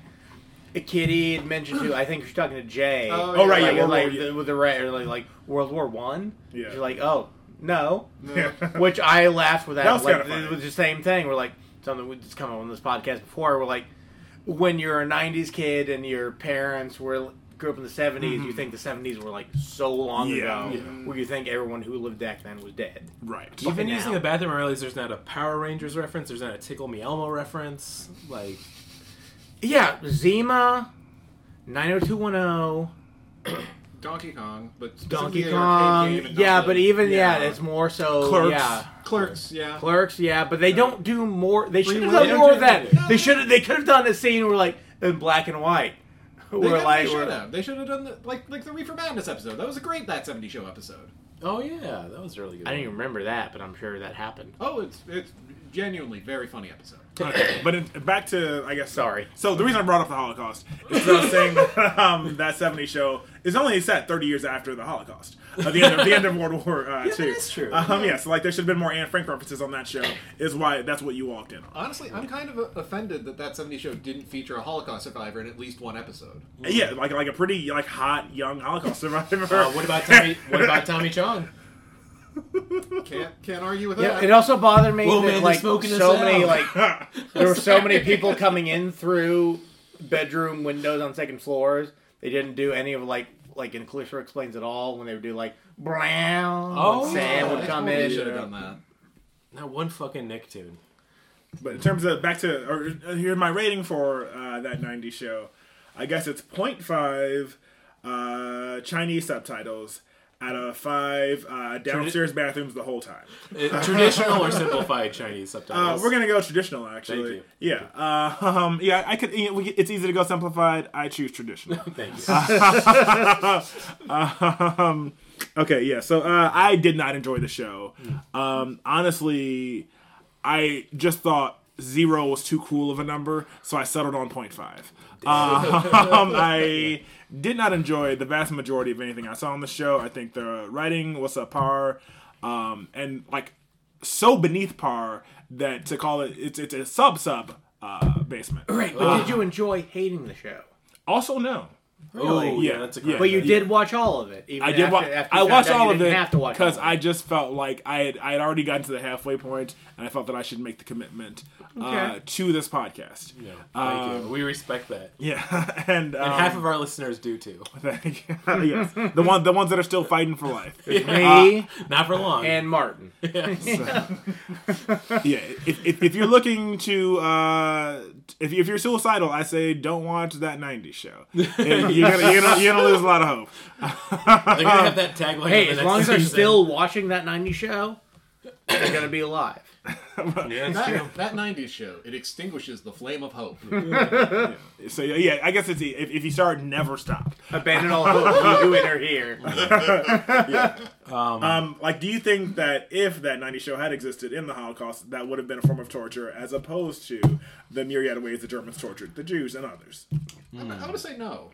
D: a kitty had mentioned to I think she's talking to Jay.
E: Oh,
C: Oh right,
D: like,
C: yeah, World
D: like,
C: War- yeah.
D: the- with the right, or like, like World War One.
C: Yeah.
D: She's like, oh no,
C: Yeah.
D: which I laughed with
C: That
D: that.
C: was
D: Like,
C: kinda funny.
D: it was the same thing. We're like something we just come on this podcast before. We're like when you're a '90s kid and your parents were grew up in the '70s, you think the '70s were like so long
C: Mm-hmm. Yeah.
D: ago,
C: Yeah.
D: where you think everyone who lived back then was dead.
C: Right.
F: Even
D: now.
F: using the bathroom earlies, there's not a Power Rangers reference. There's not a Tickle Me Elmo reference. Like,
D: Yeah, Zima, 90210.
E: Donkey Kong, but
D: Donkey
E: specifically the
D: Kong.
E: arcade game and not
D: Yeah,
E: the-
D: but even yeah. it's more so
C: Clerks.
D: yeah.
E: Clerks, yeah.
D: Clerks, yeah, but they don't do more. They should have
E: They
D: done
E: don't
D: more
E: do
D: of that.
E: anything.
D: They should have. They could have done a scene where like in black and white,
E: They,
D: where
E: did-
D: like
E: they should
D: where,
E: have. They should have done the, like like the Reefer Madness episode. That was a great That 70 Show episode.
F: oh yeah, that was really good.
D: I don't even remember that, but I'm sure that happened.
E: Oh, it's it's genuinely very funny episode.
C: Okay, but in, back to I guess
D: Sorry.
C: So the reason I brought up the Holocaust is because I was saying that um, that '70s show is only set 30 years after the Holocaust, uh, the, end of, the end of World War uh, II.
F: is true.
C: Um, yeah, so like there should have been more Anne Frank references on that show. Is why that's what you walked in on.
E: Honestly, I'm kind of uh, offended that That 70 Show didn't feature a Holocaust survivor in at least one episode.
C: Yeah, like like a pretty like hot young Holocaust survivor.
F: Uh, what about Tommy? What about Tommy Chong?
E: Can't can't argue with
D: Yeah,
E: that.
D: it also bothered me
F: Whoa,
D: that
F: man, they're
D: like so
F: smoking us
D: many
F: out.
D: like there were so many people coming in through bedroom windows on second floors. They didn't do any of like like in Callisto explains at all when they would do like brown.
F: Oh,
D: when Sam
F: yeah.
D: would come
E: They
D: in.
E: should have done that.
F: Not one fucking Nicktoon.
C: But in terms of back to or uh, here's my rating for uh, that '90s show. I guess it's 0.5 uh, Chinese subtitles out of five uh, downstairs bathrooms the whole time.
F: Uh, traditional or simplified Chinese
C: Uh,
F: subtitles.
C: we're gonna go traditional, actually.
F: Thank
C: Yeah, uh, um, yeah. I could. You know, we, it's easy to go simplified. I choose traditional.
F: Thank you.
D: Ah,
C: um, okay, yeah. So uh, I did not enjoy the show. Um, honestly, I just thought zero was too cool of a number, so I settled on 0.5. Um, I did not enjoy the vast majority of anything I saw on the show. I think the writing was subpar, um, and like so beneath par that to call it it's it's a sub sub uh, basement.
D: Right, but did you enjoy hating the show?
C: Also, no.
F: Oh,
D: Really?
C: yeah,
F: that's a
C: yeah.
D: But you did watch all of it. even
C: I did
D: after-
C: watch.
D: after you
C: I
D: found
C: watched
D: out you
C: all of
D: didn't
C: it
D: have to watch all
C: because
D: of
C: I just felt like I had I had already gotten to the halfway point, and I felt that I should make the commitment uh,
D: Okay.
C: to this podcast. Yeah,
F: Thank you.
D: um,
F: We respect that.
C: and, um,
F: And half of our listeners do too.
C: thank you. yes, the one the ones that are still fighting for life. Yeah,
D: me
F: Not for long.
D: and Martin.
C: if, if, if you're looking to uh, if, if you're suicidal, I say don't watch that '90s show. you're, gonna, you're, gonna, you're gonna lose a lot of hope.
F: They're gonna have that tagline.
D: Uh, Hey,
F: on the
D: as
F: next
D: long as they're
F: season.
D: still watching that 90s show, they're going to be alive.
E: That, that 90s show, it extinguishes the flame of hope.
D: Hmm.
C: So yeah, I guess it's e, if, if you start, never stop.
D: Abandon all hope. you enter here.
C: Um, like, do you think that if that 90 show had existed in the Holocaust, that would have been a form of torture as opposed to the myriad of ways the Germans tortured the Jews and others?
E: I'm going to say no.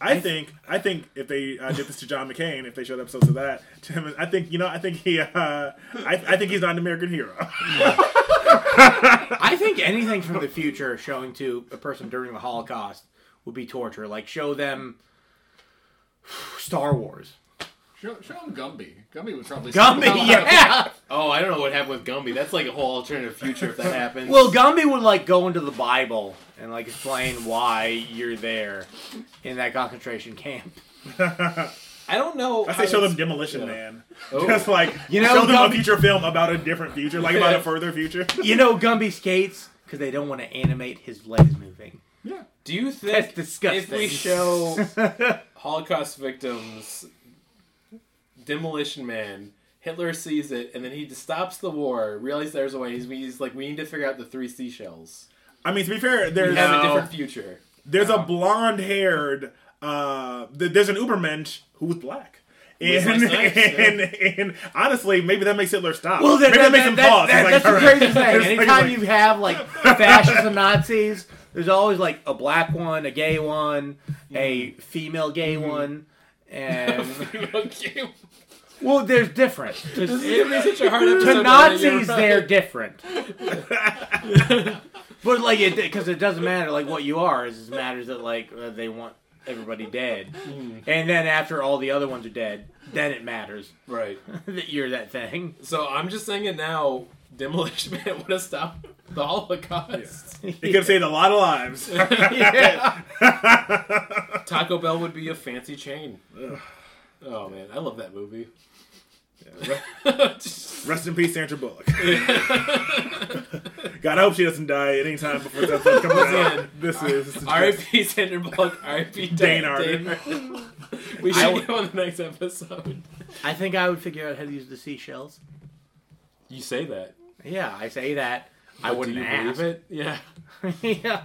C: I think, I think if they uh, did this to John McCain, if they showed episodes of that to him, I think you know, I think he, uh, I, I think he's not an American hero.
D: I think anything from the future showing to a person during the Holocaust would be torture. Like show them Star Wars.
E: Show, show him Gumby. Gumby would probably
D: Gumby, yeah.
F: Oh, I don't know what happened with Gumby. That's like a whole alternative future if that happens.
D: Well, Gumby would like go into the Bible and like explain why you're there in that concentration camp.
F: I don't know.
C: I say show them Demolition Man,
F: Oh.
C: just like
D: You know,
C: show them
D: Gumby-
C: a future film about a different future, like about a further future.
D: You know, Gumby skates because they don't want to animate his legs moving.
F: Do you
D: That's
F: think
D: disgusting.
F: if we show Holocaust victims, Demolition Man, Hitler sees it, and then he just stops the war, realizes there's a way. He's, he's like, we need to figure out the three seashells.
C: I mean, to be fair,
F: We
C: there's
F: have a different future.
C: There's a blonde haired. Uh, th- there's an Ubermensch who's black.
F: Who's
C: And,
F: like that,
C: and, and honestly, maybe that makes Hitler stop.
D: Well, that,
C: maybe that,
D: that,
C: makes
D: that,
C: him pause.
D: that-
C: He's
D: that's the
C: like,
D: crazy
C: "Alright." It's
D: thing.
C: like-
D: Anytime
C: it's
D: you
C: like-
D: have like fascists and Nazis, there's always like a black one, a gay one, a
C: Mm-hmm.
D: female gay one, and
F: Okay.
D: well, there's different. To,
F: It'd be such a hard episode.
D: to Nazis, they're different. but like, it because it doesn't matter like what you are. It just matters that like uh, they want everybody dead,
C: Mm.
D: and then after all the other ones are dead, then it matters
F: Right.
D: that you're that thing.
F: So I'm just saying it now. Demolition Man would have stopped the Holocaust.
C: It could have saved a lot of lives.
F: Taco Bell would be a fancy chain. Oh man, I love that movie.
C: Rest in peace, Sandra Bullock. God, I hope she doesn't die at any time before that episode comes out. This is
F: R.I.P. Sandra Bullock. R.I.P.
C: Dane
F: Dane
C: Arden.
F: Arden. We
D: I
F: should
D: would-
F: get on the next episode.
D: I think I would figure out how to use the seashells.
F: You say that.
D: Yeah, I say that. I
F: But
D: wouldn't
F: do you
D: ask.
F: believe it? Yeah.
D: yeah,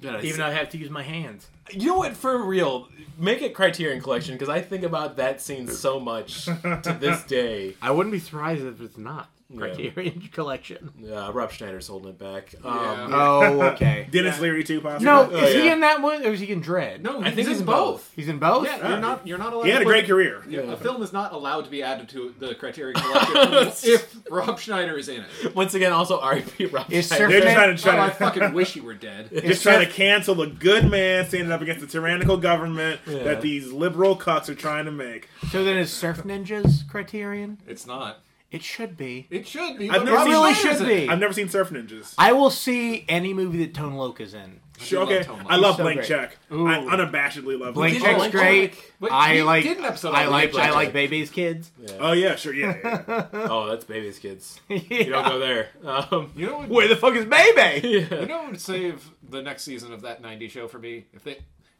F: God, I
D: even
F: s-
D: though I have to use my hands.
F: you know what? For real, make it Criterion Collection because I think about that scene so much to this day.
D: I wouldn't be surprised if it's not
F: Criterion
D: Collection.
F: Uh, Rob Schneider's holding it back. Um,
E: Yeah.
D: Oh, okay.
C: Dennis Leary too, possibly.
D: no,
F: Oh,
D: is he
F: yeah.
D: in that one or is he in Dread?
E: No,
F: I think it's
E: he's in
F: both.
D: he's in both.
E: Yeah, you're not, you're not allowed
C: he had
E: to
C: a
E: put-
C: great career.
E: Yeah, a film is not allowed to be added to the Criterion Collection if Rob Schneider is in it.
F: Once again, also R.I.P. Rob
D: Is
F: Schneider.
C: They're just
D: Surfman-
C: trying to,
E: Oh,
C: trying
E: I
C: to
E: fucking wish you were dead.
C: Just trying to cancel a good man standing up against the tyrannical government that these liberal cucks are trying to make.
D: So then, is Surf Ninjas Criterion?
E: It's not.
D: It should be.
E: It should be.
C: I've
E: but
C: never
E: Rob
D: It really
E: Schneider's
D: should
E: in it.
D: be.
C: I've never seen Surf Ninjas.
D: I will see any movie that Tone Loc is in.
C: Sure,
E: I
C: okay.
E: do love Tone Loc.
C: I love
D: So
C: Blank
D: great.
C: Check. I unabashedly love
D: Blank
F: Check.
C: Blank
D: Check's
F: Blank
D: great.
E: Check. Wait,
D: I
E: he
D: like.
E: did an episode
D: I
E: on
D: like.
E: Blank
D: I
E: Check.
D: like Baby's Kids.
C: Oh yeah, sure, yeah. yeah, yeah.
F: Oh, that's Baby's Kids. You
D: Yeah.
F: don't go there. Um,
E: You know what?
D: Where the fuck is Baby?
E: You know what would save the next season of that 90 show for me? If they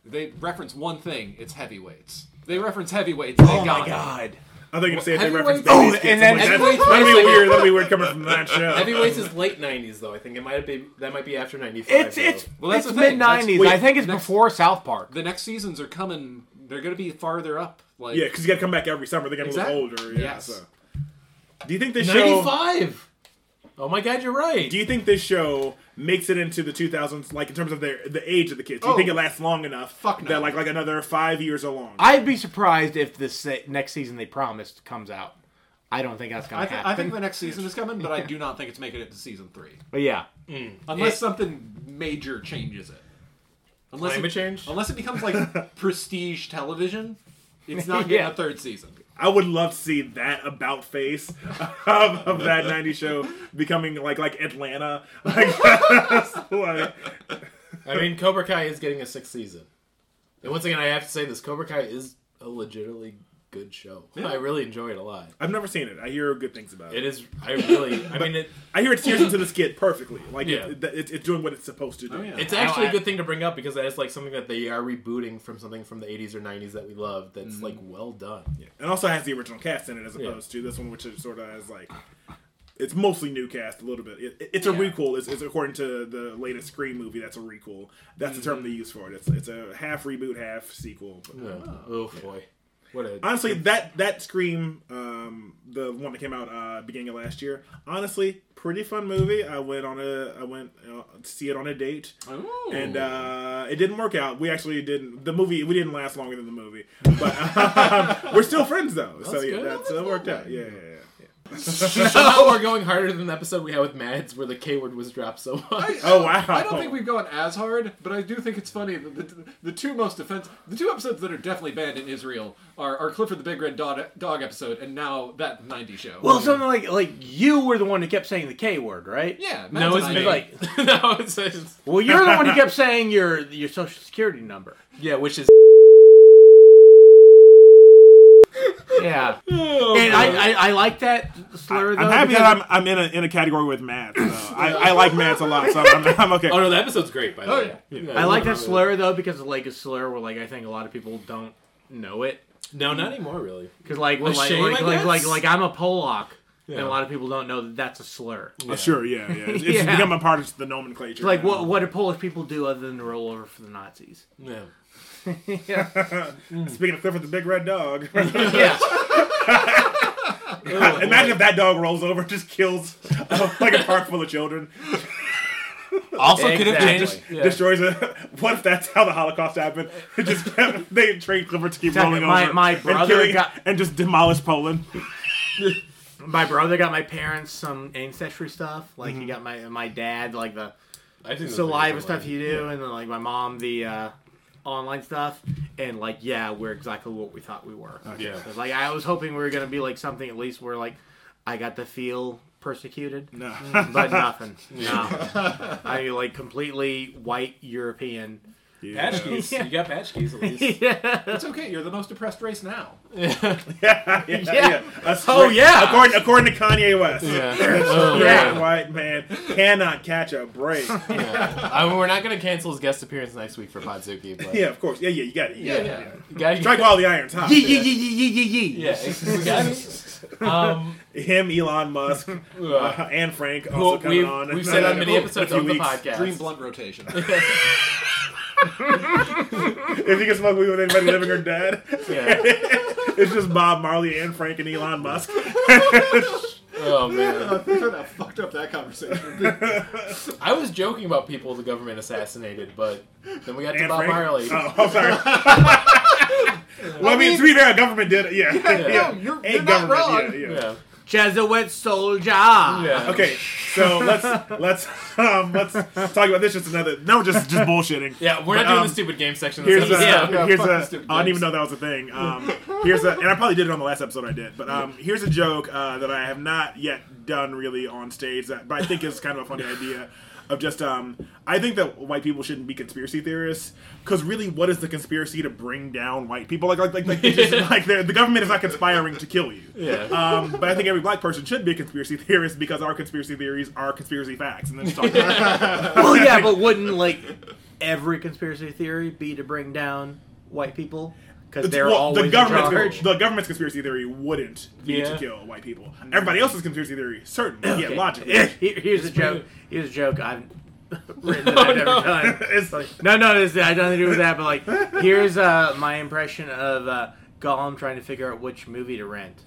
E: if they reference one thing, it's heavyweights. If they reference heavyweights. They
D: Oh
E: got
D: my
E: it.
D: god.
C: I thought you were gonna say if they
F: Heavyweights-
C: reference
D: Oh,
C: Baby's Kids.
D: and
C: I'm
D: then-
C: like, that's, that'd be weird. That'd be weird coming from that show.
F: Heavyweights is late '90s though. I think it might have been that might be after '95.
D: It's it's
E: Well, that's
D: it's
E: the thing.
D: mid
E: That's-
D: nineties.
E: wait,
D: I think it's
E: next-
D: before South Park.
E: The next seasons are coming. They're going to be farther up. Like
C: yeah, because you gotta come back every summer. They got a
E: Exact-
C: little older. Yeah.
E: Yes.
C: So. Do you think this show?
F: '95. Oh my God, you're right.
C: Do you think this show makes it into the 2000s? Like in terms of their the age of the kids? Do you
E: Oh.
C: think it lasts long enough?
E: Fuck no.
C: that like like another five years along.
D: I'd be surprised if this se- next season they promised comes out. I don't think that's gonna
E: I, th-
D: happen.
E: I think the next season is coming, but I do not think it's making it to season three
D: but yeah,
E: unless
D: It-
E: something major changes it. Unless
F: Climate
E: it,
F: change?
E: unless it becomes like prestige television, it's not getting
D: Yeah.
E: a third season.
C: I would love to see that about face of, of that '90s show becoming like like Atlanta. Like, like,
F: I mean, Cobra Kai is getting a sixth season. And once again, I have to say this: Cobra Kai is a legitimately good show. I really enjoy it a lot.
C: I've never seen it. I hear good things about it.
F: It is. I really. I mean, it,
C: I hear it tears into the skid perfectly. Like
F: Yeah.
C: it, it, it's doing what it's supposed to do.
E: Oh, yeah.
F: it's actually
D: I-
F: a good thing to bring up because that is like something that they are rebooting from something from the '80s or '90s that we love. That's like well done.
C: And also has the original cast in it as opposed to this one, which is sort of has like it's mostly new cast a little bit. It, it- it's a requel. It's, it's according to the latest Scream movie. That's a requel. That's the term they use for it. It's it's a half reboot, half sequel. But,
F: Oh boy, what a
C: honestly, that that Scream, um, the one that came out uh, beginning of last year, honestly, pretty fun movie. I went on a I went uh, to see it on a date, and uh, it didn't work out. We actually didn't the movie. We didn't last longer than the movie, but um, we're still friends though. so yeah,
F: good.
C: that's uh, worked out. Yeah, yeah, yeah. yeah.
F: Somehow we're going harder than the episode we had with Mads where the K word was dropped so much.
C: Oh wow!
E: I don't think we've gone as hard, but I do think it's funny that the, the two most offensive, the two episodes that are definitely banned in Israel are, are Clifford the Big Red Dog, dog episode and now that 90 show.
D: well, something like like you were the one who kept saying the K word, right?
E: yeah,
F: No, it's
E: Matt's
F: me.
E: idea.
D: Like-
F: no, it's, it's
D: Well, you're the one who kept saying your your social security number.
F: yeah, which is
D: Yeah,
F: Oh,
D: and I, I I like that slur. though,
C: I'm happy
D: because-
C: that I'm, I'm in a in a category with Matt. So I, I like Matt a lot, so I'm, I'm okay.
F: oh no, the episode's great by the
E: Oh,
F: way.
D: I like that slur though because like a slur where like I think a lot of people don't know it
F: No, not anymore really.
D: because like well, like,
F: shame,
D: like,
F: I
D: like like
F: guess?
D: like I'm a Polak and
F: Yeah.
D: a lot of people don't know that that's a slur.
C: Oh, Sure, yeah, yeah. It's, it's
D: Yeah.
C: become a part of the nomenclature.
D: Like
C: now.
D: what what do Polish people do other than roll over for the Nazis?
F: No.
C: Speaking of Clifford the Big Red Dog.
D: yeah,
C: Imagine if that dog rolls over, and just kills uh, like a park full of children,
F: Also could have
D: Exactly.
F: changed. Yeah.
C: destroys it. What if that's how the Holocaust happened? It just kept- they trained Clifford to keep
D: Exactly.
C: rolling
D: My-
C: over,
D: my
C: and,
D: brother
C: killing,
D: got-
C: and just demolish Poland.
D: my brother got my parents some ancestry stuff. Like
F: Mm-hmm.
D: he got my my dad like the
F: I think
D: saliva stuff you do, and then like my mom the uh, online stuff, and like yeah, we're exactly what we thought we were.
F: Yeah.
D: Because, like I was hoping we were gonna be like something at least where like I got to feel persecuted,
C: No,
D: but nothing. No, I mean like completely white European.
C: Yeah.
F: Patch keys. You got patch keys at least.
D: yeah.
E: It's okay, you're the most oppressed race now.
C: yeah, yeah,
D: Yeah.
C: That's
D: Oh,
C: right.
D: yeah.
C: According, according to Kanye West,
F: Oh,
C: Straight
D: Yeah.
C: white man cannot catch a break.
F: I mean, we're not gonna cancel his guest appearance next week for Podzuki, but
C: yeah, of course. Yeah, yeah, you got it. Yeah,
E: yeah.
F: Gotta-
C: strike while the iron's hot.
D: Yee yee yee yee yee yee yee.
F: Yeah, we got- um,
C: Him, Elon Musk, uh, and Frank also
F: well,
C: coming
F: we've,
C: on.
F: we've said on many
C: A few
F: episodes of the
C: weeks.
F: podcast.
E: Dream blunt rotation.
C: If you can smoke weed with anybody living or dead,
F: Yeah.
C: it's just Bob Marley and Frank and Elon Musk.
F: Oh man.
E: I think that fucked up that conversation.
F: I was joking about people the government assassinated, but then we got to
C: and
F: Bob
C: Frank.
F: Marley.
C: Oh, I'm sorry. well, I mean, to be fair, government did it. Yeah, yeah.
E: No, you're,
C: A
E: you're not wrong.
C: Yeah, yeah.
F: Yeah.
D: Jesuit soldier.
F: Yeah.
C: Okay, so let's let's um, let's talk about this. Just another. No, we're just just bullshitting.
F: Yeah, we're
C: But,
F: not doing
C: um,
F: the stupid game section. of this
C: Here's a,
F: episode.
C: here's
E: fuck
C: a
E: these stupid
C: I didn't even
E: games.
C: know that was a thing. Um, here's a, and I probably did it on the last episode I did, but um, here's a joke uh, that I have not yet done really on stage, that, but I think is kind of a funny idea of just, um, I think that white people shouldn't be conspiracy theorists, because really, what is the conspiracy to bring down white people? Like, like, like, like, it's just, like they're- the government is not conspiring to kill you.
F: Yeah.
C: Um, but I think every black person should be a conspiracy theorist because our conspiracy theories are conspiracy facts. And then just talk about
D: Well, yeah, but wouldn't like every conspiracy theory be to bring down white people because they're
C: Well,
D: always
C: the government's,
D: in charge?
C: the government's conspiracy theory wouldn't be
F: Yeah.
C: to kill white people. Everybody else's conspiracy theory, certainly, yeah,
D: Okay.
C: logically.
D: Here- here's a joke. Here's a joke I've written that I've never
F: no.
D: done.
C: it's like,
D: No, no, this I don't do with that. But like, here's uh, my impression of uh, Gollum trying to figure out which movie to rent.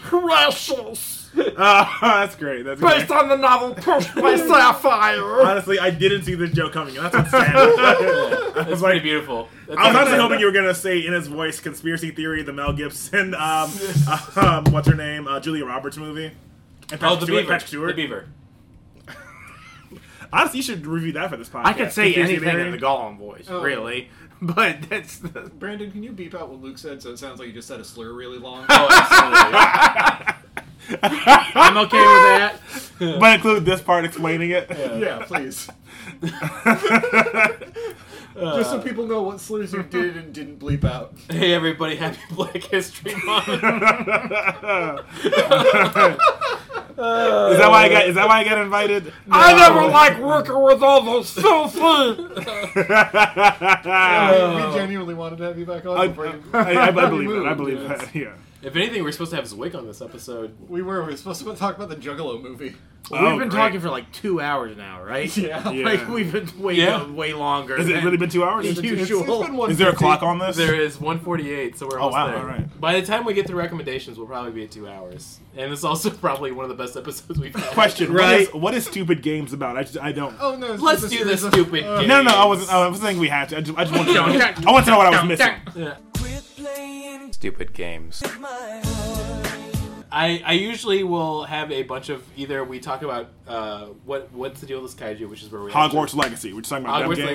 D: Precious. Yes.
C: Uh, that's great. That's
D: Based
C: great.
D: on the novel Pushed by Sapphire.
C: Honestly, I didn't see this joke coming. That's insane.
F: That's pretty beautiful. That's
C: I was honestly hoping you were gonna say in his voice conspiracy theory, the Mel Gibson, um, um what's her name, uh, Julia Roberts movie. And Patrick
F: Oh, the
C: Stewart,
F: beaver.
C: Patrick Stewart.
F: The beaver.
C: Honestly, you should review that for this podcast.
D: I could say
C: Conspiracy
D: anything
C: theory.
D: in the Gollum voice,
E: Oh.
D: really, but that's the
E: Brandon, can you beep out what Luke said so it sounds like you just said a slur really long?
F: Oh, absolutely. I'm okay with that.
C: But include this part explaining it.
E: yeah, please. Just so people know what slurs you did and didn't bleep out.
F: Hey, everybody, happy Black History Month.
C: Is that why I got? Is that why I got invited?
D: I never like working with all those filthy.
E: We, we genuinely wanted to have you back on.
C: Oh. I,
E: before you,
C: I, I, I believe
E: moved.
C: that. I believe that. Yeah.
F: if anything, we're supposed to have Zwick on this episode.
E: We were. We were supposed to talk about the Juggalo movie.
C: Oh,
D: we've been
C: great.
D: talking for like two hours now, right?
E: Yeah.
C: Yeah.
D: Like we've been way
F: Yeah.
D: way longer.
C: Has it
D: than
C: really been two hours?
D: the
C: Oh, Is
E: It's- it's
D: usual.
E: been one
C: there a clock on this?
F: There is 148, so we're
C: Oh,
F: almost
C: wow,
F: there.
C: all right.
F: By the time we get through recommendations, we'll probably be at two hours. And it's also probably one of the best episodes we've had.
C: Question. What
D: Right.
C: is, what is stupid games about? I just I don't.
E: Oh no! it's
F: Let's
E: just a
F: do this
E: series of-
F: stupid game.
C: Uh, No, no, no, I wasn't. I wasn't saying we had to. I just, I just want to know. I want to know what I was missing.
H: Quit playing
G: Stupid games.
H: my heart.
F: I, I usually will have a bunch of either we talk about uh, what what's the deal with this kaiju, which is where we
C: Hogwarts Legacy. We're just talking about
F: Hogwarts
C: dumb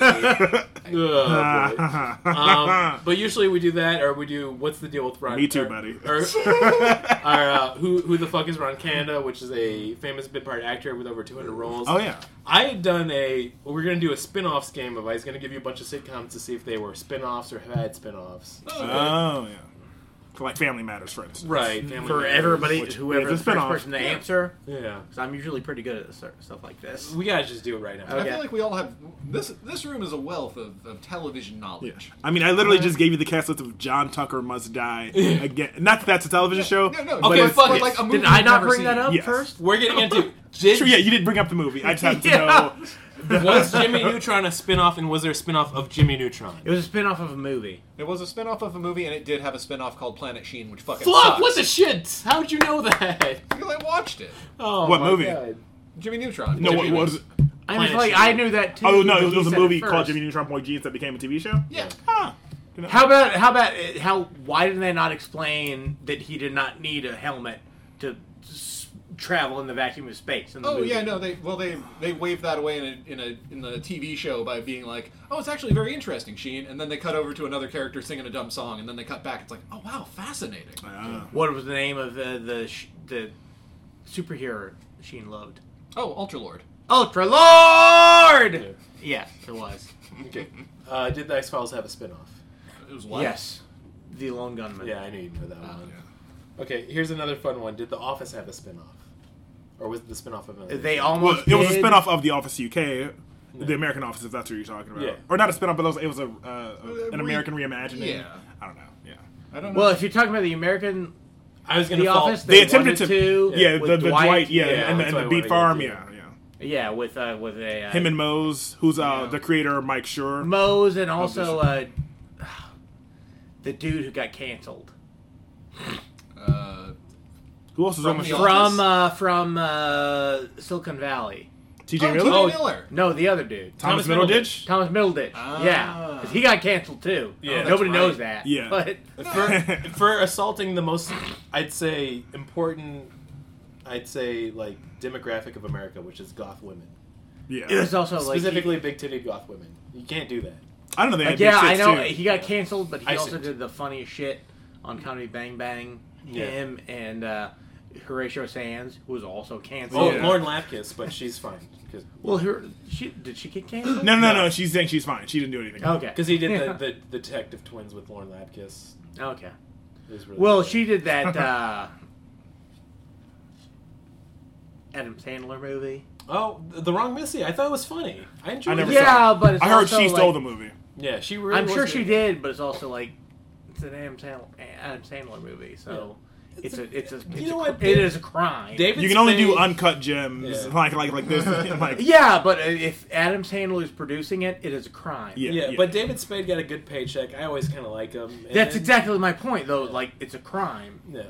F: Legacy. Oh, boy. um, but usually we do that, or we do what's the deal with Ron?
C: Me too,
F: or-
C: buddy.
F: Or, or, uh, who who the fuck is Ron Canada, which is a famous bit part actor with over 200 roles.
C: Oh yeah.
F: I had done a. We're gonna do a spin-offs game of. I was gonna give you a bunch of sitcoms to see if they were spin-offs or had spin-offs.
C: Oh yeah. For like Family Matters, for instance.
F: Right. Family
D: for
F: Matters.
D: everybody,
C: Which-
D: whoever
C: yeah,
D: the
C: it's a
D: first
C: spinoff.
D: person to answer,
F: Yeah.
D: because I'm usually pretty good at this sort- stuff like this.
F: We gotta just do it right now.
C: Uh,
E: I
D: Okay.
E: feel like we all have this. This room is a wealth of, of television knowledge.
C: I mean, I literally just gave you the cast list of John Tucker Must Die again. Not that that's a television show.
E: No, no.
C: but
F: Okay,
C: it's-
F: fuck
E: but
F: it.
E: Like a movie
D: Did I
E: you've
D: not
E: never
D: bring
E: seen.
D: that up
C: Yes.
D: first?
F: We're getting into. Did,
C: True, yeah, you didn't bring up the movie. I just happen to
D: Yeah.
C: know.
F: Was Jimmy Neutron a spin-off, and was there a spin-off of Jimmy Neutron?
D: It was a spin-off of a movie.
E: It was a spin-off of a movie, and it did have a spin-off called Planet Sheen, which fucking
F: Fuck!
E: sucks.
F: What the shit? How'd you know that?
E: Because I watched it.
F: Oh,
C: What
F: my
C: movie?
F: God.
E: Jimmy Neutron.
C: No, what
E: Jimmy
C: was it?
D: I
F: Planet
D: was like,
F: Sheen.
D: I knew that too.
C: Oh no, it
D: because
C: was,
D: you
C: a
D: said
C: movie
D: first.
C: called Jimmy Neutron Boy Genius that became a TV show.
E: Yeah.
C: Huh.
D: How about how about uh, how? Why did they not explain that he did not need a helmet to s- travel in the vacuum of space? In the
E: Oh
D: movie?
E: yeah, no, they well they they waved that away in a, in a in the TV show by being like, oh, it's actually very interesting, Sheen, and then they cut over to another character singing a dumb song, and then they cut back. It's like, oh wow, fascinating.
C: Uh,
D: What was the name of the the, sh- the superhero Sheen loved?
E: Oh, Ultra Lord.
D: Ultra Lord. Yes, it was.
F: Okay. Uh, did the X Files have a spin-off?
E: It was what?
D: Yes, the Lone Gunman.
F: Yeah, I knew you'd know that one. Okay, here's another fun one. Did The Office have a spin-off? Or was it the spin-off of another?
D: They
C: well,
D: almost.
C: it was a
D: did.
C: spin-off of The Office UK, the American Office, if that's what you're talking about.
F: Yeah.
C: Or not a spin-off, but it was, it was a, uh, a- an
E: re-
C: American reimagining.
E: Yeah.
C: I don't know. Yeah.
E: I don't know.
D: Well, if you're talking about the American
F: I was gonna
D: The
F: fall.
D: Office,
C: They,
D: they,
C: attempted
D: wanted
C: to,
D: to.
C: yeah,
D: with
C: the, the Dwight, yeah,
F: yeah,
C: and, the,
F: that's
C: and
F: what I
C: the
F: wanted
C: Beat
F: to
C: Farm,
F: get to.
C: yeah, yeah.
D: Yeah, with uh, with a uh,
C: Him and Mose, who's uh, the creator of Mike Sure.
D: Moe's and also uh, the dude who got canceled
E: uh,
C: Who else is on the
E: the
C: show?
E: Office.
D: from uh, from uh, Silicon Valley.
C: TJ
E: oh,
C: Miller?
E: T.J. Miller.
D: No, the other dude,
C: Thomas,
F: Thomas
C: Middleditch?
D: Thomas Middleditch. Yeah,
E: Ah.
D: 'cause he got canceled too.
F: Yeah. Oh,
D: nobody
E: that's
D: knows
E: right.
D: that.
C: Yeah.
D: but
F: for, for assaulting the most, I'd say important. I'd say like demographic of America, which is goth women,
C: Yeah.
D: it was also Oh, like
F: specifically big titted goth women. You can't do that.
C: I don't know. They
D: he-
C: had
D: like, yeah, I
C: big
D: know
C: too.
D: he got canceled, but he
F: I
D: also
F: suit.
D: did the funniest shit on Comedy Bang Bang.
F: Yeah.
D: Him and uh, Horatio Sands, who was also canceled.
F: Oh,
C: Yeah.
F: Lauren Lapkus, but she's fine because
D: Well, her, she did she get canceled?
C: No, no, no, no. She's saying she's fine. She didn't do anything.
D: Okay,
F: he did the, the Detective Twins with Lauren Lapkus.
D: okay.
F: It was really
D: Well,
F: funny.
D: she did that uh, Adam Sandler movie.
F: Oh, the wrong Missy. I thought it was funny. I enjoyed.
C: I never
F: it.
C: saw it.
D: Yeah, but it's
C: I heard
D: also,
C: she stole
D: like-
C: the movie.
F: Yeah, she really.
D: I'm sure
F: was
D: she
F: good.
D: did, but it's also like it's an Adam Sandler, Adam Sandler movie, so it's, a it's a it's
F: know
D: a,
F: what,
D: it
F: Dave-
D: is a crime.
F: David
C: You can only do
F: Spade-
C: uncut gems,
F: Yeah.
C: like like like this. Like
D: Yeah, but if Adam Sandler is producing it, it is a crime.
C: Yeah.
F: Yeah, but David Spade got a good paycheck. I always kind of like him. and
D: That's
F: then-
D: exactly my point, though. Like, it's a crime.
F: Yeah.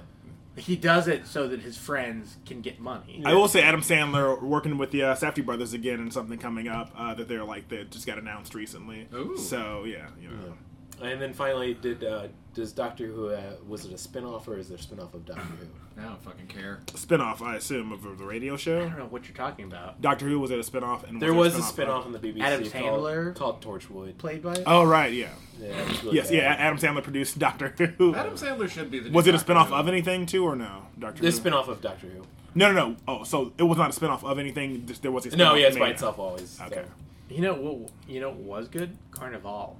D: He does it so that his friends can get money.
C: I will say Adam Sandler working with the uh, Safety brothers again and something coming up uh, that they're like that just got announced recently.
E: Ooh.
C: So yeah, you know.
F: And then finally, did uh, does Doctor Who uh, was it a spin off or is there a spin off of Doctor Who?
E: I don't fucking care.
C: spin-off I assume of of the radio show.
D: I don't know what you're talking about.
C: Doctor Who was it a spin-off? And
F: There was a spin
C: spin-off
F: off
C: of-
F: on the BBC
D: Adam Sandler?
F: called, called Torchwood.
D: Played by it?
C: Oh right, yeah,
F: Yeah, it was really
C: yes,
F: bad.
C: yeah. Adam Sandler produced Doctor Who.
E: Adam Sandler should be the. new
C: was it a
E: Doctor
C: spin-off
E: Who.
C: of anything too, or no? Doctor
F: This
C: Who?
F: spin off of Doctor Who.
C: No, no, no. Oh, so it was not a spin-off of anything. just- There was a spin-off
F: No, yeah, it's by
C: made.
F: itself always.
C: Okay.
F: Yeah.
D: You know what? You know what was good? Carnival.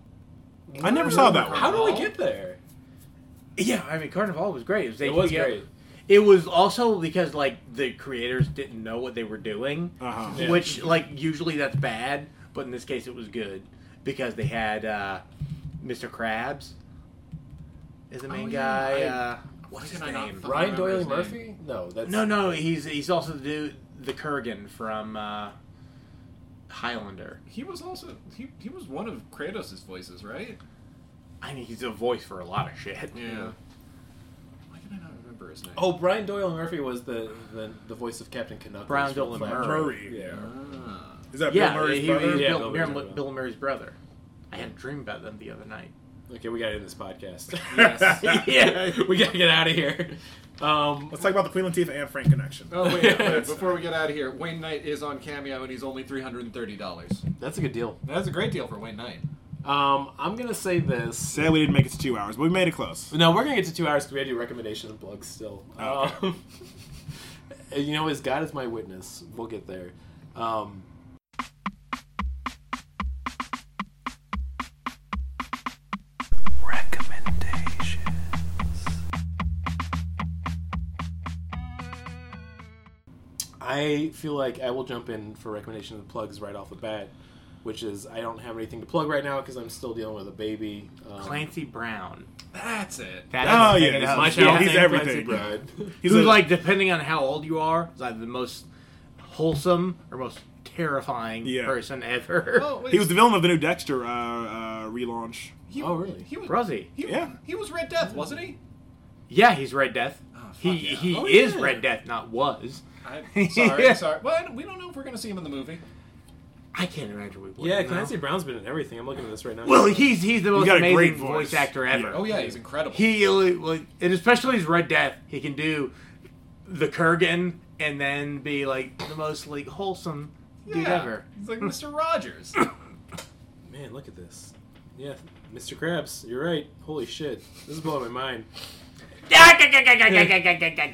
C: I never saw that one.
F: How do we get there?
D: Yeah, I mean Carnival was great. It was,
F: It was
D: HBO.
F: great.
D: It was also because like the creators didn't know what they were doing,
C: Uh-huh.
F: Yeah.
D: which like usually that's bad, but in this case it was good because they had uh, Mr. Krabs is the main
E: Oh, yeah,
D: guy.
E: I-
D: uh,
E: Why can I not fucking
F: Ryan
E: remember
F: Doyle
E: his name?
F: Murphy? No, that's
D: no, no, he's he's also the dude, the Kurgan from uh, Highlander.
E: He was also he, he was one of Kratos' voices, right?
D: I mean he's a voice for a lot of shit.
E: Why can I not remember his name?
F: Oh, Brian Doyle Murphy was the the, the voice of Captain Canuck.
D: Brian
F: It was
D: Doyle
F: from Flash.
D: Murray.
F: Yeah.
E: Ah.
C: Is that
D: Yeah,
C: Bill Murray's
D: he, he was
C: brother?
F: Yeah,
D: Bill,
F: Bill Murray's
D: Mur-
F: brother.
D: Bill Murray's brother. I had a dream about them the other night.
F: Okay, we got to end this podcast.
E: Yes.
D: yeah.
F: we got to get out of here. Um,
C: Let's talk about the Queen Latifah and Frank connection.
E: Oh wait, wait, wait, before we get out of here, Wayne Knight is on Cameo and he's only three hundred and thirty dollars.
F: that's a good deal.
E: That's a great deal for Wayne Knight.
F: Um, I'm gonna say this.
C: Sadly, we didn't make it to two hours, but we made it close.
F: No, we're gonna get to two hours because we had to do recommendations and plugs still. Um, you know, as God is my witness, we'll get there. Um, I feel like I will jump in for recommendation of the plugs right off the bat, which is I don't have anything to plug right now because I'm still dealing with a baby. Um,
D: Clancy Brown.
E: That's it.
D: That
C: Oh
D: is-
C: yeah,
F: It's
C: that's-
F: my
C: yeah,
F: channel
C: he's
F: name,
C: everything.
F: Clancy Brown.
C: He's
D: Who's
C: a-
D: like, depending on how old you are, is either the most wholesome or most terrifying
C: Yeah.
D: person ever.
E: Oh, wait,
C: he was the villain of the new Dexter uh, uh, relaunch.
E: he-
F: Oh, really?
E: He was.
D: Was he?
E: He,
C: Yeah.
E: he was Red Death, wasn't he?
D: Yeah, he's Red Death.
E: fuck
D: he
E: yeah.
D: he
F: Oh,
D: is
F: yeah.
D: Red Death, not was.
E: I'm sorry,
D: Yeah.
E: sorry. Well, I don't- we don't know if we're gonna see him in the movie.
D: I can't imagine we would.
F: yeah, Clancy Brown's been in everything. I'm looking at this right now.
D: Well, he's he's the most
C: got a
D: amazing
C: great
D: voice.
C: voice.
D: actor ever.
E: Oh yeah, he's incredible.
D: He well, and especially his Red Death, he can do the Kurgan and then be like the most like wholesome dude
E: yeah.
D: ever.
E: He's like Mr. Rogers.
F: Man, look at this. Yeah, Mr. Krabs, you're right. Holy shit, this is blowing my mind. Any,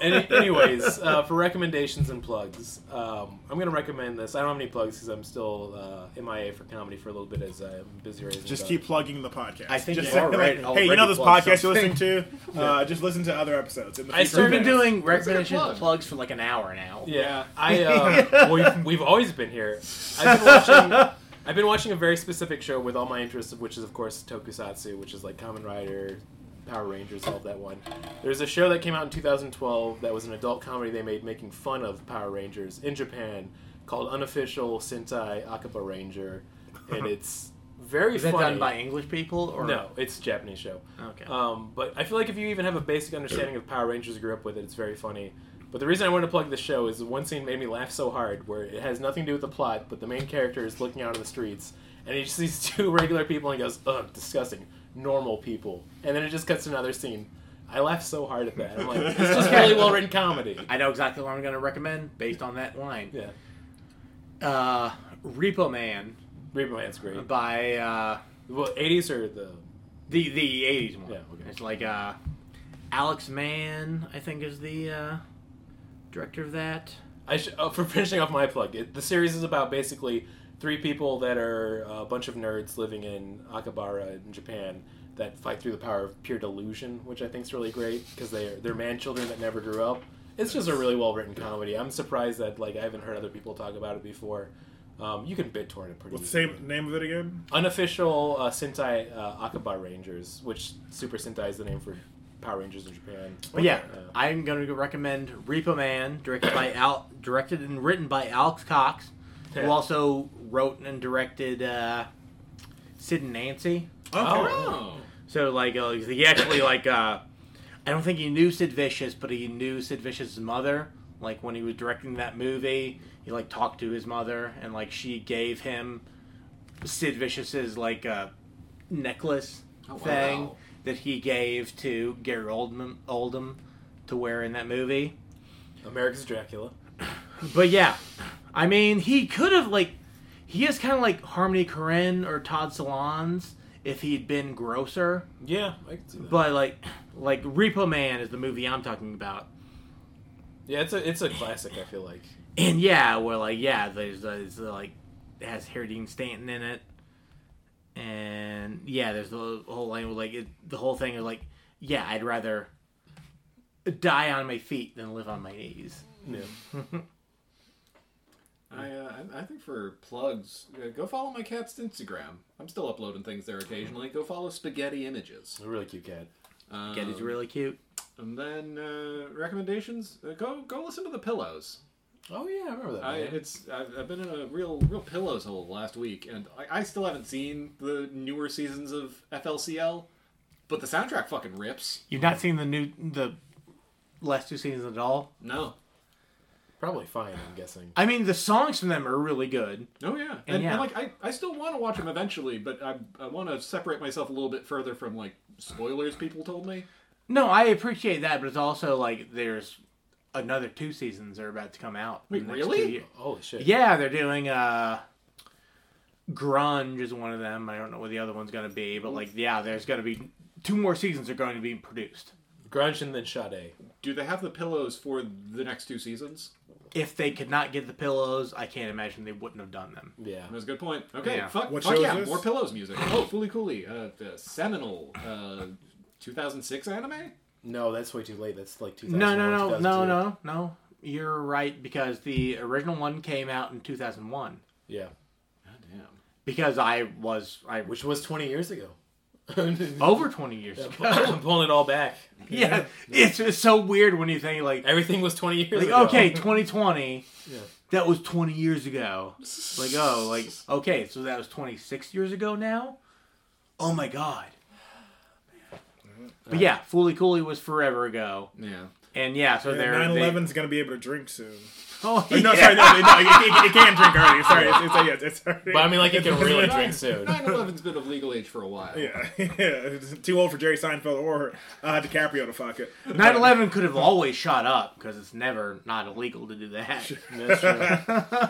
F: anyways, uh, for recommendations and plugs, um, I'm gonna recommend this. I don't have any plugs because I'm still uh, MIA for comedy for a little bit as I'm busy raising. a
C: Just
F: dog.
C: keep plugging the podcast.
D: I think
C: just
D: you
C: saying,
D: already-
C: hey, you
D: already
C: know this
D: plugged
C: podcast you're listening to? Uh, just listen to other episodes. In the
F: I
C: future.
D: So we've been
F: Sorry.
D: doing
E: a
D: recommendation
E: plug.
D: plugs for like an hour now.
F: Yeah, I uh, we've, we've always been here. I've been watching. I've been watching a very specific show with all my interests, which is of course Tokusatsu, which is like Kamen Rider, Power Rangers, all of that one. There's a show that came out in 2012 that was an adult comedy they made making fun of Power Rangers in Japan, called Unofficial Sentai Akaba Ranger, and it's very
D: Is that
F: funny.
D: done by English people or
F: no, it's a Japanese show.
D: Okay.
F: Um, but I feel like if you even have a basic understanding of Power Rangers, you grew up with it, it's very funny. But the reason I wanted to plug this show is one scene made me laugh so hard where it has nothing to do with the plot, but the main character is looking out on the streets and he just sees two regular people and he goes, ugh, disgusting, normal people. And then it just cuts to another scene. I laughed so hard at that. I'm like, it's just really well written comedy.
D: I know exactly what I'm going to recommend based on that line.
F: Yeah.
D: Uh, Repo Man
F: Reaper Man's great.
D: by uh,
F: Well, 80s or the.
D: the the 80s one.
F: Yeah, okay.
D: It's like uh, Alex Mann, I think, is the uh, director of that.
F: I sh- uh, for finishing off my plug, it, the series is about basically three people that are uh, a bunch of nerds living in Akabara in Japan that fight through the power of pure delusion, which I think is really great because they are, they're man children that never grew up. It's just a really well written comedy. I'm surprised that like I haven't heard other people talk about it before. Um, you can BitTorrent it pretty.
C: What's the
F: easily.
C: same name of it again?
F: Unofficial uh, Sentai uh, Akaba Rangers, which Super Sentai is the name for Power Rangers in Japan.
D: But yeah,
F: Uh,
D: I'm going to recommend Repo Man, directed by Al, directed and written by Alex Cox,
F: Yeah.
D: who also wrote and directed uh, Sid and Nancy.
C: Okay.
E: oh.
D: So like, uh, he actually like, uh, I I don't think he knew Sid Vicious, but he knew Sid Vicious's mother. Like when he was directing that movie, he like talked to his mother, and like she gave him Sid Vicious's like uh, necklace
E: Oh,
D: thing
E: wow.
D: that he gave to Gary Oldman Oldham to wear in that movie.
F: America's Dracula.
D: But yeah, I mean, he could have like, he is kind of like Harmony Korine or Todd Salons if he'd been grosser.
F: Yeah, I can see that.
D: But like, like Repo Man is the movie I'm talking about,
F: yeah, it's a it's a classic. I feel like
D: and yeah, where like yeah, there's, there's like it has Harry Dean Stanton in it, and yeah, there's the whole line with like it, the whole thing is like yeah, I'd rather die on my feet than live on my knees.
F: Hmm.
E: I, uh, I- I think for plugs, uh, go follow my cat's Instagram. I'm still uploading things there occasionally. Go follow Spaghetti Images.
F: a really cute cat.
E: Um,
D: Get it's really cute.
E: And then uh, recommendations. Uh, go go listen to the Pillows.
F: Oh yeah, I remember that.
E: I
F: man.
E: it's I've, I've been in a real real Pillows hole last week, and I, I still haven't seen the newer seasons of FLCL, but the soundtrack fucking rips.
D: You've not seen the new the last two seasons at all.
E: No.
F: Probably fine. I'm guessing.
D: I mean, the songs from them are really good.
E: Oh yeah, and, and,
D: yeah.
E: like I, I still want to watch them eventually, but I, I want to separate myself a little bit further from like spoilers people told me.
D: No, I appreciate that, but it's also like there's another two seasons that are about to come out. in
E: Wait,
D: the next
E: really?
D: two year-
F: Holy shit.
D: Yeah, they're doing uh grunge is one of them. I don't know what the other one's gonna be, but like yeah, there's gonna be two more seasons are going to be produced
F: Grunge and then Sade.
E: Do they have the pillows for the next two seasons?
D: if they could not get the pillows, I can't imagine they wouldn't have done them.
F: Yeah.
E: That's a good point. Okay,
D: Yeah.
E: fuck,
C: What
E: fuck
C: show
E: yeah,
C: is this?
E: more pillows music. Oh, Fooly Cooly, uh, the seminal uh, 2006 anime.
F: No, that's way too late. That's like 2000.
D: No, no, no, no, no, no. You're right because the original one came out in 2001
F: Yeah,
E: God damn.
D: because I was I was
F: which was 20 years ago.
D: over 20 years ago.
F: I'm pulling it all back.
D: Yeah, it's, it's so weird when you think like,
F: Everything was 20 years
D: like
F: ago.
D: okay, 2020.
F: Yeah.
D: That was 20 years ago. Like oh, like okay, so that was 26 years ago now. Oh my god. But yeah, Fooly Cooly was forever ago,
E: Yeah.
D: and yeah, so they're
C: 9
D: they-
C: 11's going to be able to drink soon.
D: Oh,
C: Or no,
D: yeah.
C: sorry, no, no, no, it, it, it can drink already. Sorry, it's, it's, yeah, it's already.
F: But I mean, like, it can really drink soon.
E: 9/11's been of legal age for a while.
C: yeah, yeah, it's too old for Jerry Seinfeld or uh, DiCaprio to fuck it.
D: 9/11 could have always shot up because it's never not illegal to do that.
F: That's true.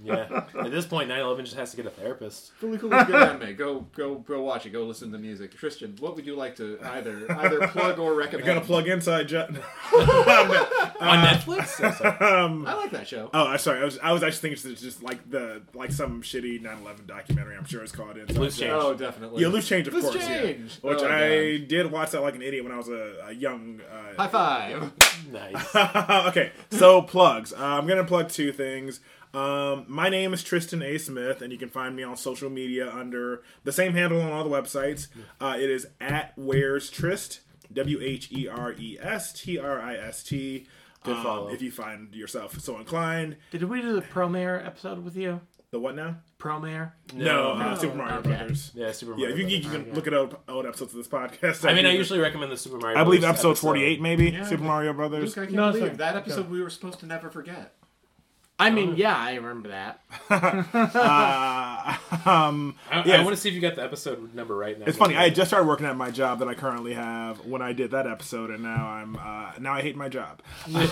F: Yeah. At this point, 9 11 just has to get a therapist.
E: Fooly Cooly's good anime. Go go go watch it. Go listen to the music. Christian, what would you like to either either plug or
C: I
E: recommend?
C: gotta plug inside jet.
D: Uh.
F: On Netflix? I'm sorry.
E: I like that show.
C: Oh, I'm sorry. I was I was actually thinking it's just like the like some shitty 9/11 documentary. I'm sure it's called Inside
F: Loose
C: Jet.
F: Change.
E: oh, definitely.
C: Yeah, loose change, of
E: Loose
C: course. yeah.
E: Change!
C: Which
E: Oh,
C: I did watch that like an idiot when I was a, a young. Uh,
E: High five.
F: Nice.
C: okay, so plugs. Uh, I'm gonna plug two things. Um, my name is Tristan A. Smith, and you can find me on social media under the same handle on all the websites. Uh, it is at Where's Trist, W H E R E S T R I S T.
F: Good
C: Um,
F: follow.
C: if you find yourself so inclined.
D: Did we do the Pro Mayor episode with you?
C: The what now?
D: Pro Mayor?
C: No, no, Super Mario
D: okay.
C: Brothers.
F: Yeah, Super
C: Yeah,
F: Mario.
C: you, you
F: Brothers.
C: can look at old, old episodes of this podcast.
F: I mean, I usually recommend the Super Mario
C: I believe
F: Brothers
C: episode 48, maybe. Super Mario
E: Luke,
C: Brothers.
E: I can't
D: No,
E: believe
D: sorry.
E: that episode we were supposed to never forget.
C: Oh.
D: I mean, yeah, I remember that.
C: Um,
F: I,
C: Yes.
F: I want to see if you got the episode number right now.
C: It's funny. I had just started working at my job that I currently have when I did that episode, and now I'm uh, now I hate my job.
E: I'm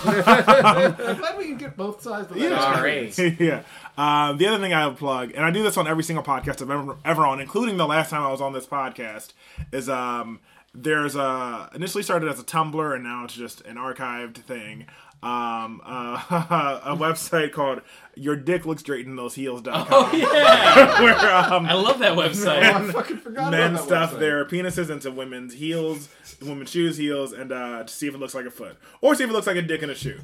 E: glad we can get both sides of that.
C: Yeah.
D: Sorry.
C: yeah. Um, the other thing I would plug, and I do this on every single podcast I've ever, ever on, including the last time I was on this podcast, is um, there's a initially started as a Tumblr and now it's just an archived thing. Um, uh, a website called Your Dick Looks Straight in Those Heels.com.
F: Yeah!
C: where um,
F: I love that website.
E: Oh, I fucking forgot about
C: men
E: that
C: stuff
E: website.
C: their penises into women's heels, women's shoes, heels, and uh, to see if it looks like a foot or see if it looks like a dick in a shoe.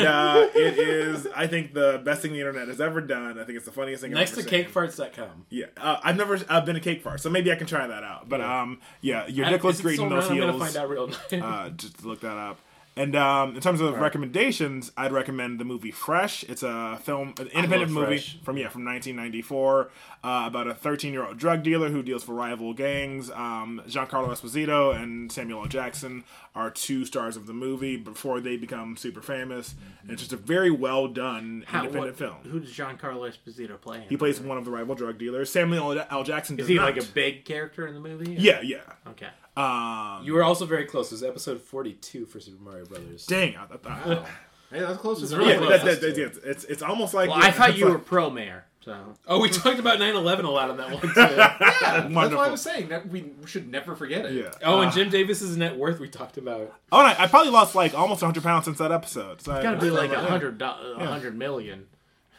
C: uh, it is, I think, the best thing the internet has ever done. I think it's the funniest thing.
F: Next
C: I've
F: to
C: ever seen.
F: cakefarts.com.
C: Yeah, uh, I've never I've been a cake fart, so maybe I can try that out. But um, yeah, your
F: I-
C: dick looks
F: is it
C: great
F: still
C: in those
F: around? I'm
C: heels.
F: gonna find out real
C: Uh, just look that up. And um, in terms of recommendations, I'd recommend the movie Fresh. It's a film, an independent
F: love
C: movie
F: Fresh.
C: from yeah from 1994 uh, about a 13 year old drug dealer who deals for rival gangs. Um, Giancarlo Esposito and Samuel L. Jackson are two stars of the movie before they become super famous. And it's just a very well done
D: Mm-hmm. How-
C: independent
D: what-
C: film.
D: Who does Giancarlo Esposito play? In?
C: He plays one of the rival drug dealers. Samuel L. Jackson does
D: Is he
C: not.
D: like a big character in the movie?
C: yeah yeah.
D: Okay.
C: Um,
F: You were also very close. It was episode 42 for Super Mario Brothers.
C: dang, I, I, I,
E: Oh. Hey, that's close. It's
C: yeah,
E: close.
C: that, that, that, yeah, it's it's almost like
D: Well, I thought
C: it's
D: you
C: like-
D: were pro mayor, so
F: Oh, we talked about 9 11 a lot on that one, too.
E: That's why I
C: wonderful.
E: was saying that we should never forget it.
C: Yeah.
F: oh, and Jim Davis's net worth we talked about.
C: Oh, and I, I probably lost like almost 100 pounds since that episode. So I-
D: gotta be like a hundred do- a hundred million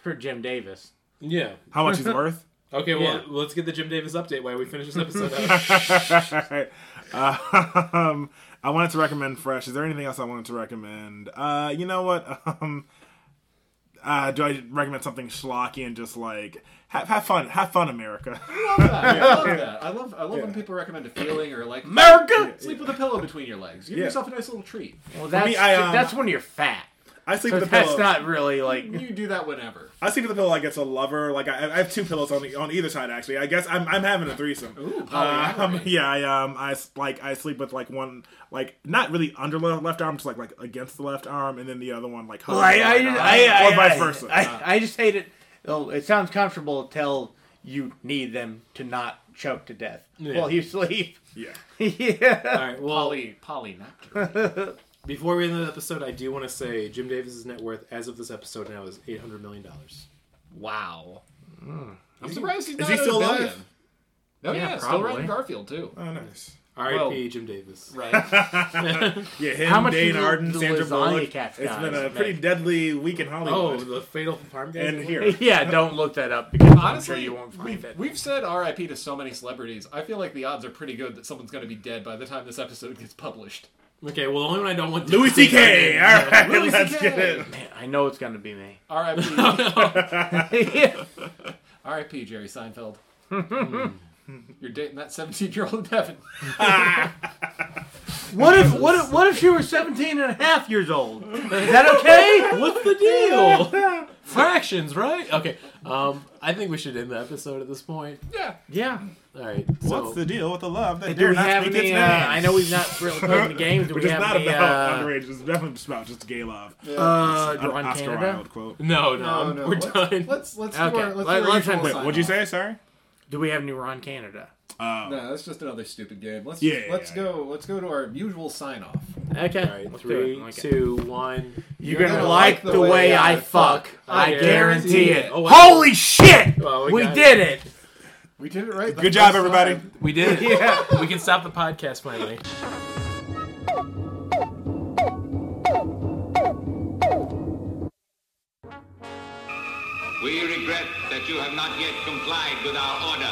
D: for Jim Davis.
F: Yeah.
C: how much he's worth.
F: Okay, well,
D: Yeah.
F: let's get the Jim Davis update while we finish this episode. up.
C: um, I wanted to recommend Fresh. Is there anything else I wanted to recommend? Uh, you know what? Um, uh, do I recommend something schlocky and just like have, have fun? Have fun, America.
E: I love that. I love I love when people recommend a feeling or like
D: America.
E: sleep with a pillow between your legs. Give
C: Yeah.
E: yourself a nice little treat.
D: Well, that's
C: me, I, um,
D: that's when you're fat.
C: I sleep
D: So
C: with a
D: that's
C: pillow.
D: not really like
E: You do that whenever.
C: I sleep with a pillow like it's a lover. Like I, I have two pillows on the, on either side. Actually, I guess I'm, I'm having a threesome.
E: Ooh,
C: Um,
E: polyamory.
C: yeah, I um, I s- like I sleep with like one like not really under le- left arm, just like like against the left arm, and then the other one like hugs
D: Well, I,
C: the
D: I,
C: right arm,
D: I, I,
C: or vice
D: I-
C: versa.
D: I, I just hate it. Well, it sounds comfortable until you need them to not choke to death while you sleep.
C: yeah,
D: yeah.
F: All right, well,
E: Poly polynapter.
F: before we end the episode, I do want to say Jim Davis's net worth as of this episode now is $800 million.
E: Wow. I'm surprised he's
C: is
E: not
C: he
E: at a
C: still alive?
E: billion. Oh yeah,
D: Yeah,
E: still
D: probably.
E: writing Garfield too.
C: oh nice.
F: R.I.P.
E: Well-
F: Jim Davis.
E: Right.
C: Yeah, him,
D: How much do
C: Dane
D: the-
C: Arden,
D: the
C: Sandra
D: lasagna
C: Bullock. It's
D: cats guys
C: been a
D: make?
C: pretty deadly week in
F: Oh,
C: Hollywood.
F: the Fatal Farm guys.
C: and
F: are
C: here,
D: yeah, don't look that up because I'm sure
E: Honestly,
D: you won't find
E: we've,
D: it.
E: we've said R.I.P. to so many celebrities. I feel like the odds are pretty good that someone's going to be dead by the time this episode gets published.
F: Okay, well, the only one I don't want
C: Louis C.K. All right,
E: Louis
C: let's
E: CK.
C: get it.
D: Man, I know it's gonna be me.
E: R.I.P.
D: yeah.
E: R.I.P. Jerry Seinfeld. You're dating that 17 year old Devin.
D: What if what if what if she were 17 and a half years old? Is that okay?
F: What's the deal? Fractions, right? Okay. Um, I think we should end the episode at this point.
E: Yeah.
D: Yeah.
F: All right. So,
C: What's the deal with the love that
D: Do
C: dare
D: we
C: not
D: have
C: speak
D: any?
C: its
D: Uh,
C: name?
D: I know we've not really played the game. Do
C: Which
D: we
C: is
D: have
C: not
D: any?
C: about
D: uh,
C: underage. It's definitely just about just gay love.
D: uh,
C: An
D: Ron
C: Oscar
D: Canada?
C: Wilde quote.
F: no, no, we're
E: let's,
F: done.
E: Let's let's do
D: Okay,
E: our let's
D: let-
E: do our
D: let's
E: usual
D: end
C: Wait,
E: sign
C: what'd you
E: off.
C: say? Sorry.
D: Do we have new Ron Canada?
C: Uh,
E: No, that's just another stupid game. Let's
C: Yeah, yeah,
E: let's
C: yeah,
E: go let's go to our usual sign off.
D: Okay.
F: All right,
D: let's do
F: three,
D: it. Okay.
F: two, one.
D: You're gonna, like the way, I fuck. I guarantee it.
F: Oh, wow.
D: Holy shit!
F: Well, we
D: we
F: got
D: did it.
E: We did it right. the
C: Good job,
E: first
C: everybody.
E: time.
F: We did it.
D: Yeah.
F: We can stop the podcast finally.
I: We regret that you have not yet complied with our order.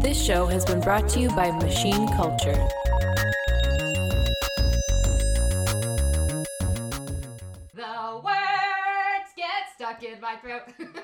J: This show has been brought to you by Machine Culture.